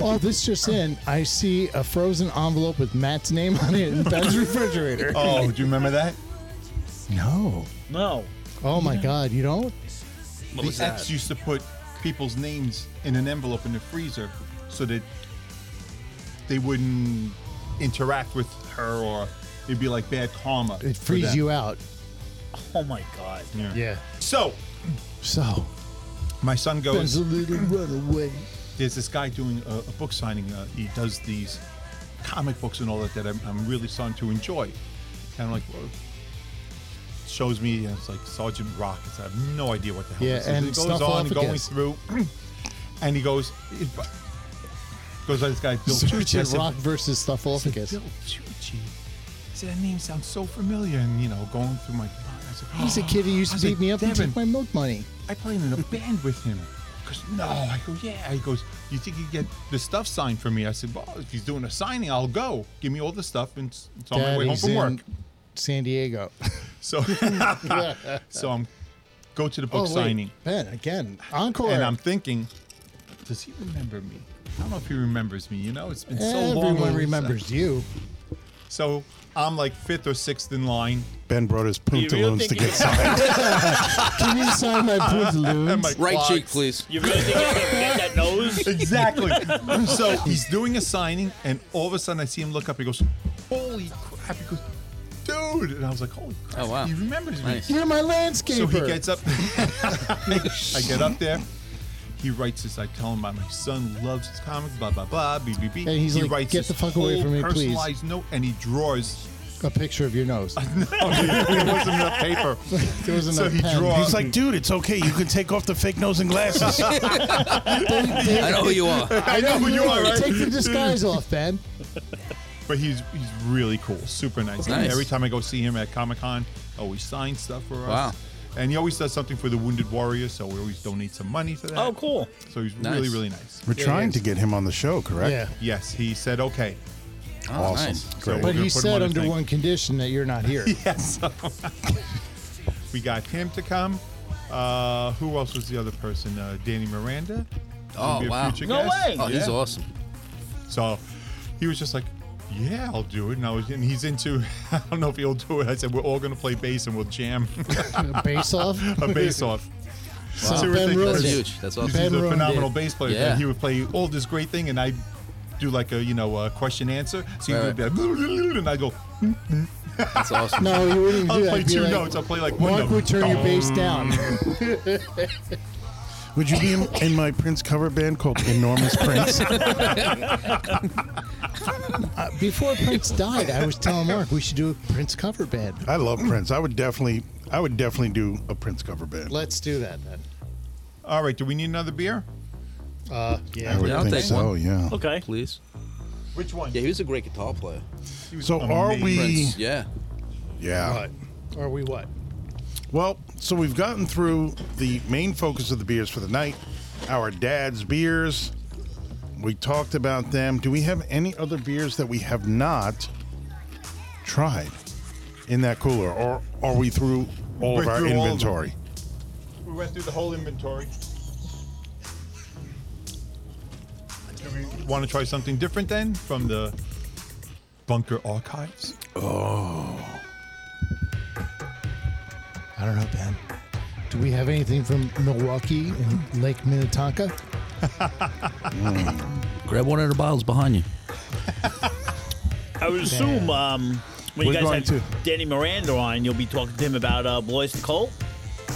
Oh, this just in. I see a frozen envelope with Matt's name on it in Ben's refrigerator. "Oh, do you remember that? No. No. Oh my God, you don't? the ex used to put people's names in an envelope in the freezer so that they wouldn't interact with her or it'd be like bad karma. It frees you out. Oh my god! So So my son goes, Ben's a little runaway. there's this guy doing a, a book signing. Uh, he does these comic books and all that that I'm, I'm really starting to enjoy. Kind of like well, shows me and it's like Sergeant Rock. It's, I have no idea what the hell. Yeah, this and is. it stuff goes off on and going against- through, and he goes. It, goes like this guy Bill Tucci. I Sergeant said, Rock versus stuff off I said, Bill Tucci. I said, that name sounds so familiar. And, you know, going through my. I said, "Oh, He's a kid who used I to said, beat me up and Devin, take my milk money. I played in a band with him. Because no, I go yeah. He goes, you think you get the stuff signed for me? I said, well, if he's doing a signing, I'll go. Give me all the stuff, and it's it's on my way home Daddy's from in work. San Diego. So, so I'm go to the Oh, book wait. signing, Ben, again, encore. and I'm thinking, does he remember me? I don't know if he remembers me. You know, it's been so long. Everyone since I- remembers you. So I'm like fifth or sixth in line. Ben brought his pantaloons to think get you- signed. Can you sign my I'm pantaloons? like, Right "Fuck." cheek, please. You really think you're gonna get that nose? Exactly. so he's doing a signing, and all of a sudden I see him look up. He goes, "Holy crap!" He goes, "Dude!" And I was like, "Holy crap!" Oh, wow. He remembers me. Nice. You're my So landscaper. he gets up. I get up there. He writes this. I tell him about my son loves his comics. Blah blah blah. BBB. And he's he like, writes "Get this the fuck away whole from me, please." personalized note, and he draws. a picture of your nose. there wasn't enough paper. There was So another he pen. draws. He's like, dude, it's okay. You can take off the fake nose and glasses. I know who you are. I know who you are, right? Take the disguise off, Ben. But he's he's really cool, super nice. Nice. Every time I go see him at Comic Con, always signs stuff for us. Wow. And he always does something for the Wounded Warriors, so we always donate some money to that. Oh, cool. So he's Nice. really really nice. We're trying to get him on the show, correct? Yeah. Yes, he said okay. Oh, Awesome. nice. Great. We're But gonna he put him said on a under thing. one condition that you're not here. Yes. we got him to come. Uh, who else was the other person? Uh, Danny Miranda. Oh, Be a wow. future No guest. way. Oh, he's Yeah. awesome. So he was just like, "Yeah, I'll do it." And I was, and he's into. I don't know if he'll do it. I said, "We're all gonna play bass and we'll jam Base off. a bass off." So Wow. Ben That's ruined That's it. huge. That's awesome. Ben He's a ruined phenomenal it. bass player. Yeah. And he would play all this great thing, and I do like a you know a question answer. So he Right, would be like, and I go, That's awesome. No, you wouldn't even do "I'll that. play You'd be two like, notes. I'll play like one Mark note." would turn your bass down. Would you be in, in my Prince cover band called Enormous Prince? Uh, Before Prince died, I was telling Mark we should do a Prince cover band. I love Prince. I would definitely, I would definitely do a Prince cover band. Let's do that then. All right, do we need another beer? Uh, I yeah. would Yeah, I'll think take so. one. Yeah. Okay. Please. Which one? Yeah, he was a great guitar player. He was So are amazing. we? Prince. Yeah. Yeah. What? Are we what? Well, so we've gotten through the main focus of the beers for the night. Our dad's beers. We talked about them. Do we have any other beers that we have not tried in that cooler, or are we through all of We're our through all of them. inventory? We went through the whole inventory. Do we want to try something different then from the bunker archives? I don't know, Ben. Do we have anything from Milwaukee and Lake Minnetonka? Grab one of the bottles behind you. I would assume um, when We're you going guys have to- Danny Miranda on, you'll be talking to him about uh, Blois Nicole.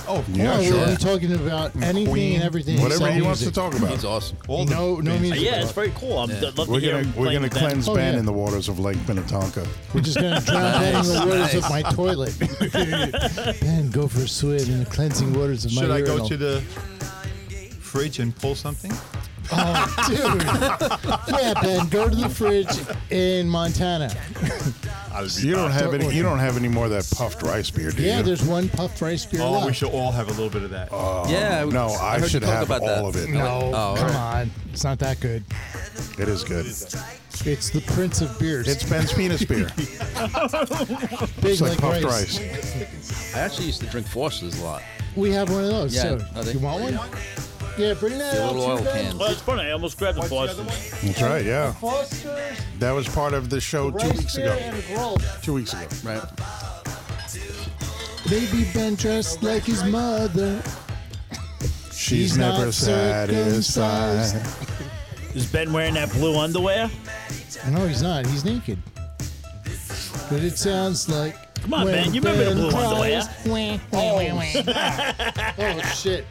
Oh, of Yeah, no, sure. we're talking about anything Queen. and everything. Whatever except he wants to music. talk He's about. awesome. all the No, no bands. music. Yeah, it's very cool. I'd Yeah. love We're to hear gonna him we're playing gonna with Ben. cleanse Oh, Ben yeah. in the waters of Lake Minnetonka. We're just gonna drown Ben in the Nice, waters of nice. my toilet. ben, go for a swim in the cleansing waters of Should my I go urinal. to the fridge and pull something? Oh, dude. yeah, Ben, go to the fridge in Montana. You don't have any. You don't have any more of that puffed rice beer, do you? Yeah, there's one puffed rice beer Oh, left. we should all have a little bit of that. yeah. no, I, heard you should talk have about all that. of it. No, Oh, come alright. on. It's not that good. It is good. It's the prince of beers. It's Ben's penis beer. It's big like, puffed rice. I actually used to drink Foster's a lot. We have one of those. Yeah, too. are they- you want one? Oh, Yeah, bring that The out little too, oil Ben. cans. Well, it's funny. I almost grabbed the What's the other Foster's. one? That's right. Yeah, Foster's that was part of the show Oh, two rice weeks beer ago. and growth. Two weeks ago. Right. Baby Ben dressed like his mother. She's, She's never not satisfied. circumcised. Is Ben wearing that blue underwear? No, he's not. He's naked. But it sounds like. Come on, when Ben. You remember the blue cries- underwear? Oh, shit.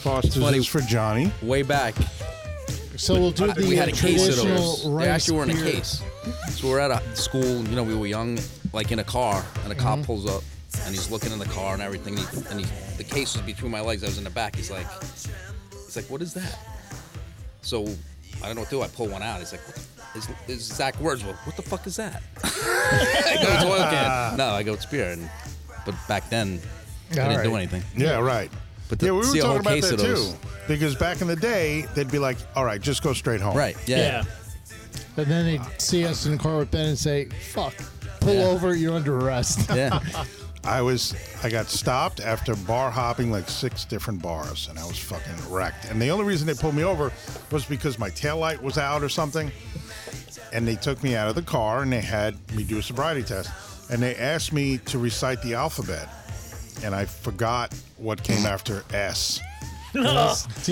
Foster's Funny. is for Johnny. Way back, So we'll do the we had uh, a case of traditional those. They rice actually were in a beer. case. So we're at a school, you know, we were young, like in a car, and a cop Mm-hmm. pulls up and he's looking in the car and everything. And, he, and he, the case was between my legs. I was in the back. He's like, he's like, what is that? So I don't know what to do. I pull one out. He's like, what the- his, his exact words were, what the fuck is that? I go, it's oil can. No, I go, it's beer. And, but back then, I didn't do Alright. anything. Yeah, right. But yeah, to we were see a talking whole about case that of too. those. Because back in the day, they'd be like, "All right, just go straight home." Right. Yeah. Yeah. And then they'd see us in the car with Ben and say, fuck, pull Yeah. over, you're under arrest. Yeah. I was I got stopped after bar hopping like six different bars and I was fucking wrecked. And the only reason they pulled me over was because my taillight was out or something. And they took me out of the car and they had me do a sobriety test. And they asked me to recite the alphabet. And I forgot what came after S. And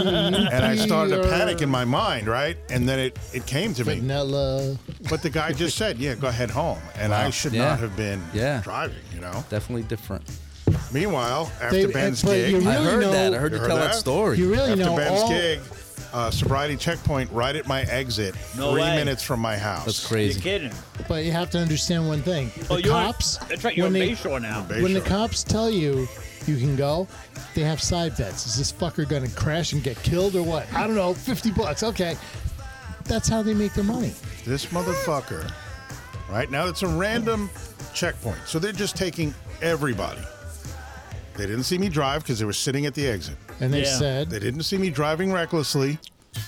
and I started to panic in my mind, right? And then it, it came to me. Vanilla. But the guy just said, Yeah, go ahead home. And I should Yeah. not have been Yeah. driving, you know? Definitely different. Meanwhile, They- after Ben's but gig, you I really heard know- that. I heard you, You tell heard that that? story. You really after know Ben's all. gig, uh, sobriety checkpoint right at my exit, No three way. minutes from my house. That's You're crazy. kidding. But you have to understand one thing. The oh, you're cops, That's right. You're when, in they, Bayshore now. Bay when the Shore. cops tell you you can go, they have side bets. Is this fucker going to crash and get killed or what? I don't know. 50 bucks. Okay. That's how they make their money. This motherfucker. Right now, it's a random checkpoint, so they're just taking everybody. They didn't see me drive because they were sitting at the exit. And they Yeah. said, They didn't see me driving recklessly.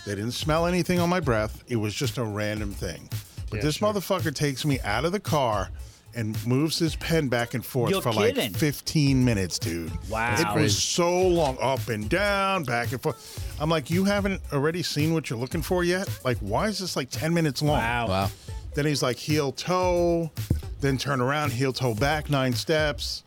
They didn't smell anything on my breath. It was just a random thing. But this motherfucker takes me out of the car and moves his pen back and forth You're for kidding. like 15 minutes, dude. Wow. It was so long, up and down, back and forth. I'm like, you haven't already seen what you're looking for yet? Like, why is this like 10 minutes long? Wow. Wow. Then he's like, heel toe, then turn around, heel toe back, nine steps.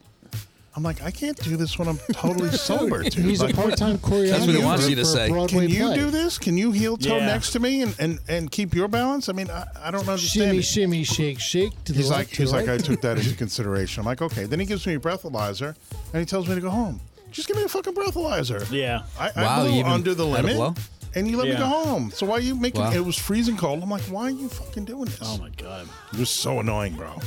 I'm like, I can't do this when I'm totally sober, dude. he's a Like, part time choreographer. what he wants you to for a say. Broadway can you play. do this? Can you heel toe Yeah. next to me and, and, and keep your balance? I mean, I, I don't understand. Shimmy, it. shimmy, shake, shake. To the He's like, left, to he's the like, I right. took that into consideration. I'm like, okay. Then he gives me a breathalyzer, and he tells me to go home. Just give me a fucking breathalyzer. Yeah. I, Wow, I you blew even under the had to blow? limit, and you let me Yeah. go home. So why are you making? Wow. It was freezing cold. I'm like, why are you fucking doing this? Oh my God. It was so annoying, bro.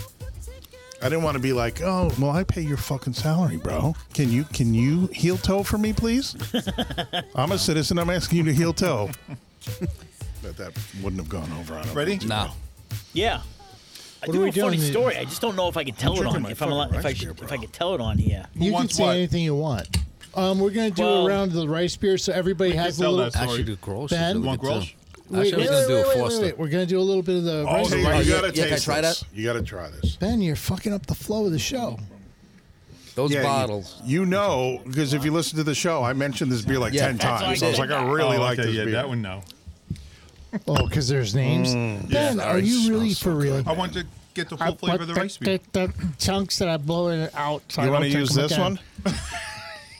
I didn't want to be like, oh, well, I pay your fucking salary, bro. Can you can you heel toe for me, please? I'm a citizen. I'm asking you to heel toe. but that wouldn't have gone over. I don't Ready? think. No. Yeah. I What do are we have a funny doing? story. I just don't know if I can tell it drinking on my if I'm fucking allowed, if I rice should, beer, if I bro. can tell it on here. You can wants say what? anything you want. Um, we're gonna do Well- a round of the rice beer, so everybody has a tell little. that story. I should do Grosh. Ben? Actually, Want we could Grosh? do- Actually, I was gonna do a Foster. We're gonna do a little bit of the. Oh, rice so beer. you yeah, gotta yeah, can I taste try this. that? You gotta try this. Ben, you're fucking up the flow of the show. Those Yeah, you- bottles. You, know, because if you listen to the show, I mentioned this beer like Yeah, ten that's why I times. I, was did like, I that. really Oh, like okay, this yeah, beer. that one. No, Oh, because there's names. Mm, ben, that are rice you really smells for Oh, so real? good. I want to get the full flavor of the rice beer. chunks that I blow it out. You want to use this one?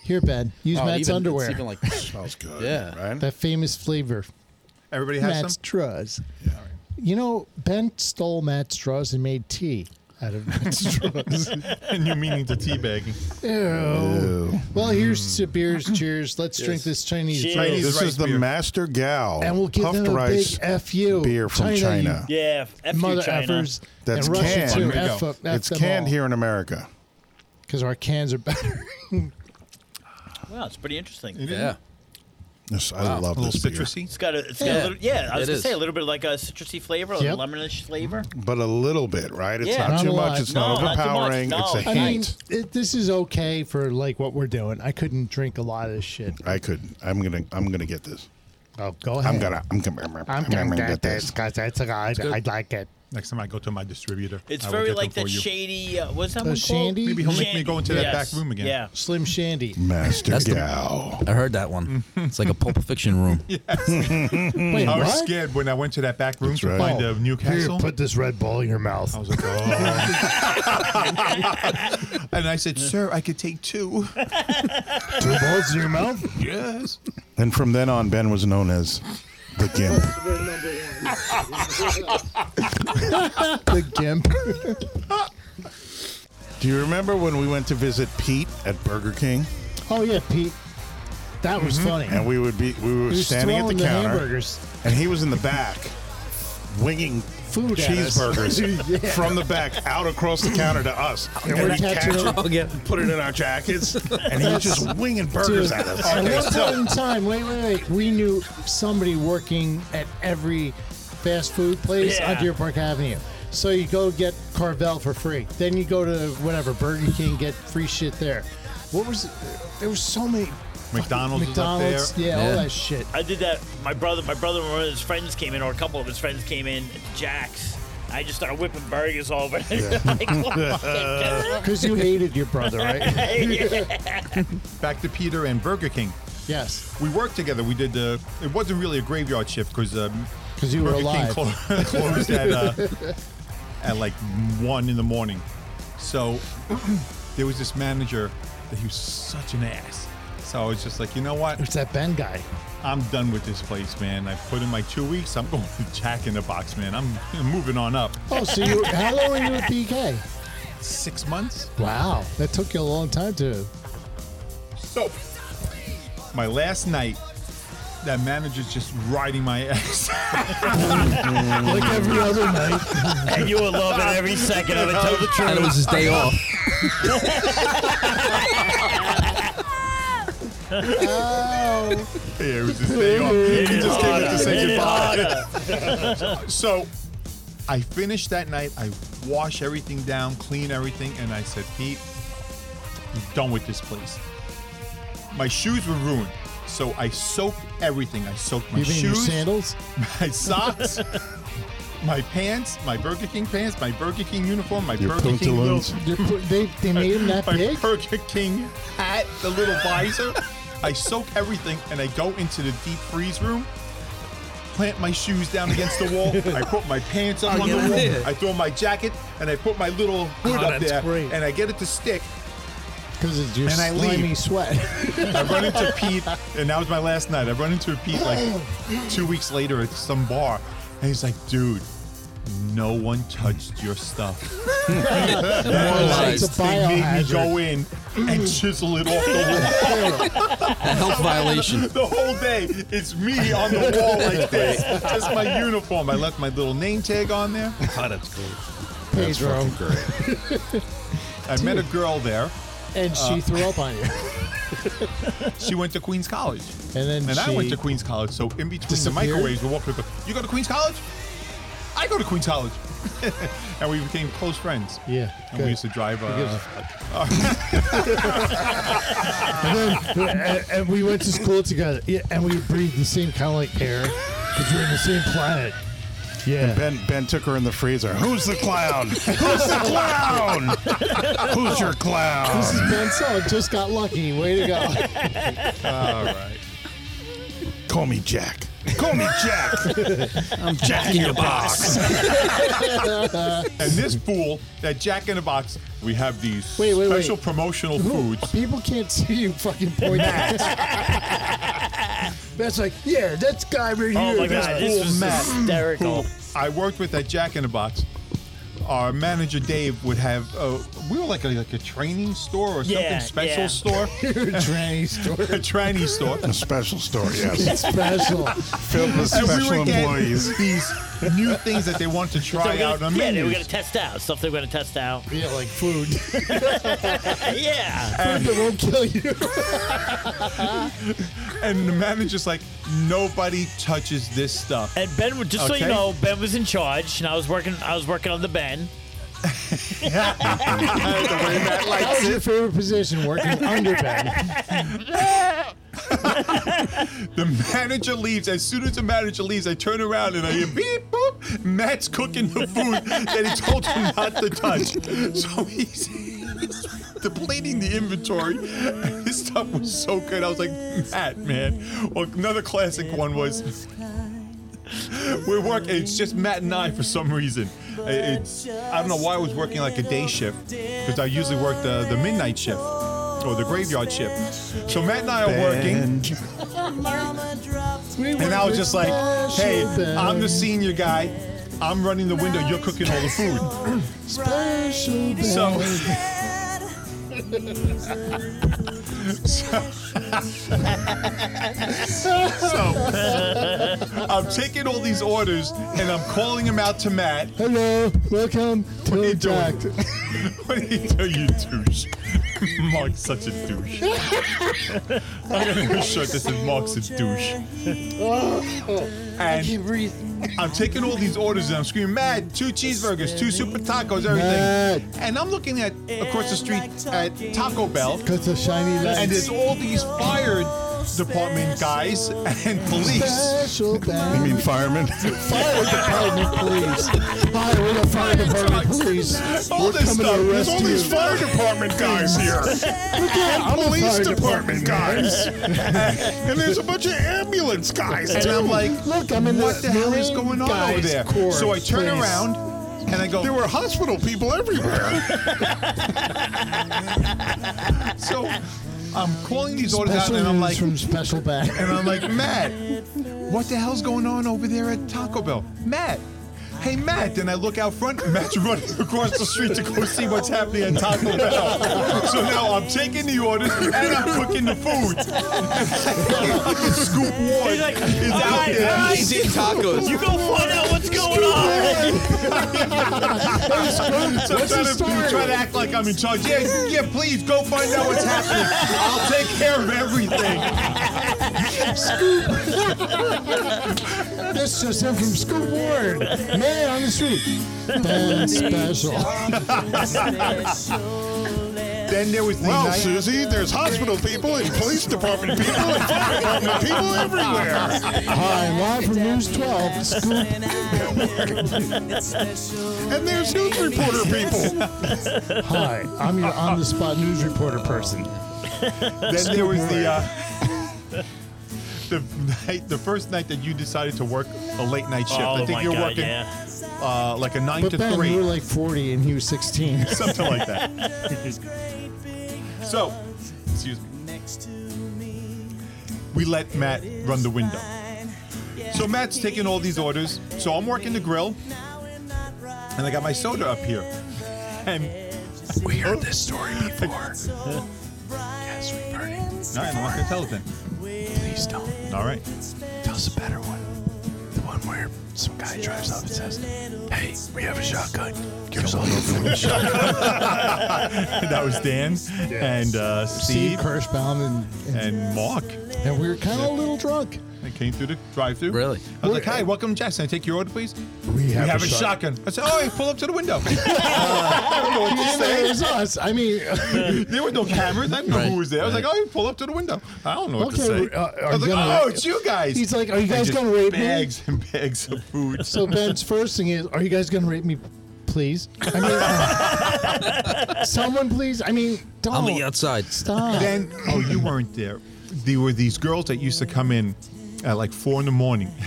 Here, Ben. Use Oh, Matt's even- underwear. It's even like Smells good. Yeah. Right. that famous flavor. Everybody has Matt's some. straws. You know, Ben stole Matt's straws and made tea out of Matt's straws. and you're meaning to teabagging. Ew. Well, here's to beers. Cheers. Let's drink this Chinese Cheers. beer. Chinese This rice is the beer. master gal. And we'll give puffed them a big rice F.U. beer from China, you China. Yeah. F you, Mother China. effers. That's and Russia canned. Too. Here we F go. up, F it's canned here in America. Because our cans are better. Wow, it's pretty interesting. yeah. Yes, I love A little this citrusy. It's got a, it's got a Yeah. little, yeah. I was It gonna is. say a little bit like a citrusy flavor, a little Yep. lemonish flavor. beer, but a little bit, right? It's Yeah. not, Not too a much. lot. It's not No, not too much. overpowering. No. It's a I hint. I, mean, it, this is okay for like what we're doing. I couldn't drink a lot of this shit. couldn't. I'm gonna. I'm gonna get this. Oh, go ahead. I'm gonna. I'm gonna. I'm, gonna get this. because that's a guy I like it. Next time I go to my distributor, It's I will very get them like that for you. shady. Uh, what's that The one called? shandy? Maybe he'll make me Shandy, go into that yes, back room again. Yeah. Slim Shandy. Master That's the- gal. I heard that one. It's like a Pulp Fiction room. Mm. Wait, Oh, I was what? scared when I went to that back room to right. find Oh, a Newcastle. Here, put this red ball in your mouth. I was like, oh. and I said, sir, I could take two. Two balls in your mouth? yes. And from then on, Ben was known as the Gimp. the gimp. Do you remember when we went to visit Pete at Burger King? Oh, yeah, Pete. That was funny. Mm-hmm. and we would be we were He was standing at the throwing counter, hamburgers. and he was in the back, winging Food at us. cheeseburgers Yeah. from the back out across the counter to us, and we're we'd catch catching it, them. put it in our jackets, and he was just winging burgers Dude, at us. At Okay, one so- point in time, wait, wait, wait. We knew somebody working at every fast food place Yeah. on Deer Park Avenue. So you go get Carvel for free. Then you go to whatever Burger King, get free shit there. What was? There was so many McDonald's, was McDonald's. up there. Yeah, all Yeah. that shit. I did that. My brother, my brother, and one of his friends came in, or a couple of his friends came in. at Jack's. I just started whipping burgers over. Yeah. Because you hated your brother, right? Back to Peter and Burger King. yes. We worked together. We did the. It wasn't really a graveyard shift because um, 'Cause you were Burger alive. King clo- closed at uh, at like one in the morning. So there was this manager that he was such an ass. So I was just like, you know what? It's that Ben guy. I'm done with this place, man. I put in my two weeks. I'm going to Jack in the Box, man. I'm, I'm moving on up. Oh, so you? How long were you at BK? Six months. Wow, that took you a long time to. So, my last night, that manager's just riding my ass. Mm-hmm. Like every other night. and you were loving every second of it. Tell the truth. And it was his day off. Oh. yeah, it was his day off. He just came in to say goodbye. so, I finished that night. I wash everything down, clean everything, and I said, Pete, I'm done with this place. My shoes were ruined. So I soaked everything. I soaked my You mean your shoes. sandals? my socks, my pants, my Burger King pants, my Burger King uniform, my Your Burger King pantaloons. They're pu- They, they made him that my big? Burger King hat, the little visor. I soak everything and I go into the deep freeze room. Plant my shoes down against the wall. I put my pants up on the wall. I throw my jacket and I put my little hood Oh, up that's there great. and I get it to stick. Because it's your And I slimy leave. sweat. I run into Pete, and that was my last night. I run into Pete like two weeks later at some bar, and he's like, dude, no one touched your stuff. Moralized. Oh, It's a They made me biohazard. go in and chisel it off the wall A health violation. the whole day. It's me on the wall like this. Just my uniform. I left my little name tag on there. Oh, God, that's cool. Pedro. I met a girl there. And Uh, she threw up on you. She went to Queens College. And then And she, I went to Queens College, so in between the Disappeared? microwaves, we walked people. You go to Queens College? I go to Queens College, and we became close friends. Yeah, and good. we used to drive. Uh, and, then, and, and we went to school together. Yeah, and we breathed the same kind of like air because we're in the same planet. Yeah. Ben Ben took her in the freezer. Who's the clown? Who's the clown? Who's your this clown? is Ben Sullivan. Just got lucky. Way to go. all right, Call me Jack. Call me Jack. I'm Jack in your box. and this fool that Jack in the Box. We have these Wait, wait, special wait. promotional foods. People can't see you fucking point that. That's like, yeah, that's guy right oh here. my that's god, cool, this was Matt. hysterical. I worked with at Jack in the Box. Our manager Dave would have. Uh, we were like a, like a training store or something Yeah, special yeah. store, Tranny story. a tranny store. A special story, yes. Special. Filled with special employees. these new things that they want to So try we're gonna- out on yeah, they were menus. gonna test out stuff. They were gonna test out. Yeah, like food. food yeah. that won't kill you. and the manager's like, nobody touches this stuff. And Ben, would- just so Okay. you know, Ben was in charge, and I was working. I was working on the Ben. That was your favorite position, working under Ben. The manager leaves. As soon as the manager leaves, I turn around and I hear beep boop. Matt's cooking the food that he told him not to touch. So he's, he's depleting the inventory. This stuff was so good. I was like, Matt, man. Well, another classic one was. We're working. It's just Matt and I for some reason. I- It's I don't know why I was working like a day shift because I usually work the, the midnight shift or the graveyard shift. So Matt and I are working. And I was just like, hey, I'm the senior guy. I'm running the window. You're cooking all the food. special Ben. So So I'm taking all these orders and I'm calling them out to Matt. Hello, welcome What are to you doing? Intact. What do you do, you douche? Mark's such a douche. I'm gonna shut this and Mark's a douche. Oh, And breathe. I'm taking all these orders and I'm screaming, Mad, two cheeseburgers, two super tacos, everything. Mad. And I'm looking at across the street at Taco Bell. Cut the shiny lights. And there's all these fire department guys and police. special You bag. mean firemen? Fire department, please. Fire the fire department, please. All We're this coming stuff. to There's arrest all you. these fire department guys here. I'm a Police fire department guys. and there's a bunch of ambulance guys. And too. I'm like, Look, I'm in what the the hell is Marine going on guys over there? Corps, so I turn please. around and I go, there were hospital people everywhere. so I'm calling these orders out Special and I'm news like, from special bag. and I'm like, Matt, what the hell's going on over there at Taco Bell? Matt, hey Matt. Then I look out front, Matt's running across the street to go see what's happening at Taco Bell. So now I'm taking the orders and I'm cooking the food. Fucking Scoop Ward like, is "All out right, there. all right." He's eating tacos. You go find out what's going on. So I'm trying, to, trying to act like I'm in charge. Yeah, yeah, please go find out what's happening. I'll take care of everything. This just in from Scoop Ward. Man on the street. Ben special. Then there was the Well, night- Susie, there's hospital people and police department people and fire department people everywhere. Hi, live from News 12. Scoop. And there's news reporter people. Hi, I'm your on the spot news reporter person. Then there was the uh, the night, the first night that you decided to work a late night shift. I Oh think my you're God, working yeah. uh, like a nine But to Ben, three, you were like 40 and he was 16. something like that. so, excuse me. We let Matt run the window. So Matt's taking all these orders. So I'm working the grill, and I got my soda up here, and We heard this story before. yes, we've heard it. no, I'm not gonna tell it then. Please don't. All right. Tell us a better one. The one where some guy drives up and says, Hey, we have a shotgun. Give us all your food. that was Dan and uh, Steve Steve Kirschbaum and, and, and Mark. and we were kind of a little drunk. I came through the drive-through. Really? I was like, "Hi, welcome, Jackson. I take your order, please." We We have, have a shotgun. I said, "Oh, hey, pull up to the window." You know, it was us. I mean, there were no cameras. I didn't know who was there. I was like, "Oh, hey, pull up to the window." I don't know what Okay, to say. uh, are I was you like, gonna- "Oh, it's you guys." he's like, "Are you And guys just gonna rape me?" bags me?" Bags and bags of food. so Ben's first thing is, are you guys going to rate me, please? I mean, uh, someone please. I mean, don't. I'll meet you outside. Stop. then, oh, you weren't there. There were these girls that used to come in at like four in the morning.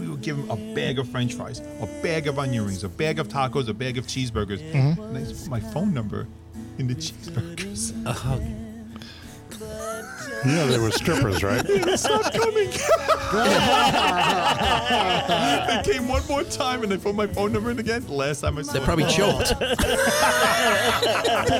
We would give them a bag of French fries, a bag of onion rings, a bag of tacos, a bag of cheeseburgers, and I just put my phone number in the cheeseburgers. You know, there were strippers, right? Stop coming. they came one more time and they put my phone number in again. Last time I saw They're probably it. choked. They're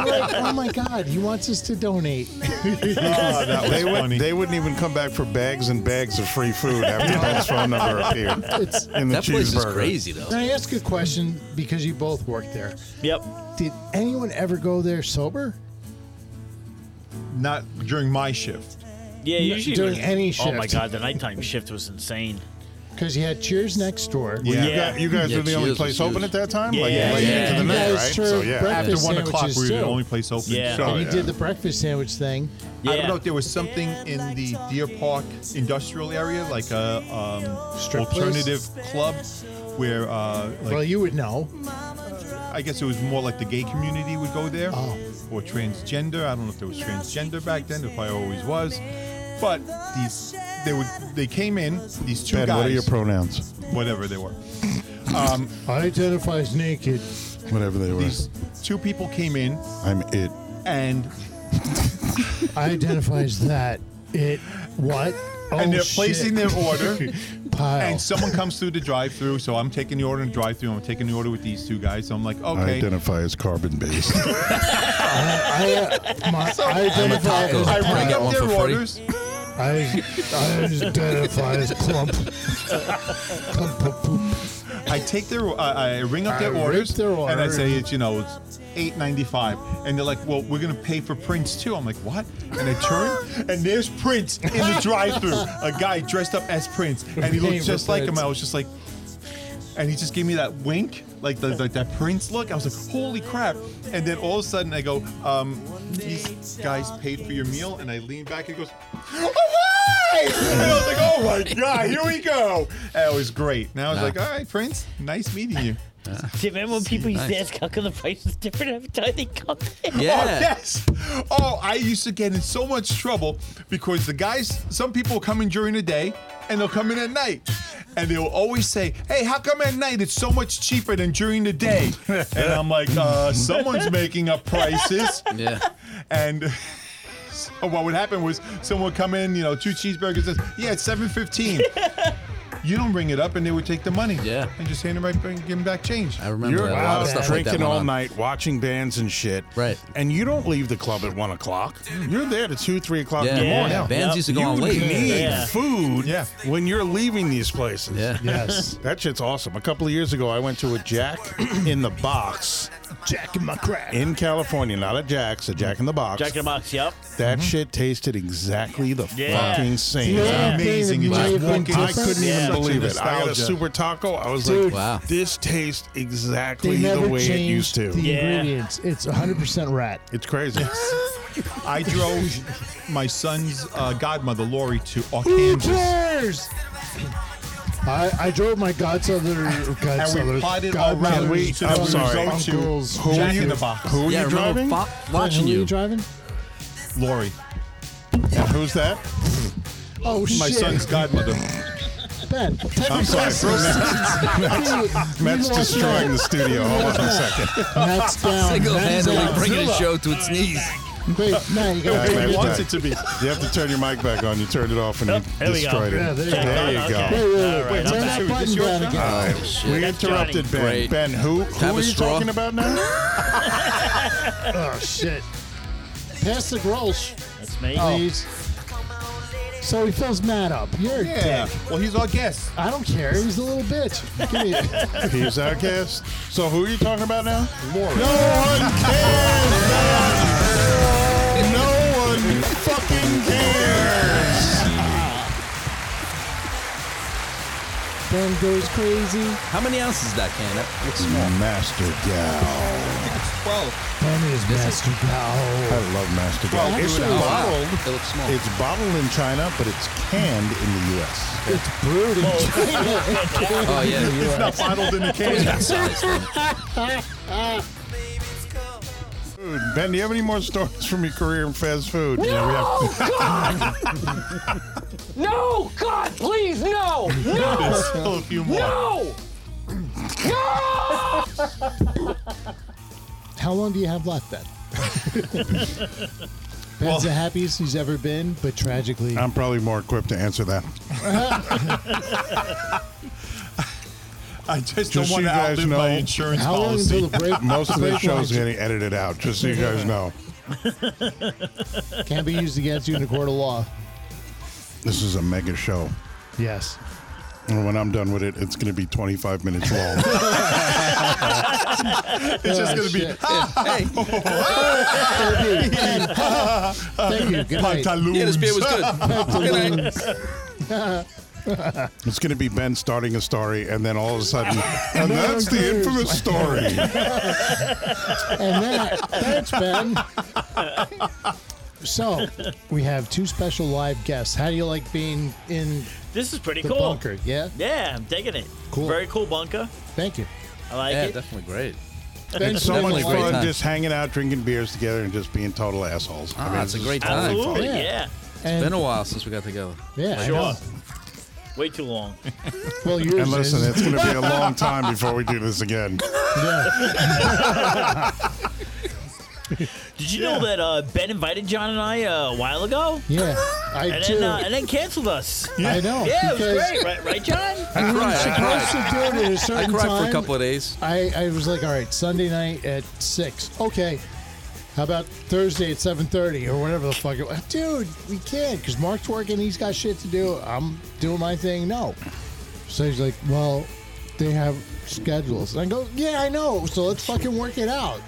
like, oh my God, he wants us to donate. Oh, that was They, would, funny. they wouldn't even come back for bags and bags of free food after Ben's phone number appeared. It's, In the That place is cheeseburger. crazy, though. can I ask you a question because you both worked there? Yep. Did anyone ever go there sober? Not during my shift. Yeah, usually during was- any Oh my shift. god, the nighttime shift was insane. Because you had Cheers next door. Well, you, Yeah. got, you guys Yeah, were the only cheers, place cheers. open at that time? Like, Yeah, late yeah. into the You night, guys right? So, served yeah. breakfast. After one sandwiches, o'clock, we were the too. only place open. Yeah. So, Oh, and you yeah. did the breakfast sandwich thing. Yeah. I don't know if there was something in the Deer Park industrial area, like a um, Strip place? alternative club, where uh, like well, you would know. I guess it was more like the gay community would go there, or transgender. I don't know if there was transgender back then, if I always was. But these, they would, they came in. These two Ben, guys, what are your pronouns? whatever they were. Um, Identifies naked. Whatever they were. These two people came in, I'm it. and identifies that it what and Oh, they're shit. placing their order. Pile. And someone comes through the drive through, so I'm taking the order in the drive through. I'm taking the order with these two guys. So I'm like, I okay. identify as carbon based. I, uh, my, I identify taco. as I Can I ring get up one for their free? orders. I, I identify as plump. Plump, plump, plump. I take their, uh, I ring up I their ring orders, their and I order. say it's you know it's eight ninety five, and they're like, well, we're gonna pay for Prince too. I'm like, what? And I turn, and there's Prince in the drive through, a guy dressed up as Prince, and he Paying looked for just like him. Prince. I was just like, and he just gave me that wink, like the, like that Prince look. I was like, holy crap! And then all of a sudden, I go, um, these guys paid for your meal, and I lean back, and he goes. "Oh, hi!" And I was like, oh my god, here we go. That was great. Now I was Nah. like, all right, Prince, nice meeting you. Do you remember when people used to Nice. ask how come the price is different every time they come in? Yeah. Oh, yes. Oh, I used to get in so much trouble because the guys, some people will come in during the day and they'll come in at night. And they'll always say, hey, how come at night it's so much cheaper than during the day? and I'm like, uh, someone's making up prices. Yeah. And. so what would happen was someone would come in, you know, two cheeseburgers. says, Yeah, it's seven fifteen. you don't bring it up, and they would take the money. Yeah. and just hand them right, back- give them back change. I remember You're that. a lot out of stuff drinking like that went all on. night, watching bands and shit. Right. And you don't leave the club at one o'clock. You're there to two, three o'clock Yeah, in the yeah, morning. yeah. Bands Yep. used to go You on late. need Yeah. food Yeah. when you're leaving these places. Yeah. Yes. That shit's awesome. A couple of years ago, I went to a Jack in the Box Jack in my crack. in California. Not a Jack's, a Jack in the Box. Mm-hmm. Jack in the Box, yep. That shit tasted exactly the Yeah. fucking same. Yeah. Amazing. You Wow. just Wow. walk in, I couldn't Yeah. even such a believe it. I got a nostalgia. super taco. I was Dude. like, Wow. this tastes They exactly never the way it changed used to. the Yeah. ingredients. It's 100% rat. It's crazy. I drove my son's uh, godmother, Lori, to Who Arkansas. cares? I, I drove my godson, godson, potted godmother, around Wait, to I'm the sorry. resort to Uncles. Who Jack are you? in the Box. Who are Yeah, I you remember driving? fo- watching Who are you. you driving? Lori, And who's that? Oh shit! my son's godmother. Ben. I'm sorry. Dude, Matt's you lost destroying the studio. Hold on a second. that. Matt's down. Matt's Single-handedly out. bringing the show to its knees. Wait, Matt, you gotta All right, take Matt, it. He wants back. it to be. You have to turn your mic back on. You turned it off and Oh, you there we go. destroyed Yeah, it. there you go. There you Okay. go. Wait, wait, wait, All wait. right, Turn I'm that sorry, button is this your down turn? again. All right. We That's interrupted Johnny. Ben. Great. Ben, who, Have who a are you straw. talking about now? Oh shit! Pass the Grolsch, That's me. please. So he fills Matt up. You're a Yeah. dick. Well, he's our guest. I don't care. He's a little bitch. Give me it. He's our guest. So who are you talking about now? Lori. No one cares, man. No one fucking cares. Ben goes crazy. How many ounces that can? That looks small. Master Gal. Well, Ben is Master I Gal. love Master Gal. Well, it's, do it out bottled, loud. It looks small. it's bottled in China, but it's canned in the U.S. It's brewed in China. oh yeah, you it's not bottled in a can. that size. though. Food. Ben, do you have any more stories from your career in fast food? No, God! no, God, please, no! No! There's still Oh. a few more. No! No! How long do you have left, Ben? Ben's Well- the happiest he's ever been, but tragically, I'm probably more equipped to answer that. I just, Just don't so want you to guys outlive know, my insurance how long policy. until the break? Most of the break show's lines getting edited out, just so you guys know. can be used against you in a court of law. This is a mega show. Yes. And when I'm done with it, it's going to be 25 minutes long. it's just going to be Oh, shit. Thank you. Good night. pantaloons. Yeah, this beer was good. Good night. it's going to be Ben starting a story, and then all of a sudden, and that's the infamous story. And that, thanks, Ben. So, we have two special live guests. How do you like being in This is pretty the cool. bunker? Yeah? Yeah, I'm digging it. Cool. Very cool bunker. Thank you. I like Yeah, it. definitely great. It's so Definitely much a great fun time. just hanging out, drinking beers together, and just being total assholes. Ah, it's a just- great time. Absolutely, Oh, Yeah. yeah. And, Been a while since we got together. yeah, I Sure. know. Way too long. Well, yours And listen, is. it's going to be a long time before we do this again. Yeah. Did you Yeah. know that uh, Ben invited John and I uh, a while ago? Yeah, I And do. then, uh, and then canceled us. I know. Yeah, it was because great, right, right, John? we were cried, I supposed to do it at a I certain cried time. for a couple of days. I, I was like, all right, Sunday night at six. Okay. How about Thursday at seven thirty or whatever the fuck it was? Dude, we can't because Mark's working. He's got shit to do. I'm doing my thing. No. So he's like, well, they have schedules. And I go, yeah, I know. So let's fucking work it out.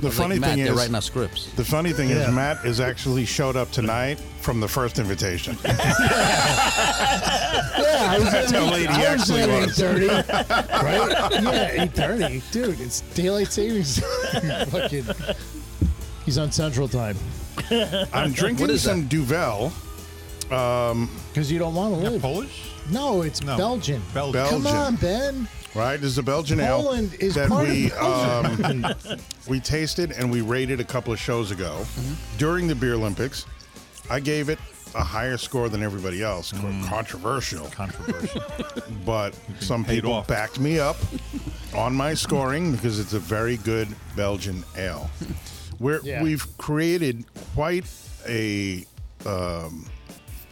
The funny like, Matt, thing they're is, writing our scripts. the funny thing Yeah. is, Matt is actually showed up tonight from the first invitation. Yeah, I was That's at how eight- late he I was actually at was. 8:30, right? Yeah, eight thirty, dude. It's daylight savings. Fucking, he's on Central Time I'm drinking is some Duvel, because you don't want to live. Polish? No, it's No. Belgian. Belgium. Belgium. Come on, Ben. right? This is a Belgian Poland ale is that part of we um, we tasted and we rated a couple of shows ago Mm-hmm. during the Beer Olympics. I gave it a higher score than everybody else. Controversial. Controversial. but some paid people off. backed me up on my scoring because it's a very good Belgian ale. Where Yeah. we've created quite a um,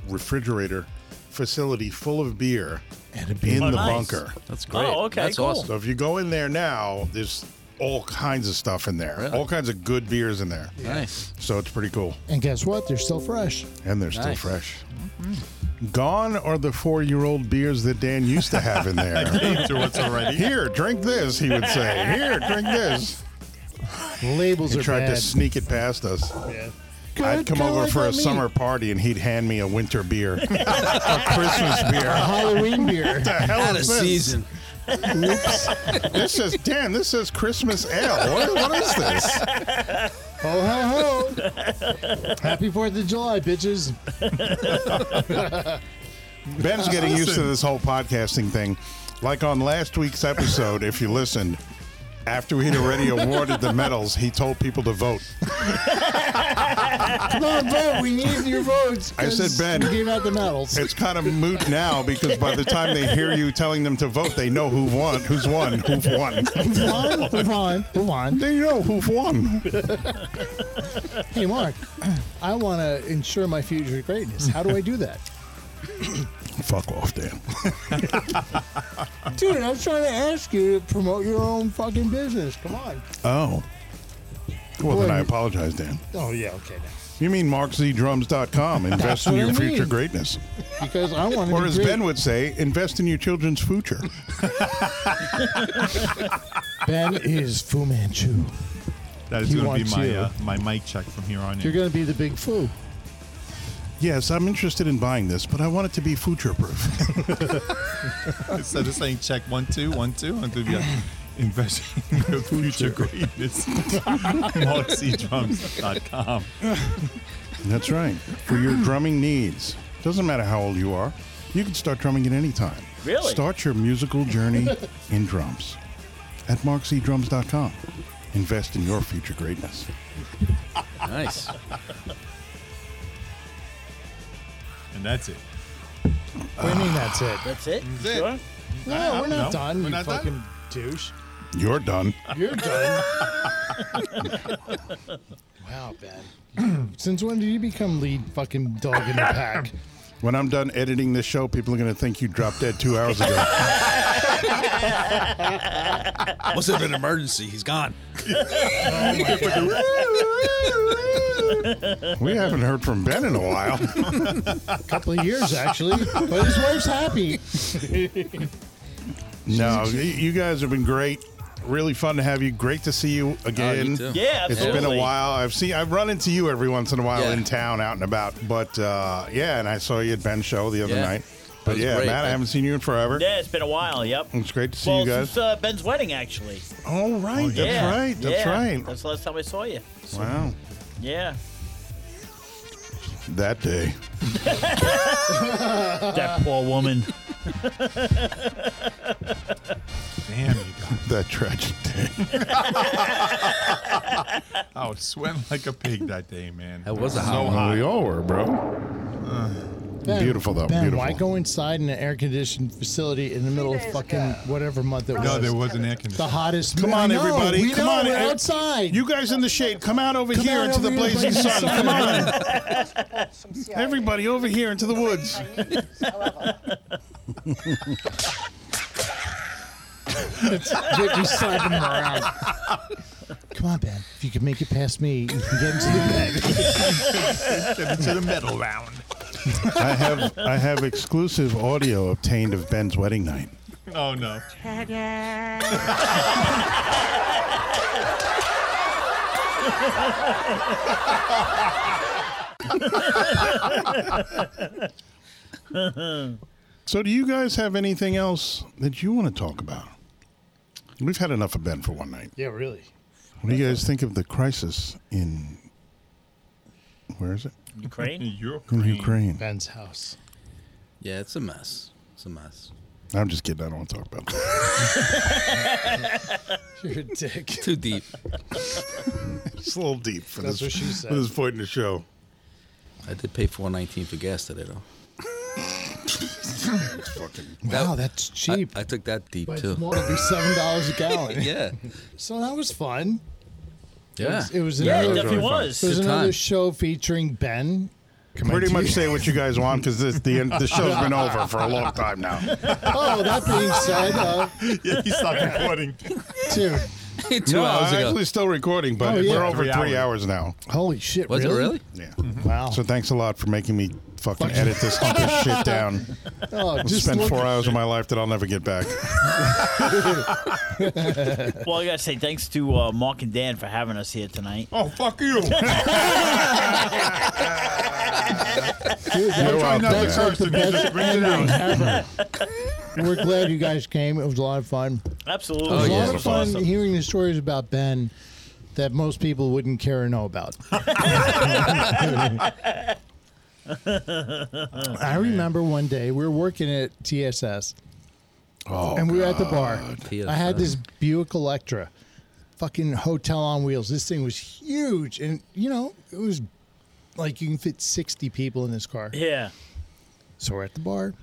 refrigerator facility full of beer And a in Oh, the nice. bunker. That's great. Oh, okay, That's cool. awesome. So if you go in there now, there's all kinds of stuff in there, Really? all kinds of good beers in there. Nice. So it's pretty cool, And guess what? They're still fresh. and they're still Nice. fresh. Gone are the four-year-old beers that Dan used to have in there. Into what's already. Here, drink this, he would say. Here, drink this. Labels He are tried bad. to sneak it past us. I'd Good come God, over I for a got me summer party and he'd hand me a winter beer, a Christmas beer. a Halloween beer. The hell Out of is this? season. This says, Dan, this says Christmas ale. What, what is this? Ho ho ho! Happy Fourth of July, bitches. Ben's getting used to this whole podcasting thing. Like on last week's episode, if you listened, after we'd already awarded the medals, he told people to vote. Come on, Ben. We need your votes. I said, 'cause Ben. We gave out the medals. It's kind of moot now because by the time they hear you telling them to vote, they know who won, who's won, who've won. Move on, move on, move on. They know who've won. Hey, Mark, I want to ensure my future greatness. How do I do that? Fuck off, Dan. Dude, I was trying to ask you to promote your own fucking business. Come on. Oh. Well, then Boy, I you- apologize, Dan. Oh, yeah, okay. now. You mean markzdrums.com. Invest in what your I future mean. greatness. Because I want to Or be as great. Ben would say, invest in your children's future. Ben is Fu Manchu. That is He going to be wants my you. uh, my mic check from here on You're in. going to be the big Fu. yes, I'm interested in buying this, but I want it to be future proof. Instead of saying check one two one two, I'm going to be like investing in your future greatness. MoxieDrums.com. That's right. For your drumming needs. Doesn't matter how old you are, you can start drumming at any time. Really? Start your musical journey in drums at markzdrums.com. Invest in your future greatness. Nice. And that's it. I mean, that's it. That's it? Sure? No, we're not No, done. we're you not done. fucking douche. You're done. You're done. wow, Ben. Since when did you become lead fucking dog in the pack? When I'm done editing this show, people are going to think you dropped dead two hours ago. Must have been an emergency. He's gone. We haven't heard from Ben in a while. couple of years actually, but his wife's happy. no, y- you guys have been great. Really fun to have you. Great to see you again. Oh, you too. Yeah, It's absolutely. been a while. I've seen I've run into you every once in a while Yeah. in town, out and about. But uh, yeah, and I saw you at Ben's show the other Yeah. night. That But was yeah, great. Matt, I I- haven't seen you in forever. Yeah, it's been a while, yep. It's great to see well, you guys. since uh, Ben's wedding, actually. oh right, that's yeah. right, that's yeah. right. That's the last time I saw you. wow, Yeah. that day. That poor woman. Damn you guys. That tragic day. I was sweating like a pig that day, man. That was a so hot one. hot. we all were, bro. Ben, Beautiful, though. Ben, Beautiful. why go inside in an air conditioned facility in the middle of fucking whatever month it was? No, there wasn't air the conditioning. hottest. Come I on, know, everybody. We Come know, on. we're eh, outside. You guys in the shade, come out over Come here out into over the here, blazing blazing sun. sun. Come on. Everybody over here into the woods. They're just slapping him around. Come on, Ben. If you can make it past me, you can get into the bed. to the metal round. I have I have exclusive audio obtained of Ben's wedding night. Oh no. So, do you guys have anything else that you want to talk about? We've had enough of Ben for one night. Yeah, really. What do you guys think of the crisis in where is it? Ukraine? You're In Ukraine. Ben's house. Yeah, it's a mess. It's a mess. I'm just kidding. I don't want to talk about that. You're a dick. Too deep. It's a little deep for That's this. what she For said. this point in the show. I did pay four nineteen for gas today though. Wow, that's cheap. I, I took that deep But too. it's more to be seven dollars a gallon. Yeah. So that was fun. Yeah. It was Yeah, it another, definitely really fun. was. it was Good another time. show featuring Ben. Pretty much say what you guys want because this the end, the show's been over for a long time now. Oh, that being said, uh, yeah, he stopped recording. dude, Two no, hours I'm ago. actually still recording, but Oh, yeah. we're over Three three hours. hours now. holy shit! was really? it really? Yeah. Wow. So thanks a lot for making me fucking edit this hunk of shit down. oh, just Spend look- four hours of my life that I'll never get back. Well, I gotta say thanks to uh, Mark and Dan for having us here tonight. Oh fuck you. Dude, that- You're welcome, Another man. curse and he just brings it out. We're glad you guys came. It was a lot of fun. Absolutely. It was a Oh, yeah. lot of That's fun awesome. hearing the stories about Ben that most people wouldn't care to know about. I remember one day we were working at TSS Oh, and we were at the bar. I had TSS. this Buick Electra, fucking hotel on wheels. This thing was huge, and you know it was like you can fit sixty people in this car. Yeah. So we're at the bar,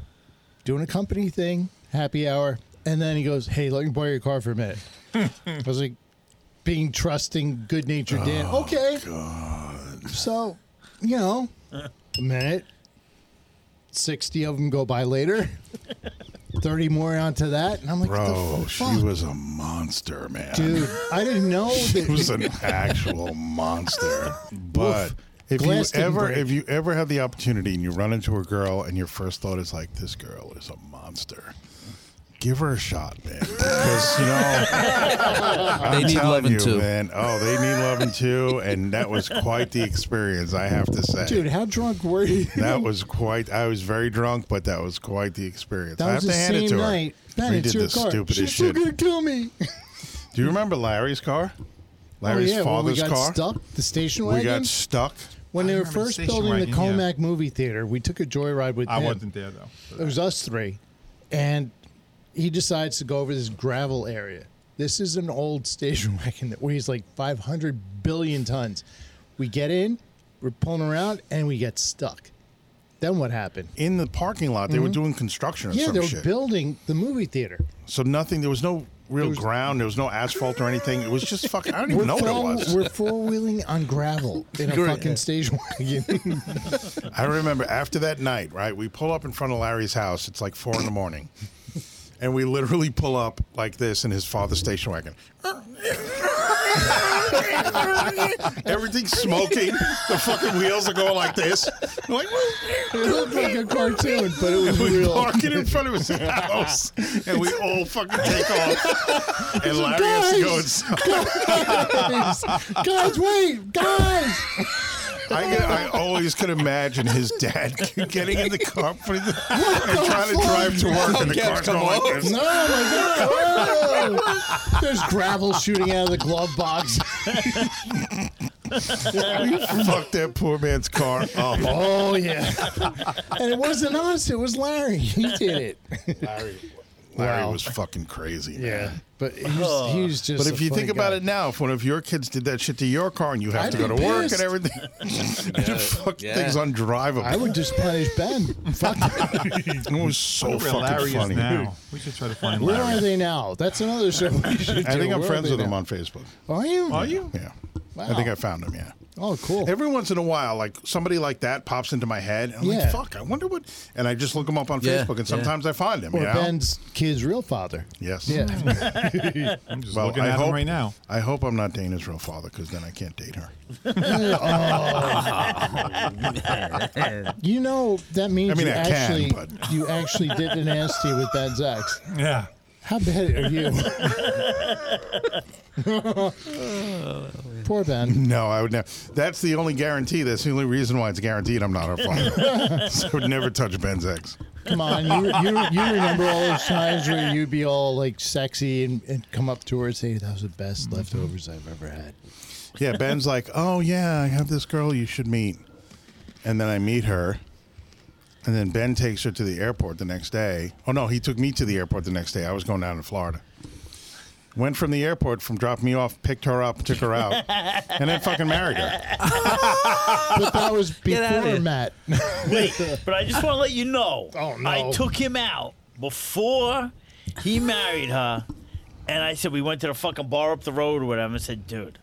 doing a company thing, happy hour, and then he goes, "Hey, let me borrow your car for a minute." I was like, being trusting, good natured Dan. Oh, okay. So, you know, a minute, sixty of them go by later. Thirty more onto that, and I'm like, what Bro, the she fuck? was a monster, man. dude. I didn't know She was that. an actual monster. But if you Glass didn't ever break. if you ever have the opportunity and you run into a girl and your first thought is like, this girl is a monster. Give her a shot, man. Because you know they I'm need telling loving you, too. man. Oh, they need loving too, and that was quite the experience, I have to say. Dude, how drunk were you? That was quite. I was very drunk, but that was quite the experience. I That have was to the hand it same to night. her. Ben, we it's did your the car. stupidest She's still shit. gonna kill me. Do you remember Larry's car? Oh Larry's yeah, when we father's got car. stuck, the station We wagon. got stuck. When I they were remember the first station building the wagon, yeah. Comac movie theater, we took a joyride with I him. wasn't there though. It was us three, and he decides to go over this gravel area. This is an old station wagon that weighs like 500 billion tons. We get in, we're pulling around, and we get stuck. Then what happened? In the parking lot, they were doing construction or Mm-hmm. yeah, some they were shit. building the movie theater. so nothing. There was no real ground. There was no asphalt or anything. It was just fucking. I don't even know what four- it was. we're four wheeling on gravel in a fucking station wagon. I remember after that night, right? We pull up in front of Larry's house. It's like four in the morning. And we literally pull up like this in his father's station wagon. Everything's smoking. The fucking wheels are going like this. We're like, it looked like a cartoon, but it was and we real. park it in front of his house. And we all fucking take off. And Larry has to go Guys! inside. guys, guys, wait, guys! I, can- I always could imagine his dad getting in the car putting the, and trying to fuck? drive to work and the Cats car's come going like over. this. No, my God! whoa. Oh. There's gravel shooting out of the glove box. Fuck that poor man's car up. Oh yeah, and it wasn't us; it was Larry. He did it. Larry Wow. was fucking crazy. Yeah, Oh. man. but he was, he was just. But if a you funny think about guy. it now, if one of your kids did that shit to your car and you have I'd to go to be work pissed. and everything, the fucking Yeah. thing's undrivable. I would just punish Ben. Fuck. it was so Where fucking Larry is funny. now. We should try to find Where Larry. are they now? That's another show. we should I do. think I'm Where are friends they with him now? on Facebook. Are you? Are you? Yeah. Wow. I think I found him, yeah. Oh, cool. Every once in a while, like somebody like that pops into my head, and I'm Yeah. like, "Fuck, I wonder what." And I just look him up on Yeah, Facebook, and yeah. sometimes I find him. or you know? Ben's kid's real father. Yes. Yeah. I'm just Well, looking I at hope him right now. I hope I'm not Dana's real father, because then I can't date her. you know that means I mean, you I can, actually but- you actually did a nasty with Ben's ex. Yeah. How bad are you? Poor Ben. No, I would never. That's the only guarantee. That's the only reason why it's guaranteed. I'm not her father. so I would never touch Ben's ex. Come on, you, you you remember all those times where you'd be all like sexy and, and come up to her and say that was the best Mm-hmm. leftovers I've ever had. Yeah, Ben's like, "Oh yeah, I have this girl you should meet," and then I meet her, and then Ben takes her to the airport the next day. Oh no, he took me to the airport the next day. I was going down to Florida. Went from the airport, from dropped me off, picked her up, took her out, and then fucking married her. But that was outta before here. Matt. Wait, but I just want to let you know. Oh, no. I took him out before he married her, and I said we went to the fucking bar up the road or whatever. I said, dude,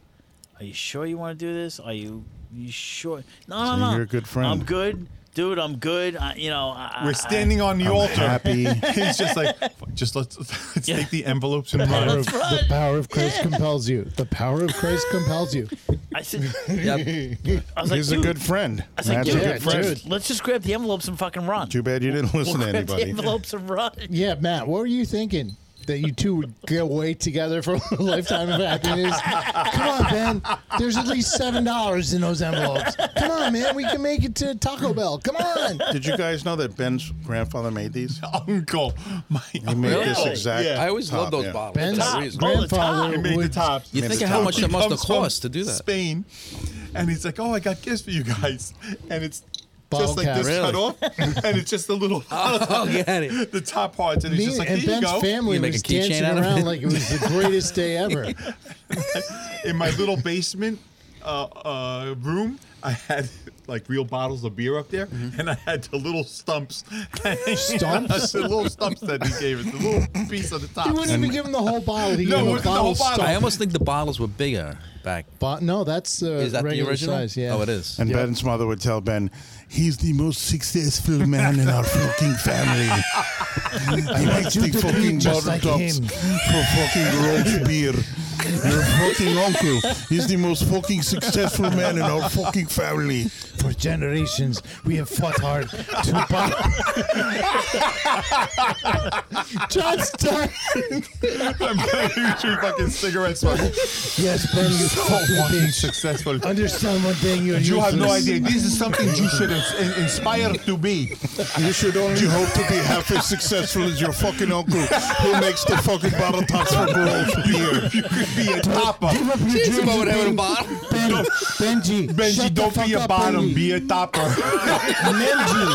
are you sure you want to do this? Are you you sure? No, no, So no. you're a good friend. I'm good, dude. I'm good. I, you know, I, I- We're standing on the I'm altar. happy. He's just like, just let's, let's Yeah. take the envelopes and Power run. of- the power of Christ compels you. The power of Christ compels you. I, I said, Yep. I was like, He's a dude, good friend. I That's said, a dude, good friend. let's- Let's just grab the envelopes and fucking run. Too bad you didn't We'll listen to grab the anybody. envelopes and run. Yeah, Matt, what were you thinking? That you two would get away together for a lifetime of happiness. Come on, Ben. There's at least seven dollars in those envelopes. Come on, man. We can make it to Taco Bell. Come on. Did you guys know that Ben's grandfather made these? Uncle, my He made Really? this exact. Yeah. I always top, love those yeah. bottles. Ben's for that reason. All the grandfather time. made the would tops. You Man, think the of how top. much He that must have comes from cost to do that. Spain, and he's like, "Oh, I got gifts for you guys," and it's Bottle just like cap. this Really? cut off, and it's just a little Oh, get it. the top parts, and it's me just like, and "Here you Ben's go." family You make a was keychain dancing out of around it? like it was the greatest day ever. In my little basement uh, uh, room, I had like real bottles of beer up there, Mm-hmm. and I had the little stumps, Stumps? the little stumps that he gave us, the little piece of the top. He wouldn't even give him the whole bottle. He No, gave him a it wasn't the bottle whole bottle. stop. I almost think the bottles were bigger back. Bo- no, that's uh, Is that the regular original? size. Yeah. Oh, it is. And Yep. Ben's mother would tell Ben, he's the most successful man in our fucking family. He likes you the to be fucking just bottle like tops him. for fucking roast beer. Your fucking uncle is the most fucking successful man in our fucking family. For generations, we have fought hard to buy. John Stein. I'm gonna use your fucking cigarette smoker. Yes, Ben, you fucking bitch. successful. Understand one thing, you're You have no useless. idea. This is something you should ins- in- inspire to be. You should only hope to be half as successful as your fucking uncle who makes the fucking bottle tops for roast beer. You could be a topper. Give up your dreams, Come over Ben. there with a bottle. Ben, Benji, Benji, shut don't the fuck be a up, bottom. Benji. Be a topper. Mangy.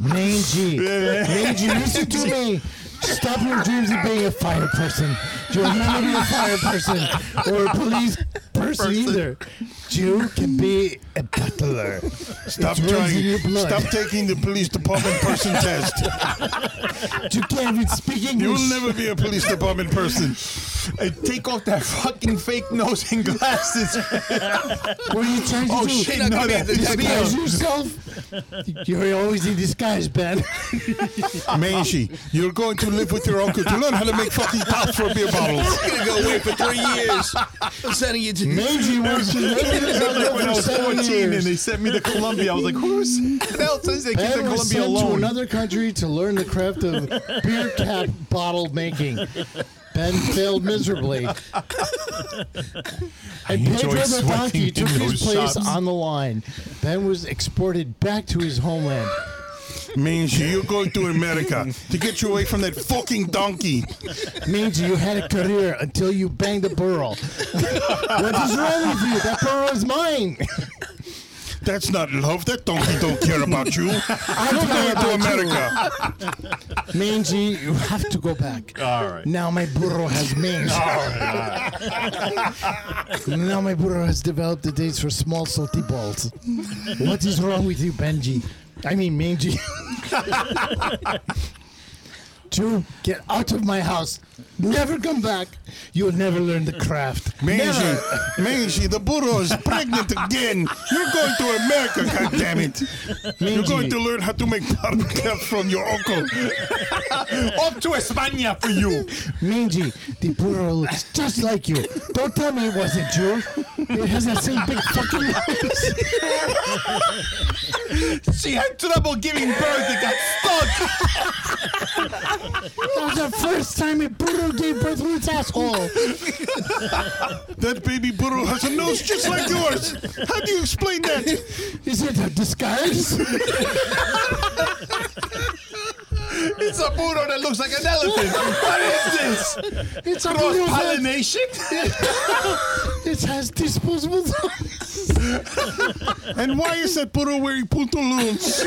Mangy. Mangy, listen to me. Stop your dreams of being a fire person. You're not going to be a fire person or a police person, Person. either. You can be a butler. Stop It runs in trying. your blood. Stop taking the police department person test. You can't even speak English. You will never be a police department person. Hey, take off that fucking fake nose and glasses. What are you trying to Oh do? shit! No, that, Disguise that's yourself? You're always in disguise, Ben. Mangy, you're going to live with your uncle to learn how to make fucking tops for beer bottles. You're gonna go away for three years. I'm sending you to. Mangy was when I was 14 and they sent me to Colombia. I was like, who's the hell says they keep Ben the was Colombia sent to alone? another country to learn the craft of beer cap bottle making. Ben failed miserably. And Pedro enjoy sweating Batanki in took his those place shops. on the line. Ben was exported back to his homeland. Mangy, you're going to America to get you away from that fucking donkey. Means you had a career until you banged the burl. what is wrong with you? That burl is mine. That's not love. That donkey don't care about you. I don't care to America. Mangy, you have to go back. All right. Now my burro has mange. now my burro has developed the taste for small salty balls. What is wrong with you, Benji? I mean, Mangy. Jew, get out of my house. Never come back. You'll never learn the craft. Mangy, Never. Mangy, the burro is pregnant again. You're going to America, goddammit. You're going to learn how to make barbecue from your uncle. Up to España for you. Mangy, the burro looks just like you. Don't tell me it wasn't you. It has that same big fucking nose. she had trouble giving birth. It got stuck. That was the first time a burro gave birth to its asshole. That baby burro has a nose just like yours. How do you explain that? Is it a disguise? It's a burro that looks like an elephant. What is this? It's a burro. Cross that- pollination? It has disposable thumbs. And why is that burro wearing pantaloons?